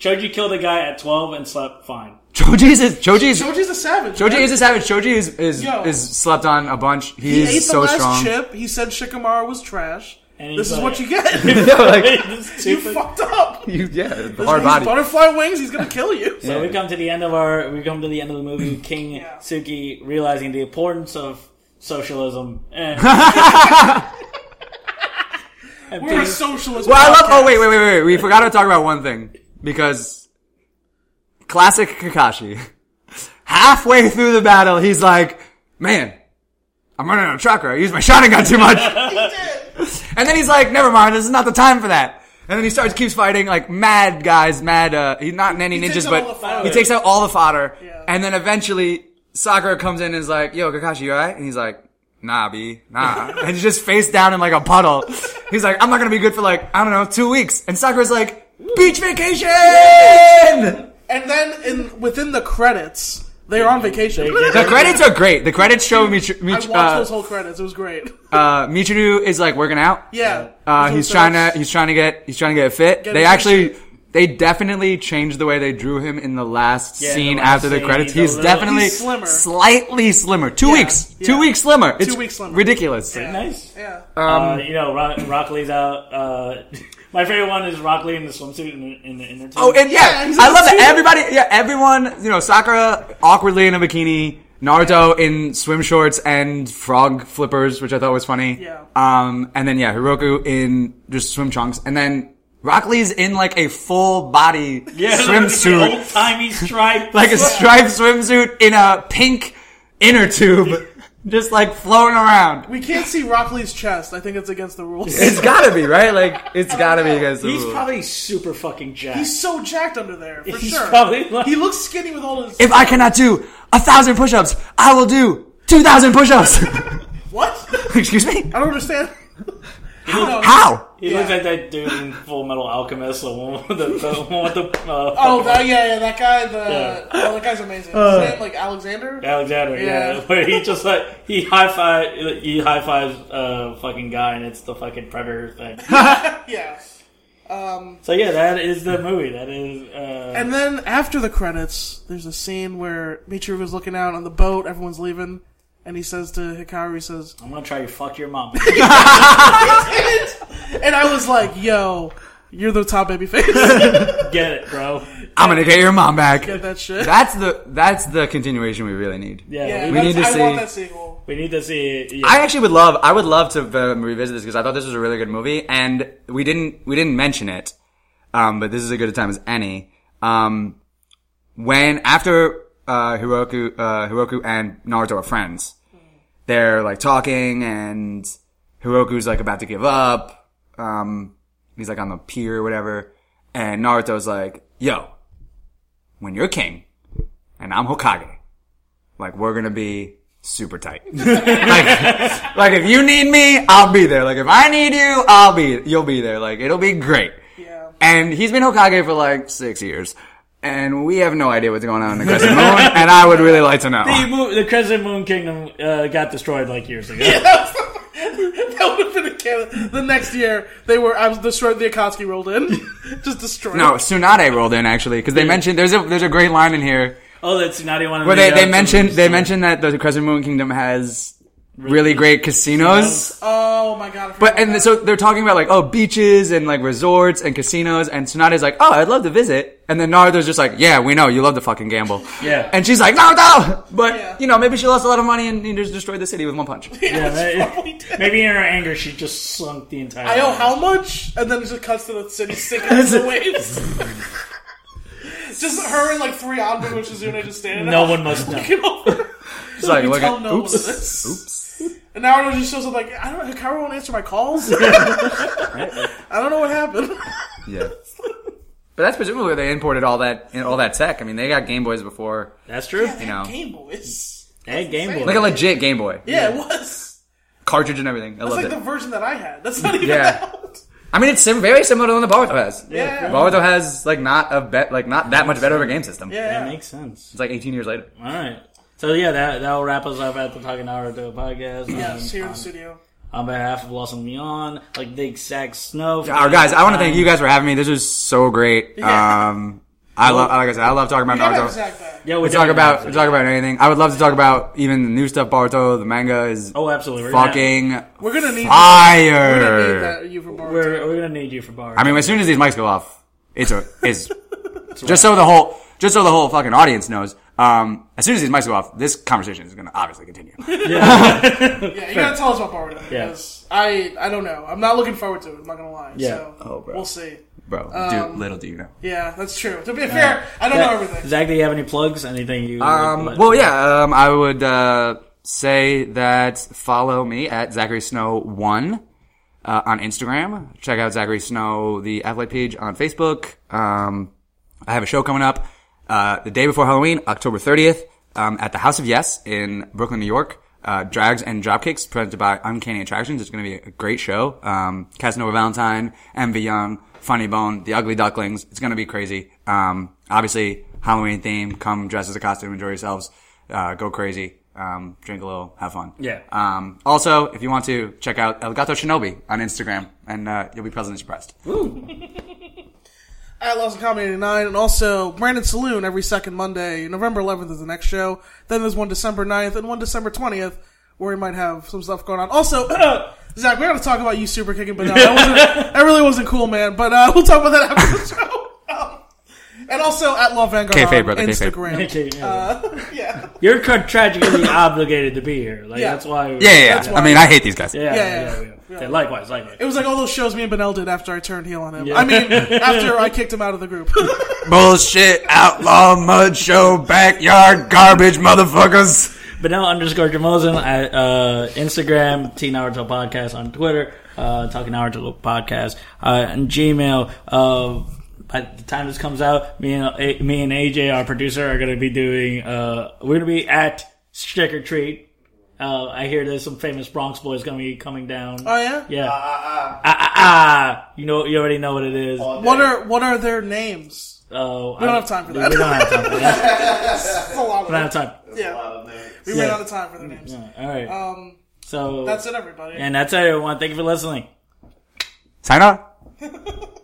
Speaker 5: Choji killed a guy at twelve and slept fine. <laughs>
Speaker 7: Choji's is Choji's
Speaker 6: Choji's a savage.
Speaker 7: Choji
Speaker 6: right?
Speaker 7: is a savage. Choji is is,
Speaker 6: Yo.
Speaker 7: is slept on a bunch. He,
Speaker 6: He
Speaker 7: is
Speaker 6: ate the
Speaker 7: so
Speaker 6: last
Speaker 7: <laughs> strong.
Speaker 6: chip. He said Shikamaru was trash.
Speaker 5: And <laughs>
Speaker 6: This
Speaker 5: he's
Speaker 6: is
Speaker 5: like-
Speaker 6: what you get.
Speaker 7: yeah, like
Speaker 6: <laughs> you fucked up.
Speaker 7: you, yeah,
Speaker 6: There's
Speaker 7: hard
Speaker 6: these
Speaker 7: body.
Speaker 6: Butterfly wings. He's gonna kill
Speaker 5: <laughs>
Speaker 6: you.
Speaker 5: So we come to the end of our we come to the end of the
Speaker 6: <clears throat>
Speaker 5: movie. King Suki realizing the importance of socialism. Eh, And, and
Speaker 6: We're a
Speaker 5: being-
Speaker 6: socialist.
Speaker 7: Well, I love. Oh
Speaker 6: podcast.
Speaker 7: wait, wait, wait, wait. We forgot to talk about one thing because classic Kakashi. <laughs> Halfway through the battle, he's like, "Man, I'm running out of chakra. I used my <laughs> Sharingan too much." and then he's like, "Never mind. This is not the time for that." And then he starts keeps fighting like mad guys, mad. Uh, he's not nanny
Speaker 6: He takes
Speaker 7: ninjas,
Speaker 6: out all the
Speaker 7: but
Speaker 6: fire.
Speaker 7: he takes out all the fodder. And then eventually, Sakura comes in and is like, "Yo, Kakashi, you alright?" And he's like, "Nah, b,
Speaker 6: <laughs>
Speaker 7: nah." and he's just face down in like a puddle. He's like, "I'm not gonna be good for like I don't know two weeks." And Sakura's like, "Beach vacation."
Speaker 6: And then in within the credits, they're on vacation.
Speaker 7: The credits are great. The credits show Michi-
Speaker 6: I
Speaker 7: Mich-
Speaker 6: watched
Speaker 7: uh,
Speaker 6: those whole credits. It was great.
Speaker 7: uh, Michiru is like working out.
Speaker 6: <laughs> Yeah.
Speaker 7: Uh,
Speaker 6: Those
Speaker 7: he's
Speaker 6: were
Speaker 7: trying
Speaker 6: so-
Speaker 7: to he's trying to get he's trying to get fit.
Speaker 6: Get
Speaker 7: they
Speaker 6: his
Speaker 7: actually they definitely changed the way they drew him in the last
Speaker 5: the
Speaker 7: scene
Speaker 5: last
Speaker 7: after the
Speaker 5: scene,
Speaker 7: credits.
Speaker 5: he's a
Speaker 7: He's
Speaker 5: little-
Speaker 7: definitely
Speaker 6: He's slimmer.
Speaker 7: slightly slimmer. Two weeks,
Speaker 6: yeah.
Speaker 7: two weeks slimmer. It's
Speaker 6: weeks slimmer.
Speaker 7: ridiculous.
Speaker 5: nice.
Speaker 6: Yeah.
Speaker 5: uh, you know, Rock, Rock Lee's out. Uh, <laughs> my favorite one is Rock Lee in the swimsuit in the, in the inner.
Speaker 7: Oh, and
Speaker 6: Yeah,
Speaker 7: yeah,
Speaker 6: he's
Speaker 7: I
Speaker 6: a
Speaker 7: love that.
Speaker 6: shooter.
Speaker 7: Everybody, yeah, everyone, you know, Sakura awkwardly in a bikini, Naruto in swim shorts and frog flippers, which I thought was funny.
Speaker 6: Yeah.
Speaker 7: Um, and then yeah, Hiroku in just swim trunks, and then Rock Lee's in like a full
Speaker 6: <laughs>
Speaker 7: body swimsuit.
Speaker 5: old timey stripe.
Speaker 7: like a striped swimsuit in a pink inner tube, just like floating around.
Speaker 6: We can't see Rockley's chest. I think it's against the rules.
Speaker 7: It's gotta be right. Like it's gotta be against the
Speaker 5: he's
Speaker 7: rules.
Speaker 5: probably super fucking jacked.
Speaker 6: He's so jacked under there, for
Speaker 5: He's
Speaker 6: sure.
Speaker 5: probably like- <laughs>
Speaker 6: he looks skinny with all his.
Speaker 7: if I cannot do a thousand push-ups, I will do two thousand push-ups. <laughs>
Speaker 6: what? I
Speaker 7: Excuse me.
Speaker 6: don't understand.
Speaker 7: How?
Speaker 5: he looks like that dude in Full Metal Alchemist, the one with the, the one with the uh,
Speaker 6: Oh, that, yeah, yeah, that guy, the.
Speaker 5: Yeah.
Speaker 6: Oh, that guy's amazing. His
Speaker 7: Uh.
Speaker 6: name, like, Alexander?
Speaker 5: Alexander, yeah.
Speaker 6: Yeah.
Speaker 5: <laughs> Where he just like he high five he high fives uh fucking guy and it's the fucking predator thing. <laughs>
Speaker 6: Yeah.
Speaker 5: so yeah, that is the movie. That is uh
Speaker 6: And then after the credits, there's a scene where Michiru was looking out on the boat, everyone's leaving, and he says to Hikaru, he says,
Speaker 5: I'm gonna try to fuck your mom. <laughs>
Speaker 6: and I was like, yo, you're the top baby
Speaker 7: <laughs>
Speaker 6: face. Get
Speaker 5: Get it, bro.
Speaker 7: I'm gonna get your mom back.
Speaker 6: that shit.
Speaker 7: That's the that's the continuation we really need.
Speaker 5: Yeah.
Speaker 6: yeah,
Speaker 5: we,
Speaker 6: that's-
Speaker 7: need to
Speaker 6: I want
Speaker 7: see-
Speaker 6: that sequel. <laughs>
Speaker 5: we need to see yeah.
Speaker 7: I actually would love. I would love to um, revisit this because I thought this was a really good movie, and we didn't we didn't mention it. Um, but this is as good a time as any. Um, when after uh, Hiroku uh, Hiroku and Naruto are friends, they're like talking, and Hiroku's like about to give up. Um, he's like on the pier or whatever, and Naruto's like, "Yo, when you're king, and I'm Hokage, like we're gonna be." Super tight. <laughs> like, like if you need me, I'll be there. Like if I need you, I'll be you'll be there. Like it'll be great.
Speaker 6: Yeah.
Speaker 7: And he's been Hokage for like six years, and we have no idea what's going on in the Crescent Moon. And I would really like to
Speaker 5: the,
Speaker 7: know.
Speaker 5: moon, the Crescent Moon Kingdom uh, got destroyed like years ago.
Speaker 6: That would have been a canon. The next year, they were. I was destroyed. The Akatsuki rolled in, <laughs> just destroyed.
Speaker 7: No, Tsunade rolled in actually because they mentioned there's a there's a great line in here
Speaker 5: Oh, that's not even one of uh,
Speaker 7: where they they mentioned they mentioned that the Crescent Moon Kingdom has really great casinos.
Speaker 6: Oh my god! I forgot
Speaker 7: But and
Speaker 6: about <laughs>
Speaker 7: so they're talking about like oh beaches and like resorts and casinos and Tsunade's like oh I'd love to visit and then Naruto's just like yeah we know you love to fucking gamble
Speaker 5: Yeah.
Speaker 7: and she's like Naruto but
Speaker 6: Yeah.
Speaker 7: you know maybe she lost a lot of money and he just destroyed the city with one
Speaker 6: <laughs>
Speaker 7: punch
Speaker 6: that.
Speaker 5: Yeah,
Speaker 6: probably
Speaker 5: maybe,
Speaker 6: did.
Speaker 5: maybe in her anger she just sunk the entire
Speaker 6: I owe how much, and then it just cuts to the city sinking into the waves. <laughs> just her and like three Anbu and Shizune just standing.
Speaker 5: no
Speaker 6: there. <laughs>
Speaker 5: one must know.
Speaker 6: Get over.
Speaker 7: it's like
Speaker 6: You
Speaker 7: look
Speaker 6: tell
Speaker 7: at-
Speaker 6: no one
Speaker 7: oops
Speaker 6: this.
Speaker 7: oops
Speaker 6: And now it just shows up like I don't. Hikaru won't answer
Speaker 5: <laughs>
Speaker 6: my calls. I don't know what happened.
Speaker 7: yeah but that's presumably where they imported all that you know, all that tech I mean they got Game Boys before
Speaker 5: That's true.
Speaker 7: you
Speaker 6: <laughs>
Speaker 7: know
Speaker 6: Game Boys.
Speaker 5: Hey, Game Boy.
Speaker 7: like a legit Game Boy
Speaker 6: Yeah, it was.
Speaker 7: cartridge and everything I
Speaker 6: It's
Speaker 7: loved
Speaker 6: like
Speaker 7: it
Speaker 6: the version that I had. That's not even
Speaker 7: Yeah.
Speaker 6: that old.
Speaker 7: I mean it's sim- very similar to the one that Boruto has
Speaker 6: Yeah.
Speaker 7: Boruto has like not a bet like not that much better of a game system
Speaker 6: Yeah.
Speaker 5: That makes sense.
Speaker 7: it's like 18 years later.
Speaker 5: All right. So yeah, that that will wrap us up at the Talking Naruto podcast.
Speaker 6: Yes,
Speaker 5: Um,
Speaker 6: here in the studio.
Speaker 5: on behalf of Lawson Leon, like Big Zach Snow.
Speaker 7: Oh, guys, I want to thank you guys for having me. This was so great.
Speaker 6: Yeah.
Speaker 7: Um, I love, like I said, I love talking about
Speaker 6: gotta have
Speaker 7: Naruto.
Speaker 6: Zach back.
Speaker 5: Yeah, we're
Speaker 7: We talk
Speaker 5: doing
Speaker 7: about
Speaker 5: that.
Speaker 7: we talk about anything. I would love to talk about even the new stuff. Barto, the manga is
Speaker 5: Oh, absolutely. We're gonna-
Speaker 7: fucking
Speaker 6: We're gonna need We're gonna need
Speaker 7: fire.
Speaker 6: that you for Boruto.
Speaker 5: We're, we're gonna need you for bar.
Speaker 7: I mean, as soon as these mics go off, it's a
Speaker 6: <laughs>
Speaker 7: is just so the whole just so the whole fucking audience knows. Um, as soon as these mics go off, this conversation is going to obviously continue.
Speaker 6: Yeah, you gotta tell us about Boruto. because I I don't know. I'm not looking forward to it. I'm not gonna lie.
Speaker 5: Yeah.
Speaker 6: So
Speaker 7: Oh, bro.
Speaker 6: we'll see.
Speaker 7: Bro, dude, little do you know.
Speaker 6: Yeah, that's true. To be fair, I don't know everything.
Speaker 5: Zach, do you have any plugs? Anything you?
Speaker 7: Um,
Speaker 5: <laughs>
Speaker 7: well, yeah, um, I would uh, say that follow me at Zachary Snow One uh, on Instagram. Check out Zachary Snow the Athlete page on Facebook. Um, I have a show coming up uh, the day before Halloween, October thirtieth, um, at the House of Yes in Brooklyn, New York. Uh, drags and dropkicks presented by Uncanny Attractions. It's going to be a great show. Um, Casanova Valentine, MV Young, Funny Bone, The Ugly Ducklings. It's going to be crazy. Um, obviously Halloween theme. Come dress as a costume, enjoy yourselves, uh, go crazy, um, drink a little, have fun.
Speaker 5: Yeah.
Speaker 7: Um, also, if you want to check out Elgato Shinobi on Instagram, and uh, you'll be pleasantly surprised.
Speaker 6: at Lost in Comedy 89, and also Brandon Saloon every second Monday. November 11th is the next show. Then there's one December 9th and one December 20th, where we might have some stuff going on. Also, <coughs> Zach, we're going to talk about you super kicking, but no, that, wasn't, that really wasn't cool, man. But uh, we'll talk about that after the <laughs> show. Um, and also at Love Vanguard
Speaker 7: Kayfabe,
Speaker 6: on
Speaker 7: brother,
Speaker 6: Instagram.
Speaker 7: kayfabe.
Speaker 5: Okay, yeah.
Speaker 6: <laughs> yeah.
Speaker 5: you're tragically <coughs> obligated to be here. Like
Speaker 6: Yeah.
Speaker 5: that's why. we-
Speaker 7: Yeah, yeah, yeah.
Speaker 6: why-
Speaker 7: I mean, I hate these guys.
Speaker 5: Yeah, yeah,
Speaker 6: yeah,
Speaker 5: yeah,
Speaker 6: yeah.
Speaker 5: yeah. Okay, likewise, likewise.
Speaker 6: It was like all those shows me and Benel did after I turned heel on him.
Speaker 5: <laughs>
Speaker 6: I mean, after I kicked him out of the group.
Speaker 7: Bullshit, outlaw, mud show, backyard, garbage, motherfuckers.
Speaker 5: Benel underscore Jamosin at uh, Instagram, T Naruto Podcast on Twitter, uh, Talking Naruto Podcast, uh, and Gmail. Uh, by the time this comes out, me and A- me and AJ, our producer, are going to be doing. Uh, we're going to be at Trick or Treat. Uh, I hear there's some famous Bronx boys going to be coming down.
Speaker 6: <laughs> oh, yeah?
Speaker 5: yeah. Ah, ah, ah. You know, you already know what it is.
Speaker 6: What are, what are their names?
Speaker 5: Oh,
Speaker 6: We don't have time for that.
Speaker 5: We don't have time. For that.
Speaker 6: <laughs> That's a lot of
Speaker 5: we don't have time.
Speaker 6: Yeah. We ran
Speaker 5: Yeah.
Speaker 6: out of time for the names.
Speaker 5: All right.
Speaker 6: Um,
Speaker 5: so
Speaker 6: that's it, everybody.
Speaker 5: and that's it, everyone. Thank you for listening.
Speaker 7: Sign on.